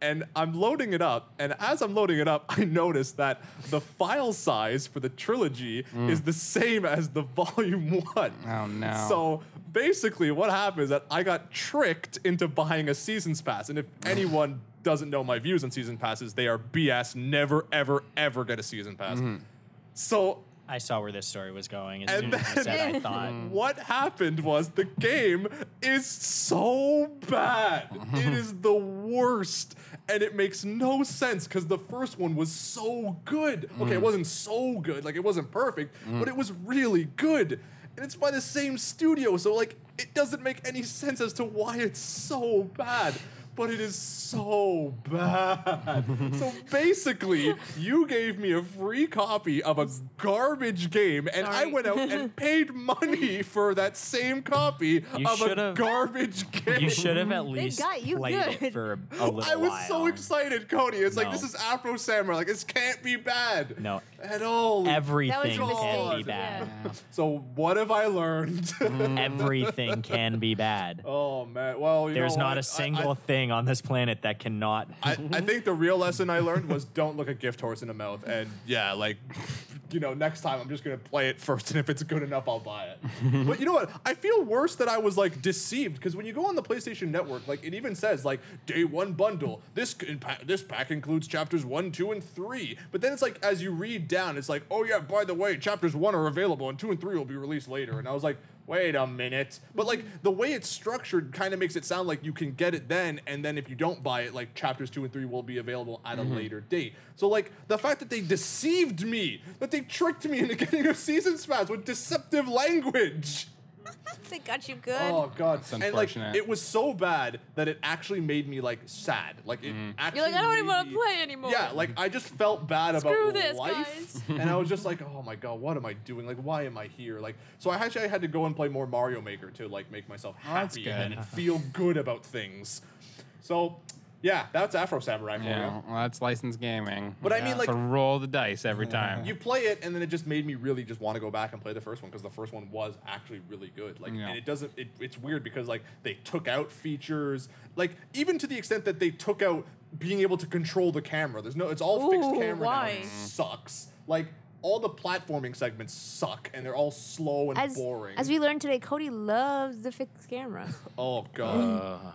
Speaker 4: And I'm loading it up, and as I'm loading it up, [laughs] I notice that the file size for the trilogy is the same as the [laughs] volume one.
Speaker 2: Mm. Oh, no.
Speaker 4: So so basically, what happened is that I got tricked into buying a season's pass. And if anyone doesn't know my views on season passes, they are BS. Never, ever, ever get a season pass. So
Speaker 3: I saw where this story was going as
Speaker 4: And
Speaker 3: soon as you said I
Speaker 1: then-
Speaker 3: thought.
Speaker 4: [laughs] what happened was the game is so bad. It is the worst. And it makes no sense because the first one was so good. Okay, it wasn't so good. Like, it wasn't perfect, but it was really good. And it's by the same studio. So, like, it doesn't make any sense as to why it's so bad. But it is so bad. so basically, you gave me a free copy of a garbage game, and I
Speaker 1: Sorry.
Speaker 4: went out and paid money for that same copy
Speaker 3: You
Speaker 4: of a
Speaker 3: should've-
Speaker 4: garbage game.
Speaker 3: You should have at least
Speaker 1: got you
Speaker 3: played
Speaker 1: good.
Speaker 3: it for a, a
Speaker 4: [laughs]
Speaker 3: little
Speaker 4: I was so
Speaker 3: while.
Speaker 4: excited, Cody. It's like
Speaker 3: No.
Speaker 4: this is Afro Samurai. Like this can't be bad.
Speaker 3: No.
Speaker 4: at all.
Speaker 3: Everything
Speaker 1: your
Speaker 3: can be
Speaker 1: mistake,
Speaker 3: bad.
Speaker 1: yeah.
Speaker 4: so what have I learned? [laughs]
Speaker 3: Mm. Everything can be bad.
Speaker 4: oh man. Well, you
Speaker 3: There's
Speaker 4: know
Speaker 3: not
Speaker 4: what?
Speaker 3: a single
Speaker 4: I,
Speaker 3: thing on this planet that cannot.
Speaker 4: I, I, I think the real lesson I learned was don't look a gift horse in the mouth. And yeah, like. [laughs] You know, next time I'm just gonna play it first, and if it's good enough, I'll buy it. but you know what? I feel worse that I was like deceived because when you go on the PlayStation Network, like it even says like day one bundle. This c- pa- this pack includes chapters one, two, and three. But then it's like as you read down, it's like, oh yeah, by the way, chapters one are available and two and three will be released later. And I was like, wait a minute. But like the way it's structured kind of makes it sound like you can get it then, and then if you don't buy it, like chapters two and three will be available at
Speaker 2: Mm-hmm.
Speaker 4: a later date. So like the fact that they deceived me, that they tricked me into [laughs] getting a season pass with deceptive language.
Speaker 1: they got you good.
Speaker 4: Oh god,
Speaker 2: That's
Speaker 4: and like
Speaker 2: unfortunate.
Speaker 4: it was so bad that it actually made me like sad. Like it actually.
Speaker 2: Mm-hmm.
Speaker 1: You're like, I don't
Speaker 4: made
Speaker 1: even want
Speaker 4: me-
Speaker 1: to play anymore.
Speaker 4: Yeah, like I just felt bad about
Speaker 1: Screw this,
Speaker 4: life,
Speaker 1: guys.
Speaker 4: [laughs] and I was just like, oh my god, what am I doing? Like, why am I here? Like, so I actually had to go and play more Mario Maker to like make myself
Speaker 2: Oh, that's
Speaker 4: happy and then feel good about things. So, yeah, that's Afro Samurai for
Speaker 2: Yeah,
Speaker 4: you.
Speaker 2: well, that's licensed gaming.
Speaker 4: But I mean, like-
Speaker 2: to roll the dice every time.
Speaker 4: You play it, and then it just made me really just want to go back and play the first one because the first one was actually really good. Like,
Speaker 2: Yeah.
Speaker 4: and it doesn't. It, it's weird because like they took out features, like even to the extent that they took out being able to control the camera. There's no. It's all fixed
Speaker 1: Ooh,
Speaker 4: camera now.
Speaker 1: why?
Speaker 4: And it sucks. Like all the platforming segments suck and they're all slow and
Speaker 1: As,
Speaker 4: boring.
Speaker 1: as we learned today, Cody loves the fixed
Speaker 4: [laughs]
Speaker 1: camera.
Speaker 4: oh god.
Speaker 2: [laughs]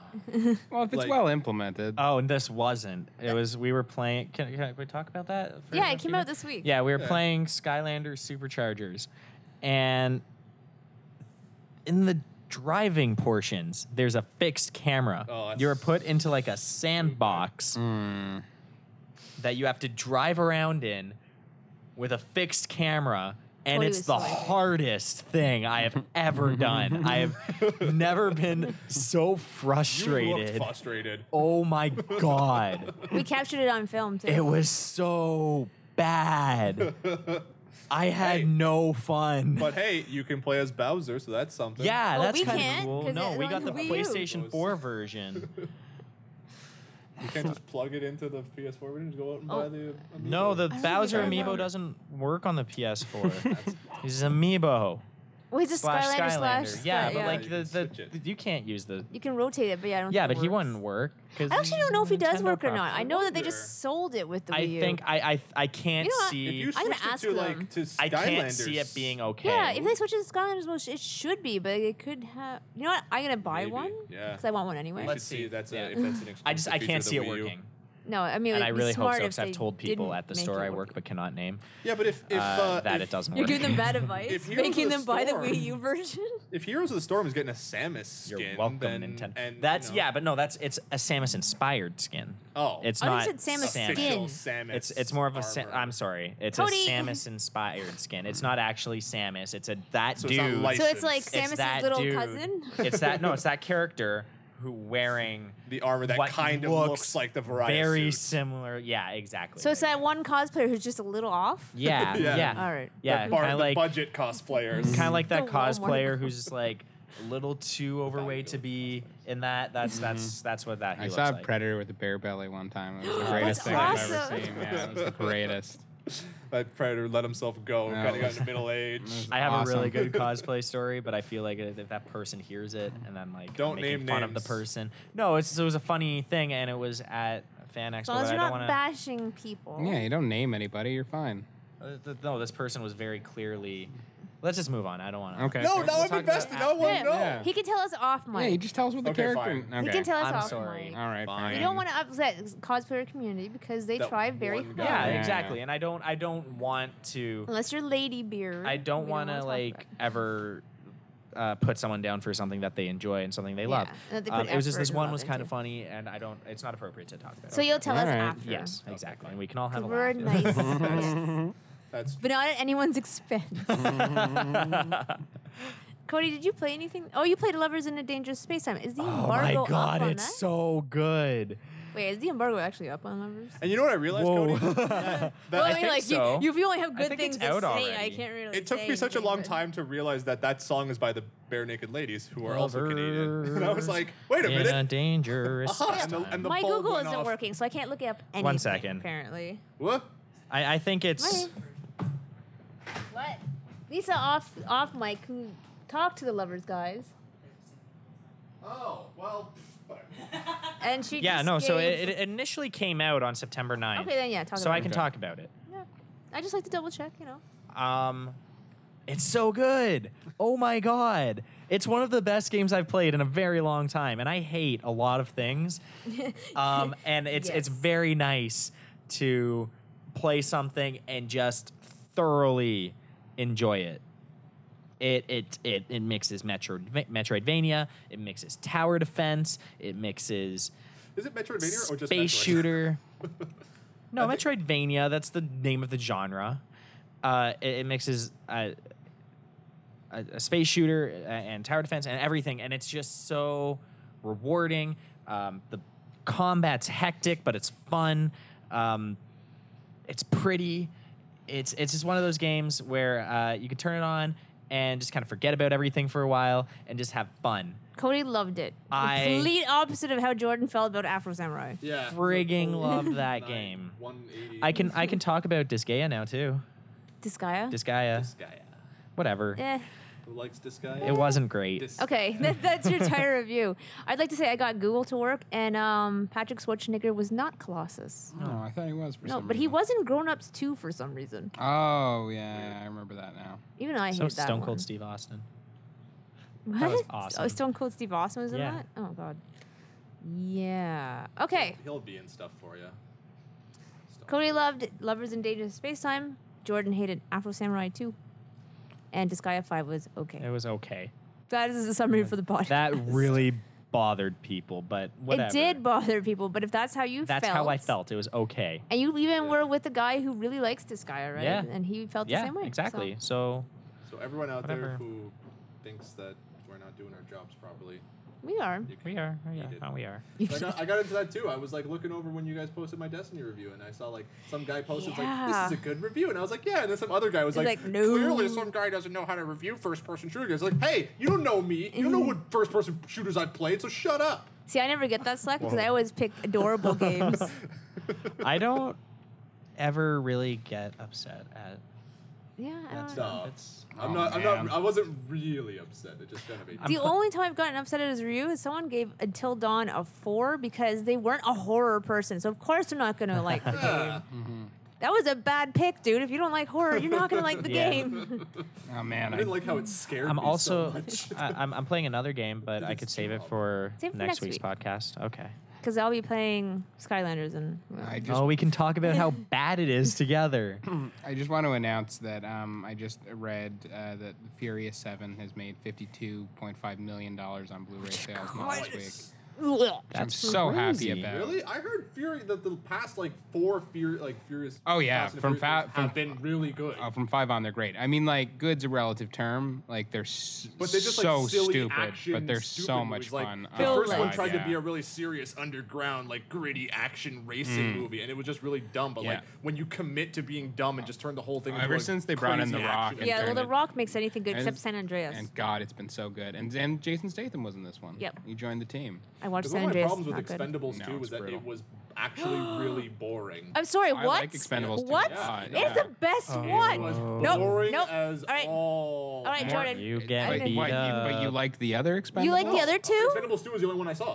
Speaker 2: Well, if it's
Speaker 4: Like- Uh,
Speaker 2: well implemented,
Speaker 3: Oh, and this wasn't. It was we were playing. Can, can we talk about that? for
Speaker 1: yeah,
Speaker 3: a
Speaker 1: it
Speaker 3: few
Speaker 1: came out
Speaker 3: minutes?
Speaker 1: this week.
Speaker 3: Yeah, we were
Speaker 4: Yeah.
Speaker 3: playing Skylanders Superchargers, and in the driving portions, there's a fixed camera.
Speaker 4: Oh, that's- Mm.
Speaker 3: you are put into like a sandbox that you have to drive around in with a fixed camera. And
Speaker 1: Cody
Speaker 3: it's
Speaker 1: was
Speaker 3: the
Speaker 1: so angry.
Speaker 3: hardest thing
Speaker 4: [laughs]
Speaker 3: I have ever done. I have never been so
Speaker 4: You looked
Speaker 3: frustrated.
Speaker 4: frustrated.
Speaker 3: Oh my
Speaker 4: [laughs]
Speaker 3: god.
Speaker 1: We captured it on film too.
Speaker 3: It was so
Speaker 4: [laughs]
Speaker 3: bad. I had
Speaker 4: Hey.
Speaker 3: no fun.
Speaker 4: But hey, you can play as Bowser, so that's something.
Speaker 3: yeah,
Speaker 1: Well,
Speaker 3: that's
Speaker 1: we
Speaker 3: kind of
Speaker 1: can't,
Speaker 3: cool.
Speaker 1: 'cause
Speaker 3: No,
Speaker 1: it-
Speaker 3: we
Speaker 1: on
Speaker 3: got the
Speaker 1: the Wii U.
Speaker 3: PlayStation 4 version.
Speaker 4: You can't just plug it into the PS4. We didn't just go out and buy
Speaker 1: Oh.
Speaker 4: the. Amiibo.
Speaker 3: No, the
Speaker 1: think
Speaker 3: Bowser
Speaker 1: I remember.
Speaker 3: amiibo doesn't work on
Speaker 4: [laughs]
Speaker 3: the PS4. [laughs] He's amiibo
Speaker 1: Wait, it's a
Speaker 3: slash
Speaker 1: Skylander slash.
Speaker 3: Skylander. Yeah,
Speaker 1: Sky-
Speaker 3: but like
Speaker 4: You
Speaker 3: the,
Speaker 4: can
Speaker 3: the,
Speaker 4: switch it.
Speaker 3: you can't use the
Speaker 1: you can rotate it, but yeah, I don't.
Speaker 3: yeah,
Speaker 1: think it
Speaker 3: but he
Speaker 1: works.
Speaker 3: wouldn't work. 'cause
Speaker 1: I actually don't know if he does
Speaker 3: Nintendo
Speaker 1: work or not.
Speaker 3: property.
Speaker 1: I know that they
Speaker 4: wonder.
Speaker 1: just sold it with the
Speaker 3: I
Speaker 1: Wii U.
Speaker 3: think I I, I can't
Speaker 1: You know what? If
Speaker 3: see
Speaker 4: If you
Speaker 1: I'm
Speaker 4: switch
Speaker 1: gonna
Speaker 4: it
Speaker 1: ask
Speaker 4: to
Speaker 1: them.
Speaker 4: like to
Speaker 3: I
Speaker 4: Skylanders,
Speaker 3: can't see it being okay.
Speaker 1: Yeah, if they switch it to Skylanders, well, sh- it should be, but it could have. You know what? I'm gonna buy
Speaker 4: Maybe,
Speaker 1: one.
Speaker 4: yeah.
Speaker 1: Because I want one
Speaker 4: We
Speaker 1: anyway.
Speaker 4: should
Speaker 3: Let's
Speaker 4: see.
Speaker 3: see.
Speaker 4: if That's a,
Speaker 3: Yeah.
Speaker 4: if that's an
Speaker 3: I just I
Speaker 4: exclusive feature
Speaker 3: can't see
Speaker 4: of
Speaker 3: it
Speaker 4: the Wii U.
Speaker 3: working.
Speaker 1: No, I mean,
Speaker 3: and
Speaker 1: it'd
Speaker 3: I
Speaker 1: be
Speaker 3: really hope
Speaker 1: smart
Speaker 3: so
Speaker 1: if
Speaker 3: because I've
Speaker 1: they
Speaker 3: told people
Speaker 1: didn't
Speaker 3: at the
Speaker 1: make
Speaker 3: store
Speaker 1: it
Speaker 3: I
Speaker 1: work.
Speaker 3: work but cannot name
Speaker 4: Yeah, but if if
Speaker 3: uh,
Speaker 4: uh,
Speaker 3: that
Speaker 4: if,
Speaker 3: it doesn't
Speaker 1: [laughs] You're
Speaker 3: work. [laughs]
Speaker 1: giving them bad advice,
Speaker 4: If Heroes
Speaker 1: making
Speaker 4: of
Speaker 1: them buy the
Speaker 4: Storm-
Speaker 1: Wii U version.
Speaker 4: if Heroes of the Storm is getting a Samus skin,
Speaker 3: You're welcome,
Speaker 4: then,
Speaker 3: Nintendo.
Speaker 4: And,
Speaker 3: that's
Speaker 4: you know,
Speaker 3: yeah, but no, that's it's a Samus inspired skin.
Speaker 4: Oh.
Speaker 3: it's
Speaker 1: I
Speaker 3: not
Speaker 1: thought you said Samus
Speaker 3: Samus.
Speaker 1: skin.
Speaker 4: official Samus.
Speaker 3: It's it's more of a. Sa-
Speaker 4: armor.
Speaker 3: I'm sorry, it's
Speaker 1: Cody.
Speaker 3: a Samus inspired skin. It's not actually Samus. It's a that
Speaker 4: So it's
Speaker 3: dude.
Speaker 4: not light-
Speaker 1: So it's like
Speaker 4: It's
Speaker 3: It's
Speaker 1: Samus'
Speaker 3: that
Speaker 1: little
Speaker 3: dude. [laughs]
Speaker 1: cousin. [laughs]
Speaker 3: it's that no, it's that character who wearing
Speaker 4: the armor that
Speaker 3: what
Speaker 4: kind of looks, like the variety.
Speaker 3: very
Speaker 4: suit.
Speaker 3: similar. Yeah, exactly.
Speaker 1: So it's that one cosplayer who's just a little off.
Speaker 4: [laughs]
Speaker 3: Yeah,
Speaker 4: Yeah.
Speaker 3: yeah.
Speaker 1: All right.
Speaker 4: The
Speaker 3: Yeah,
Speaker 4: bar-
Speaker 3: kind of
Speaker 4: the
Speaker 3: like Mm.
Speaker 4: budget cosplayers.
Speaker 3: kind of like that
Speaker 1: The Walmart
Speaker 3: cosplayer who's just like a little too overweight to
Speaker 4: doing
Speaker 3: be in that. That's that's that's what that. He
Speaker 2: I
Speaker 3: looks
Speaker 2: saw a
Speaker 3: like.
Speaker 2: predator with a bear belly one time. It was
Speaker 4: [gasps]
Speaker 2: the
Speaker 1: That's
Speaker 2: greatest thing I've
Speaker 1: awesome.
Speaker 2: ever seen. Yeah, it was the
Speaker 4: [laughs]
Speaker 2: greatest.
Speaker 4: that predator let himself go,
Speaker 2: No,
Speaker 4: kind of
Speaker 2: it
Speaker 4: got
Speaker 2: was-
Speaker 4: [laughs] into middle age.
Speaker 3: I have a
Speaker 2: Awesome.
Speaker 3: really good cosplay story, but I feel like if if that person hears it and then like
Speaker 4: Don't
Speaker 3: making
Speaker 4: name
Speaker 3: fun of
Speaker 4: names.
Speaker 3: the person. No, it's, it was a funny thing, and it was at Fan
Speaker 1: [laughs]
Speaker 3: Expo.
Speaker 1: As long
Speaker 3: but
Speaker 1: as
Speaker 3: I
Speaker 1: you're
Speaker 3: don't
Speaker 1: not
Speaker 3: want to.
Speaker 1: bashing people.
Speaker 2: Yeah, you don't name anybody. You're fine.
Speaker 3: Uh, no, this person was very clearly. Let's just move on. I don't want to.
Speaker 2: Okay.
Speaker 4: No,
Speaker 2: fair.
Speaker 4: now
Speaker 2: We'll
Speaker 4: I'm
Speaker 2: talk about-
Speaker 4: invested. Now I want
Speaker 1: Yeah.
Speaker 4: to know.
Speaker 2: Yeah.
Speaker 1: He can tell us off
Speaker 2: Yeah,
Speaker 1: mic.
Speaker 2: you just tell us what the
Speaker 4: Okay,
Speaker 2: character.
Speaker 4: fine.
Speaker 2: Okay.
Speaker 1: He can tell us
Speaker 3: I'm
Speaker 1: off
Speaker 3: sorry.
Speaker 1: mic.
Speaker 2: All right.
Speaker 4: Fine.
Speaker 2: Fine.
Speaker 1: You don't want to upset the cosplayer community because they
Speaker 4: That
Speaker 1: try very
Speaker 4: one
Speaker 1: hard.
Speaker 4: guy.
Speaker 3: Yeah,
Speaker 2: Yeah.
Speaker 3: exactly. And I don't. I don't want to.
Speaker 1: Unless you're Lady Beard.
Speaker 3: I don't
Speaker 1: we
Speaker 3: want
Speaker 1: wanna
Speaker 3: to
Speaker 1: talk
Speaker 3: like
Speaker 1: about
Speaker 3: ever uh, put someone down for something that they enjoy and something they
Speaker 1: Yeah,
Speaker 3: love.
Speaker 1: that they
Speaker 3: Um,
Speaker 1: put
Speaker 3: it was just
Speaker 1: effort
Speaker 3: this
Speaker 1: and
Speaker 3: one
Speaker 1: love
Speaker 3: was kind
Speaker 1: into.
Speaker 3: of funny, and I don't. It's not appropriate to talk about.
Speaker 1: it. So you'll tell us
Speaker 2: Alright.
Speaker 1: after.
Speaker 3: Yes, exactly, and we can all have a
Speaker 1: We're
Speaker 3: laugh.
Speaker 1: nice.
Speaker 3: [laughs]
Speaker 1: yes.
Speaker 4: That's
Speaker 1: But not at anyone's
Speaker 3: [laughs]
Speaker 1: expense. Cody, did you play anything? Oh, you played Lovers in a Dangerous Space Time. Is the
Speaker 3: Oh
Speaker 1: embargo
Speaker 3: my god,
Speaker 1: up on
Speaker 3: it's
Speaker 1: that?
Speaker 3: so good.
Speaker 1: Wait, is the embargo actually up on Lovers?
Speaker 4: and you know what I realized, [laughs]
Speaker 3: Whoa.
Speaker 4: Cody? That-
Speaker 1: well, I,
Speaker 3: Uh, I
Speaker 1: mean,
Speaker 3: think
Speaker 1: like
Speaker 3: so.
Speaker 1: you, if you only have
Speaker 3: I
Speaker 1: good
Speaker 3: think
Speaker 1: things
Speaker 3: it's
Speaker 1: to
Speaker 3: out
Speaker 1: say, I
Speaker 3: already.
Speaker 1: can't really.
Speaker 4: It took
Speaker 1: say
Speaker 4: me such a
Speaker 1: anything,
Speaker 4: long
Speaker 1: but-
Speaker 4: time to realize that that song is by the Bare Naked Ladies, who are also Canadian. [laughs] And I was
Speaker 3: Lovers
Speaker 4: like, wait a
Speaker 3: in a
Speaker 4: minute.
Speaker 3: dangerous.
Speaker 4: Uh-huh,
Speaker 3: space
Speaker 4: and the-
Speaker 3: time.
Speaker 4: and the-
Speaker 1: My
Speaker 4: bulb
Speaker 1: Google
Speaker 4: went
Speaker 1: isn't
Speaker 4: off.
Speaker 1: working, so I can't look it up. Anything,
Speaker 3: One second.
Speaker 1: Apparently.
Speaker 4: What?
Speaker 3: I, I think it's.
Speaker 1: What? What? Lisa off off mic. Can talk to the lovers guys,
Speaker 4: Oh, well. [laughs]
Speaker 1: and she.
Speaker 3: Yeah,
Speaker 1: just
Speaker 3: no. So
Speaker 1: gave-
Speaker 3: it, it initially came out on September 9th.
Speaker 1: Okay, then yeah. Talk
Speaker 3: so
Speaker 1: about
Speaker 3: I can
Speaker 1: it.
Speaker 3: talk about it.
Speaker 1: Yeah. I just like to double check, you know.
Speaker 3: Um, it's so good. Oh my god. It's one of the best games I've played in a very long time, and I hate a lot of things. Um, and it's it's
Speaker 1: Yes.
Speaker 3: very nice to play something and just thoroughly enjoy it. It it it, it mixes Metro, Metroidvania, it mixes tower defense, it mixes
Speaker 4: Is it Metroidvania or just
Speaker 3: space
Speaker 4: Metroid?
Speaker 3: shooter. no,
Speaker 4: I
Speaker 3: Metroidvania. That's the name of the genre. Uh, it, it mixes uh, a, a space shooter a- and tower defense and everything, and it's just so rewarding. Um, the combat's hectic, but it's fun. Um, it's pretty. It's it's just one of those games where uh, you can turn it on and just kind of forget about everything for a while and just have fun.
Speaker 1: Cody loved it.
Speaker 3: I-
Speaker 1: Complete opposite of how Jordan felt about Afro Samurai.
Speaker 4: [laughs] Yeah. [laughs]
Speaker 3: Frigging
Speaker 4: Oh,
Speaker 3: love that
Speaker 4: nine,
Speaker 3: game.
Speaker 4: 180.
Speaker 3: I can I can talk about Disgaea now too.
Speaker 1: Disgaea?
Speaker 3: Disgaea,
Speaker 4: This guy, yeah.
Speaker 3: whatever.
Speaker 1: eh.
Speaker 4: Who likes this guy?
Speaker 3: It wasn't great.
Speaker 4: This-
Speaker 1: Okay, [laughs] that, that's your
Speaker 3: [laughs]
Speaker 1: entire review. I'd like to say I got Google to work, and um, Patrick Schwarzenegger was not Colossus.
Speaker 2: No, I thought he was for
Speaker 1: No,
Speaker 2: some
Speaker 1: but he
Speaker 2: reason.
Speaker 1: was in Grown Ups 2 for some reason.
Speaker 2: Oh yeah, I remember that now.
Speaker 1: Even though I
Speaker 3: So
Speaker 1: hate that
Speaker 3: Stone Cold
Speaker 1: one.
Speaker 3: Steve Austin.
Speaker 1: What? [laughs]
Speaker 3: was
Speaker 1: Oh,
Speaker 3: awesome.
Speaker 1: Stone Cold Steve Austin was in
Speaker 3: Yeah.
Speaker 1: that? Oh, God. Yeah. Okay.
Speaker 4: He'll be in stuff for you.
Speaker 1: Cody loved Lovers in Dangerous Space Time. Jordan hated Afro Samurai 2. And Disgaea 5 was okay.
Speaker 3: It was [laughs] okay.
Speaker 1: That is the summary for the podcast.
Speaker 3: That
Speaker 1: [laughs]
Speaker 3: really bothered people, but whatever.
Speaker 1: It did bother people, but if that's how you
Speaker 3: That's
Speaker 1: felt.
Speaker 3: how I felt. It was okay.
Speaker 1: And you even
Speaker 4: Yeah.
Speaker 1: were with the guy who really likes Disgaea, right?
Speaker 3: Yeah.
Speaker 1: And he felt the
Speaker 3: yeah,
Speaker 1: same way. so-
Speaker 3: exactly. So,
Speaker 4: So everyone out there
Speaker 3: Whatever.
Speaker 4: who thinks that we're not doing our jobs properly,
Speaker 1: We are.
Speaker 4: you can
Speaker 3: we are. oh,
Speaker 4: You
Speaker 3: yeah,
Speaker 4: did.
Speaker 3: oh, we are.
Speaker 4: I got, I got into that too. I was like looking over when you guys posted my Destiny review, and I saw like some guy posted
Speaker 1: Yeah.
Speaker 4: like this is a good review, and I was like yeah, and then some other guy was
Speaker 1: He's
Speaker 4: like,
Speaker 1: like, "No."
Speaker 4: clearly some guy doesn't know how to review first person shooters. Like hey, you don't know me, you don't know what first person shooters I played, so shut up.
Speaker 1: [laughs] See, I never get that slack because I
Speaker 4: Whoa.
Speaker 1: always pick adorable games.
Speaker 3: I don't ever really get upset at
Speaker 1: Yeah, I don't
Speaker 3: that
Speaker 4: dumb.
Speaker 1: know.
Speaker 3: stuff.
Speaker 4: know.
Speaker 3: It's
Speaker 4: I'm
Speaker 2: Oh,
Speaker 4: not, I'm
Speaker 2: man.
Speaker 4: not, I wasn't really upset. It just kind of made.
Speaker 3: I'm
Speaker 1: The
Speaker 3: pl-
Speaker 1: only time I've gotten upset at his review is someone gave Until Dawn a four because they weren't a horror person. So of course they're not gonna like the game.
Speaker 4: Yeah.
Speaker 1: That was a bad pick, dude. If you don't like horror, you're not gonna like the
Speaker 3: Yeah.
Speaker 1: game. [laughs]
Speaker 2: Oh
Speaker 4: I
Speaker 2: man, I,
Speaker 4: didn't like how it scared
Speaker 3: I'm
Speaker 4: me
Speaker 3: also
Speaker 2: [laughs]
Speaker 4: so much. [laughs]
Speaker 3: [laughs] I, I'm, I'm playing another game, but
Speaker 4: Did
Speaker 3: I
Speaker 4: its
Speaker 3: could save it
Speaker 4: job.
Speaker 3: for,
Speaker 1: Save it for next
Speaker 3: next week's
Speaker 1: week.
Speaker 3: podcast. Okay.
Speaker 1: Because I'll be playing Skylanders and
Speaker 2: I just
Speaker 3: Oh, we can talk
Speaker 1: [laughs]
Speaker 3: about how bad it is together.
Speaker 2: I just want to announce that um, I just read uh, that Furious Seven has made fifty-two point five million dollars on
Speaker 1: [laughs]
Speaker 2: Blu-ray sales in the last week.
Speaker 4: Christ.
Speaker 1: Ugh.
Speaker 2: I'm
Speaker 3: That's
Speaker 2: so happy
Speaker 3: crazy.
Speaker 2: about.
Speaker 4: Really, I heard Fury that the past like four Fury like Furious.
Speaker 2: Oh, yeah,
Speaker 4: Fast and
Speaker 2: from
Speaker 4: Furious
Speaker 2: Fa-
Speaker 4: movies
Speaker 2: from-
Speaker 4: have been really good.
Speaker 2: Oh, from five on, they're great. I mean, like, good's a relative term. Like, they're s-
Speaker 4: But they're just
Speaker 2: so
Speaker 4: like silly
Speaker 2: stupid,
Speaker 4: action,
Speaker 2: but they're
Speaker 4: stupid
Speaker 2: so much
Speaker 4: movies. like,
Speaker 2: fun.
Speaker 4: The
Speaker 1: Oh,
Speaker 4: first one
Speaker 1: God,
Speaker 4: tried
Speaker 2: yeah.
Speaker 4: to be a really serious underground, like gritty action racing movie, and it was just really dumb. But like
Speaker 2: Mm. Yeah.
Speaker 4: when you commit to being dumb and just turn the whole thing into
Speaker 2: Ever
Speaker 4: like,
Speaker 2: since they brought in
Speaker 4: crazy
Speaker 2: The Rock
Speaker 4: action-
Speaker 2: and
Speaker 1: Yeah, well,
Speaker 2: turned
Speaker 1: The
Speaker 2: it-
Speaker 1: Rock makes anything good
Speaker 2: and-
Speaker 1: except San Andreas.
Speaker 2: And God, it's been so good. And and Jason Statham was in this one.
Speaker 1: Yep.
Speaker 2: he joined the team.
Speaker 1: I watched
Speaker 4: 'Cause
Speaker 1: San
Speaker 4: one of my
Speaker 1: Andreas.
Speaker 4: problems with
Speaker 1: not good.
Speaker 4: Expendables
Speaker 2: No,
Speaker 4: too was
Speaker 2: it's
Speaker 4: that
Speaker 2: brutal.
Speaker 4: it was
Speaker 1: [gasps]
Speaker 4: actually really boring.
Speaker 1: I'm sorry,
Speaker 2: I
Speaker 1: what?
Speaker 2: like Expendables too.
Speaker 1: What?
Speaker 2: Yeah,
Speaker 1: It's
Speaker 2: yeah.
Speaker 1: the best
Speaker 3: Oh.
Speaker 4: it was
Speaker 1: one.
Speaker 3: Whoa.
Speaker 1: Nope,
Speaker 4: boring
Speaker 1: nope.
Speaker 4: as
Speaker 1: All right.
Speaker 4: all.
Speaker 1: All right,
Speaker 4: hell.
Speaker 1: Jordan.
Speaker 3: You get
Speaker 2: But,
Speaker 1: I didn't-
Speaker 2: what, you, but you
Speaker 3: up.
Speaker 2: liked the other Expendables?
Speaker 1: You like the other two?
Speaker 4: Expendables 2 was the only one I saw.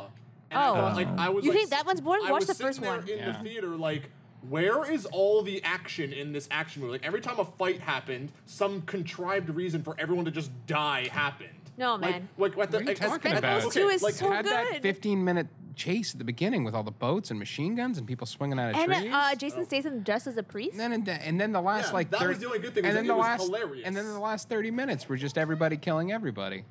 Speaker 4: And
Speaker 1: Oh.
Speaker 4: I thought, like, I was,
Speaker 1: You
Speaker 4: like,
Speaker 1: think that one's boring?
Speaker 4: I
Speaker 1: Watch
Speaker 4: was
Speaker 1: the
Speaker 4: sitting
Speaker 1: first
Speaker 4: there
Speaker 1: one.
Speaker 4: in
Speaker 2: Yeah.
Speaker 4: the theater, like, where is all the action in this action movie? Like, every time a fight happened, some contrived reason for everyone to just die happened.
Speaker 1: No,
Speaker 4: Like-
Speaker 1: man.
Speaker 4: Like, what the,
Speaker 2: What are you
Speaker 4: like, as-
Speaker 2: talking
Speaker 4: as-
Speaker 2: about?
Speaker 4: okay,
Speaker 2: Expendables 2
Speaker 1: is
Speaker 4: like,
Speaker 1: so
Speaker 2: had
Speaker 1: good.
Speaker 2: that 15 minute chase at the beginning with all the boats and machine guns and people swinging out of
Speaker 1: And
Speaker 2: trees.
Speaker 1: uh, Jason Statham dressed as a priest.
Speaker 2: and then, and then- and then the last
Speaker 4: Yeah,
Speaker 2: like
Speaker 4: that
Speaker 2: 30,
Speaker 4: was the only good thing
Speaker 2: and
Speaker 4: was that
Speaker 2: then
Speaker 4: it
Speaker 2: the
Speaker 4: was
Speaker 2: last
Speaker 4: hilarious.
Speaker 2: and then the last thirty minutes were just everybody killing everybody.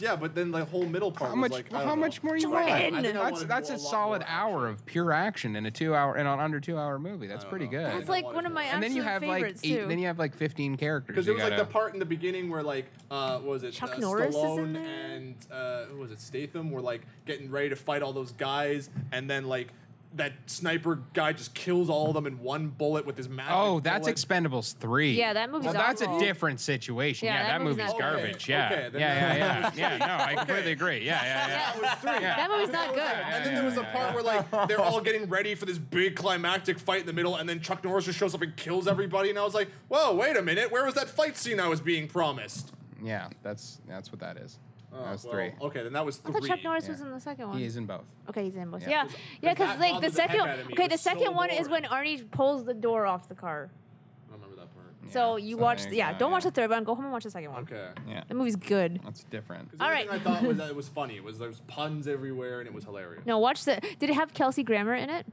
Speaker 4: Yeah, but then the whole middle part
Speaker 2: How much?
Speaker 4: was like, I
Speaker 2: how
Speaker 4: don't
Speaker 2: much
Speaker 4: know.
Speaker 2: more you want?
Speaker 1: Jordan! I think I
Speaker 2: That's
Speaker 4: wanted
Speaker 2: that's
Speaker 4: a
Speaker 2: a
Speaker 4: lot more
Speaker 2: solid hour
Speaker 4: action.
Speaker 2: of pure action in a two hour in an under two hour movie. That's
Speaker 4: don't
Speaker 2: pretty
Speaker 4: know.
Speaker 2: good.
Speaker 1: That's
Speaker 4: I
Speaker 1: like
Speaker 4: watched
Speaker 1: one of my
Speaker 4: it.
Speaker 2: and
Speaker 1: absolute
Speaker 2: then you have like
Speaker 1: favorites
Speaker 2: eight,
Speaker 1: too.
Speaker 2: then you have like 15 characters.
Speaker 4: Because there
Speaker 2: you
Speaker 4: was like the
Speaker 2: gotta-
Speaker 4: part in the beginning where like uh, what was it
Speaker 1: Chuck
Speaker 4: uh,
Speaker 1: Norris is in
Speaker 4: Stallone
Speaker 1: there?
Speaker 4: and uh, who was it Statham were like getting ready to fight all those guys, and then like that sniper guy just kills all of them in one bullet with his magic.
Speaker 2: Oh, that's
Speaker 4: bullet.
Speaker 2: Expendables three.
Speaker 1: Yeah, that movie's
Speaker 2: Well, that's
Speaker 1: awful.
Speaker 2: a different situation.
Speaker 1: Yeah,
Speaker 2: Yeah,
Speaker 1: that
Speaker 2: that,
Speaker 1: movie's
Speaker 2: movie's
Speaker 1: not
Speaker 4: good.
Speaker 2: garbage.
Speaker 4: Okay,
Speaker 2: Yeah.
Speaker 4: okay, then
Speaker 2: yeah,
Speaker 4: that-
Speaker 2: yeah,
Speaker 4: [laughs]
Speaker 2: yeah, yeah. No, I completely agree. Yeah, yeah, yeah.
Speaker 1: Yeah.
Speaker 4: That was three.
Speaker 1: That movie's not good.
Speaker 4: And then there was a part where like they're all getting ready for this big climactic fight in the middle, and then Chuck Norris just shows up and kills everybody, and I was like, whoa, wait a minute, where was that fight scene I was being promised?
Speaker 2: Yeah, that's that's what that is.
Speaker 4: Oh,
Speaker 2: That was
Speaker 4: well,
Speaker 2: three.
Speaker 4: Okay, then that was
Speaker 1: I
Speaker 4: three.
Speaker 1: thought Chuck Norris
Speaker 2: Yeah.
Speaker 1: was in the second one.
Speaker 2: He is in both.
Speaker 1: Okay, he's in both.
Speaker 2: Yeah.
Speaker 1: Yeah, yeah, because
Speaker 4: that
Speaker 1: like
Speaker 4: bombed
Speaker 1: the
Speaker 4: the heck
Speaker 1: second.
Speaker 4: out of me.
Speaker 1: Okay,
Speaker 4: It
Speaker 1: the
Speaker 4: was so
Speaker 1: second one is when
Speaker 4: boring.
Speaker 1: Arnie pulls the door off the car.
Speaker 4: I remember that part.
Speaker 1: So
Speaker 2: Yeah,
Speaker 1: you
Speaker 2: so
Speaker 1: watch.
Speaker 2: there
Speaker 1: The,
Speaker 2: you
Speaker 1: yeah,
Speaker 2: go,
Speaker 1: don't watch
Speaker 2: yeah.
Speaker 1: the third one. Go home and watch the second one.
Speaker 4: Okay.
Speaker 2: Yeah,
Speaker 1: The movie's good.
Speaker 2: that's different.
Speaker 4: All right. I
Speaker 1: Alright. [laughs]
Speaker 4: thought was that it was funny. Was there's puns everywhere and it was hilarious.
Speaker 1: No, watch the. Did it have Kelsey Grammer in it?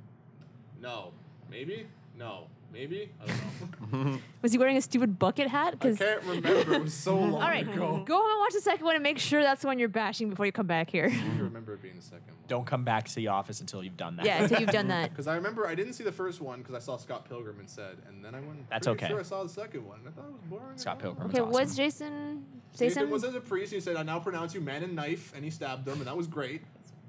Speaker 4: No. Maybe. No. Maybe. I
Speaker 1: [laughs]
Speaker 4: don't know.
Speaker 1: Was he wearing a stupid bucket hat?
Speaker 4: I
Speaker 1: Because
Speaker 4: can't remember. It was so long
Speaker 1: [laughs] all right,
Speaker 4: ago.
Speaker 1: go home and watch the second one and make sure that's the one you're bashing before you come back here.
Speaker 4: I do remember it being the second one.
Speaker 3: Don't come back to the office until you've done that.
Speaker 1: yeah, until you've done that.
Speaker 4: Because I remember I didn't see the first one because I saw Scott Pilgrim and said, and then I went.
Speaker 3: That's
Speaker 4: pretty
Speaker 3: okay.
Speaker 4: Sure, I saw the second one. And I thought it was boring.
Speaker 3: [laughs] Scott
Speaker 4: as
Speaker 3: Pilgrim.
Speaker 4: hell.
Speaker 1: Okay,
Speaker 3: That's
Speaker 1: was
Speaker 3: awesome.
Speaker 1: Jason?
Speaker 4: Nathan
Speaker 1: Jason?
Speaker 4: was as a priest. He said, "I now pronounce you man and knife," and he stabbed him, and that was great.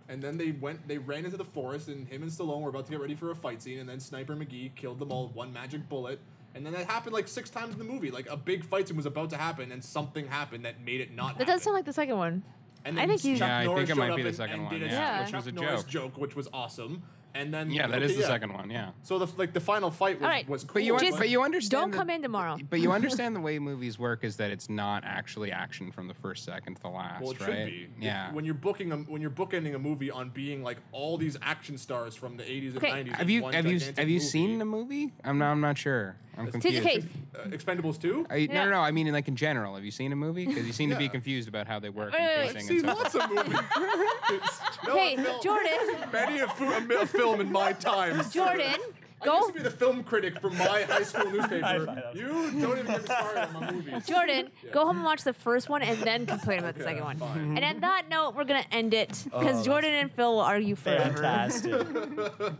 Speaker 4: And then they went. They ran into the forest, and him and Stallone were about to get ready for a fight scene, and then Sniper McGee killed them all with one magic bullet. And then that happened like six times in the movie. Like a big fight scene was about to happen, and something happened that made it not.
Speaker 1: That
Speaker 4: happen.
Speaker 1: does sound like the second one.
Speaker 4: And
Speaker 1: I think he's-
Speaker 4: Chuck
Speaker 2: Yeah, I
Speaker 4: Norris
Speaker 2: think it
Speaker 4: showed
Speaker 2: might
Speaker 4: up
Speaker 2: be the
Speaker 4: and-
Speaker 2: second
Speaker 4: and
Speaker 2: one,
Speaker 4: did a
Speaker 2: yeah,
Speaker 1: Yeah.
Speaker 2: which
Speaker 4: Chuck- Chuck
Speaker 2: was a
Speaker 4: Norris
Speaker 2: joke.
Speaker 4: joke, which was awesome. and then
Speaker 2: Yeah, that is the second one. Yeah.
Speaker 4: So the like the final fight was,
Speaker 1: All right.
Speaker 4: was cool.
Speaker 2: But you, un-
Speaker 1: Just
Speaker 2: but you understand.
Speaker 1: don't
Speaker 2: that-
Speaker 1: come in tomorrow.
Speaker 2: But you understand the way movies work is that it's not actually action from the first second to the last,
Speaker 4: well, it
Speaker 2: right?
Speaker 4: should be.
Speaker 2: Yeah.
Speaker 4: When you're booking a, when you're bookending a movie on being like all these action stars from the 80s and
Speaker 1: Okay.
Speaker 4: 90s.
Speaker 2: have
Speaker 4: in
Speaker 2: you
Speaker 4: one
Speaker 2: have you
Speaker 4: gigantic
Speaker 2: have you
Speaker 4: movie.
Speaker 2: seen the movie? I'm not. I'm not sure. I'm
Speaker 4: It's-
Speaker 2: confused.
Speaker 1: okay.
Speaker 4: Uh, Expendables 2? [laughs]
Speaker 2: Are you-
Speaker 1: Yeah.
Speaker 2: No, no, no. I mean, like in general, have you seen a movie? Because you seem to be
Speaker 4: Yeah.
Speaker 2: confused about how they work.
Speaker 1: Wait, wait,
Speaker 2: and
Speaker 1: wait.
Speaker 2: pacing
Speaker 4: I've
Speaker 2: and
Speaker 4: seen
Speaker 2: stuff.
Speaker 4: lots
Speaker 2: [laughs]
Speaker 4: of movies. It's- no,
Speaker 1: Hey,
Speaker 4: I felt- [laughs]
Speaker 1: Jordan.
Speaker 4: Many a, fu- a mi- a film in my time. sir.
Speaker 1: [laughs] Jordan,
Speaker 4: I used
Speaker 1: go.
Speaker 4: to be the film critic for my
Speaker 2: [laughs]
Speaker 4: high school newspaper. you don't even get me started on my movies.
Speaker 1: Jordan, go home and watch the first one and then complain about the second one.
Speaker 4: fine. Oh,
Speaker 1: And on that note, we're going to end it because
Speaker 3: that's-
Speaker 1: Jordan and Phil will argue forever.
Speaker 3: Fantastic.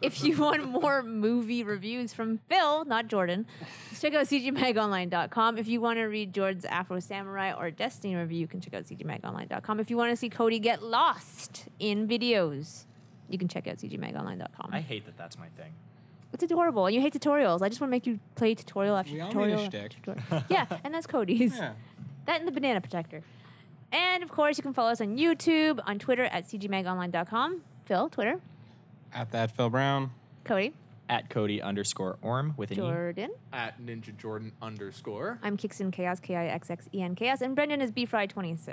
Speaker 1: If you want more movie reviews from Phil, not Jordan, just check out cgmagonline.com. If you want to read Jordan's Afro Samurai or Destiny review, you can check out cgmagonline.com. If you want to see Cody get lost in videos, you can check out cgmagonline.com.
Speaker 3: I hate that that's my thing.
Speaker 1: It's adorable. And you hate tutorials. I just want to make you play tutorial after
Speaker 2: We all need a
Speaker 1: tutorial. after
Speaker 2: shtick.
Speaker 1: tutorial. yeah, and that's Cody's.
Speaker 2: Yeah.
Speaker 1: That and the banana protector. And of course, you can follow us on YouTube, on Twitter at cgmagonline.com. Phil, Twitter.
Speaker 2: At that, Phil Brown.
Speaker 1: Cody,
Speaker 3: At Cody underscore Orm with an E.
Speaker 1: Jordan.
Speaker 4: At Ninja Jordan underscore.
Speaker 1: I'm Kixen Chaos, K I X X E N Chaos, and Brendan is BFry26.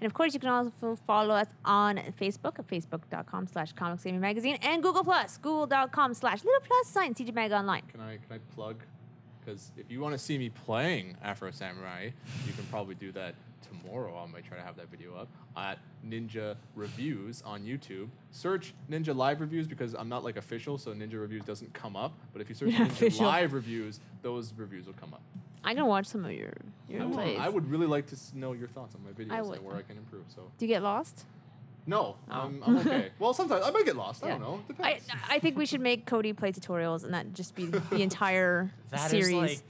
Speaker 1: And of course, you can also follow us on Facebook at facebook.com slash comic saving magazine and Google Plus, google.com slash little plus sign CG Mag Online.
Speaker 4: Can I can I plug? Because if you want to see me playing Afro Samurai, you can probably do that tomorrow. I might try to have that video up at Ninja Reviews on YouTube. Search Ninja Live Reviews because I'm not like official, so Ninja Reviews doesn't come up. But if you search
Speaker 1: You're not
Speaker 4: Ninja
Speaker 1: official.
Speaker 4: Live Reviews, those reviews will come up.
Speaker 1: I'm going to watch some of your, your
Speaker 4: I would,
Speaker 1: plays.
Speaker 4: I would really like to s- know your thoughts on my videos
Speaker 1: would.
Speaker 4: and where I can improve. So
Speaker 1: Do you get lost?
Speaker 4: no, I'm, I'm okay. well, sometimes I might get lost.
Speaker 1: [laughs]
Speaker 4: I don't know. It
Speaker 1: I,
Speaker 4: depends.
Speaker 1: I think we should make Cody play tutorials and that just be
Speaker 3: [laughs]
Speaker 1: the entire
Speaker 3: That is,
Speaker 1: series.
Speaker 3: like,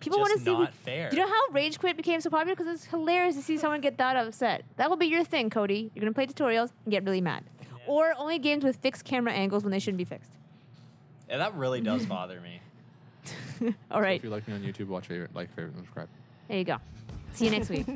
Speaker 1: People want to
Speaker 3: just
Speaker 1: see.
Speaker 3: not fair.
Speaker 1: Do you know how Rage Quit became so popular? Because it's hilarious to see someone get that upset. That will be your thing, Cody. You're gonna play tutorials and get really mad, or only games with fixed camera angles when they shouldn't be fixed.
Speaker 3: Yeah, that really
Speaker 1: [laughs]
Speaker 3: does bother me.
Speaker 1: All right,
Speaker 4: If you like me on YouTube, watch favorite, like favorite, and subscribe.
Speaker 1: there you go. See you next week.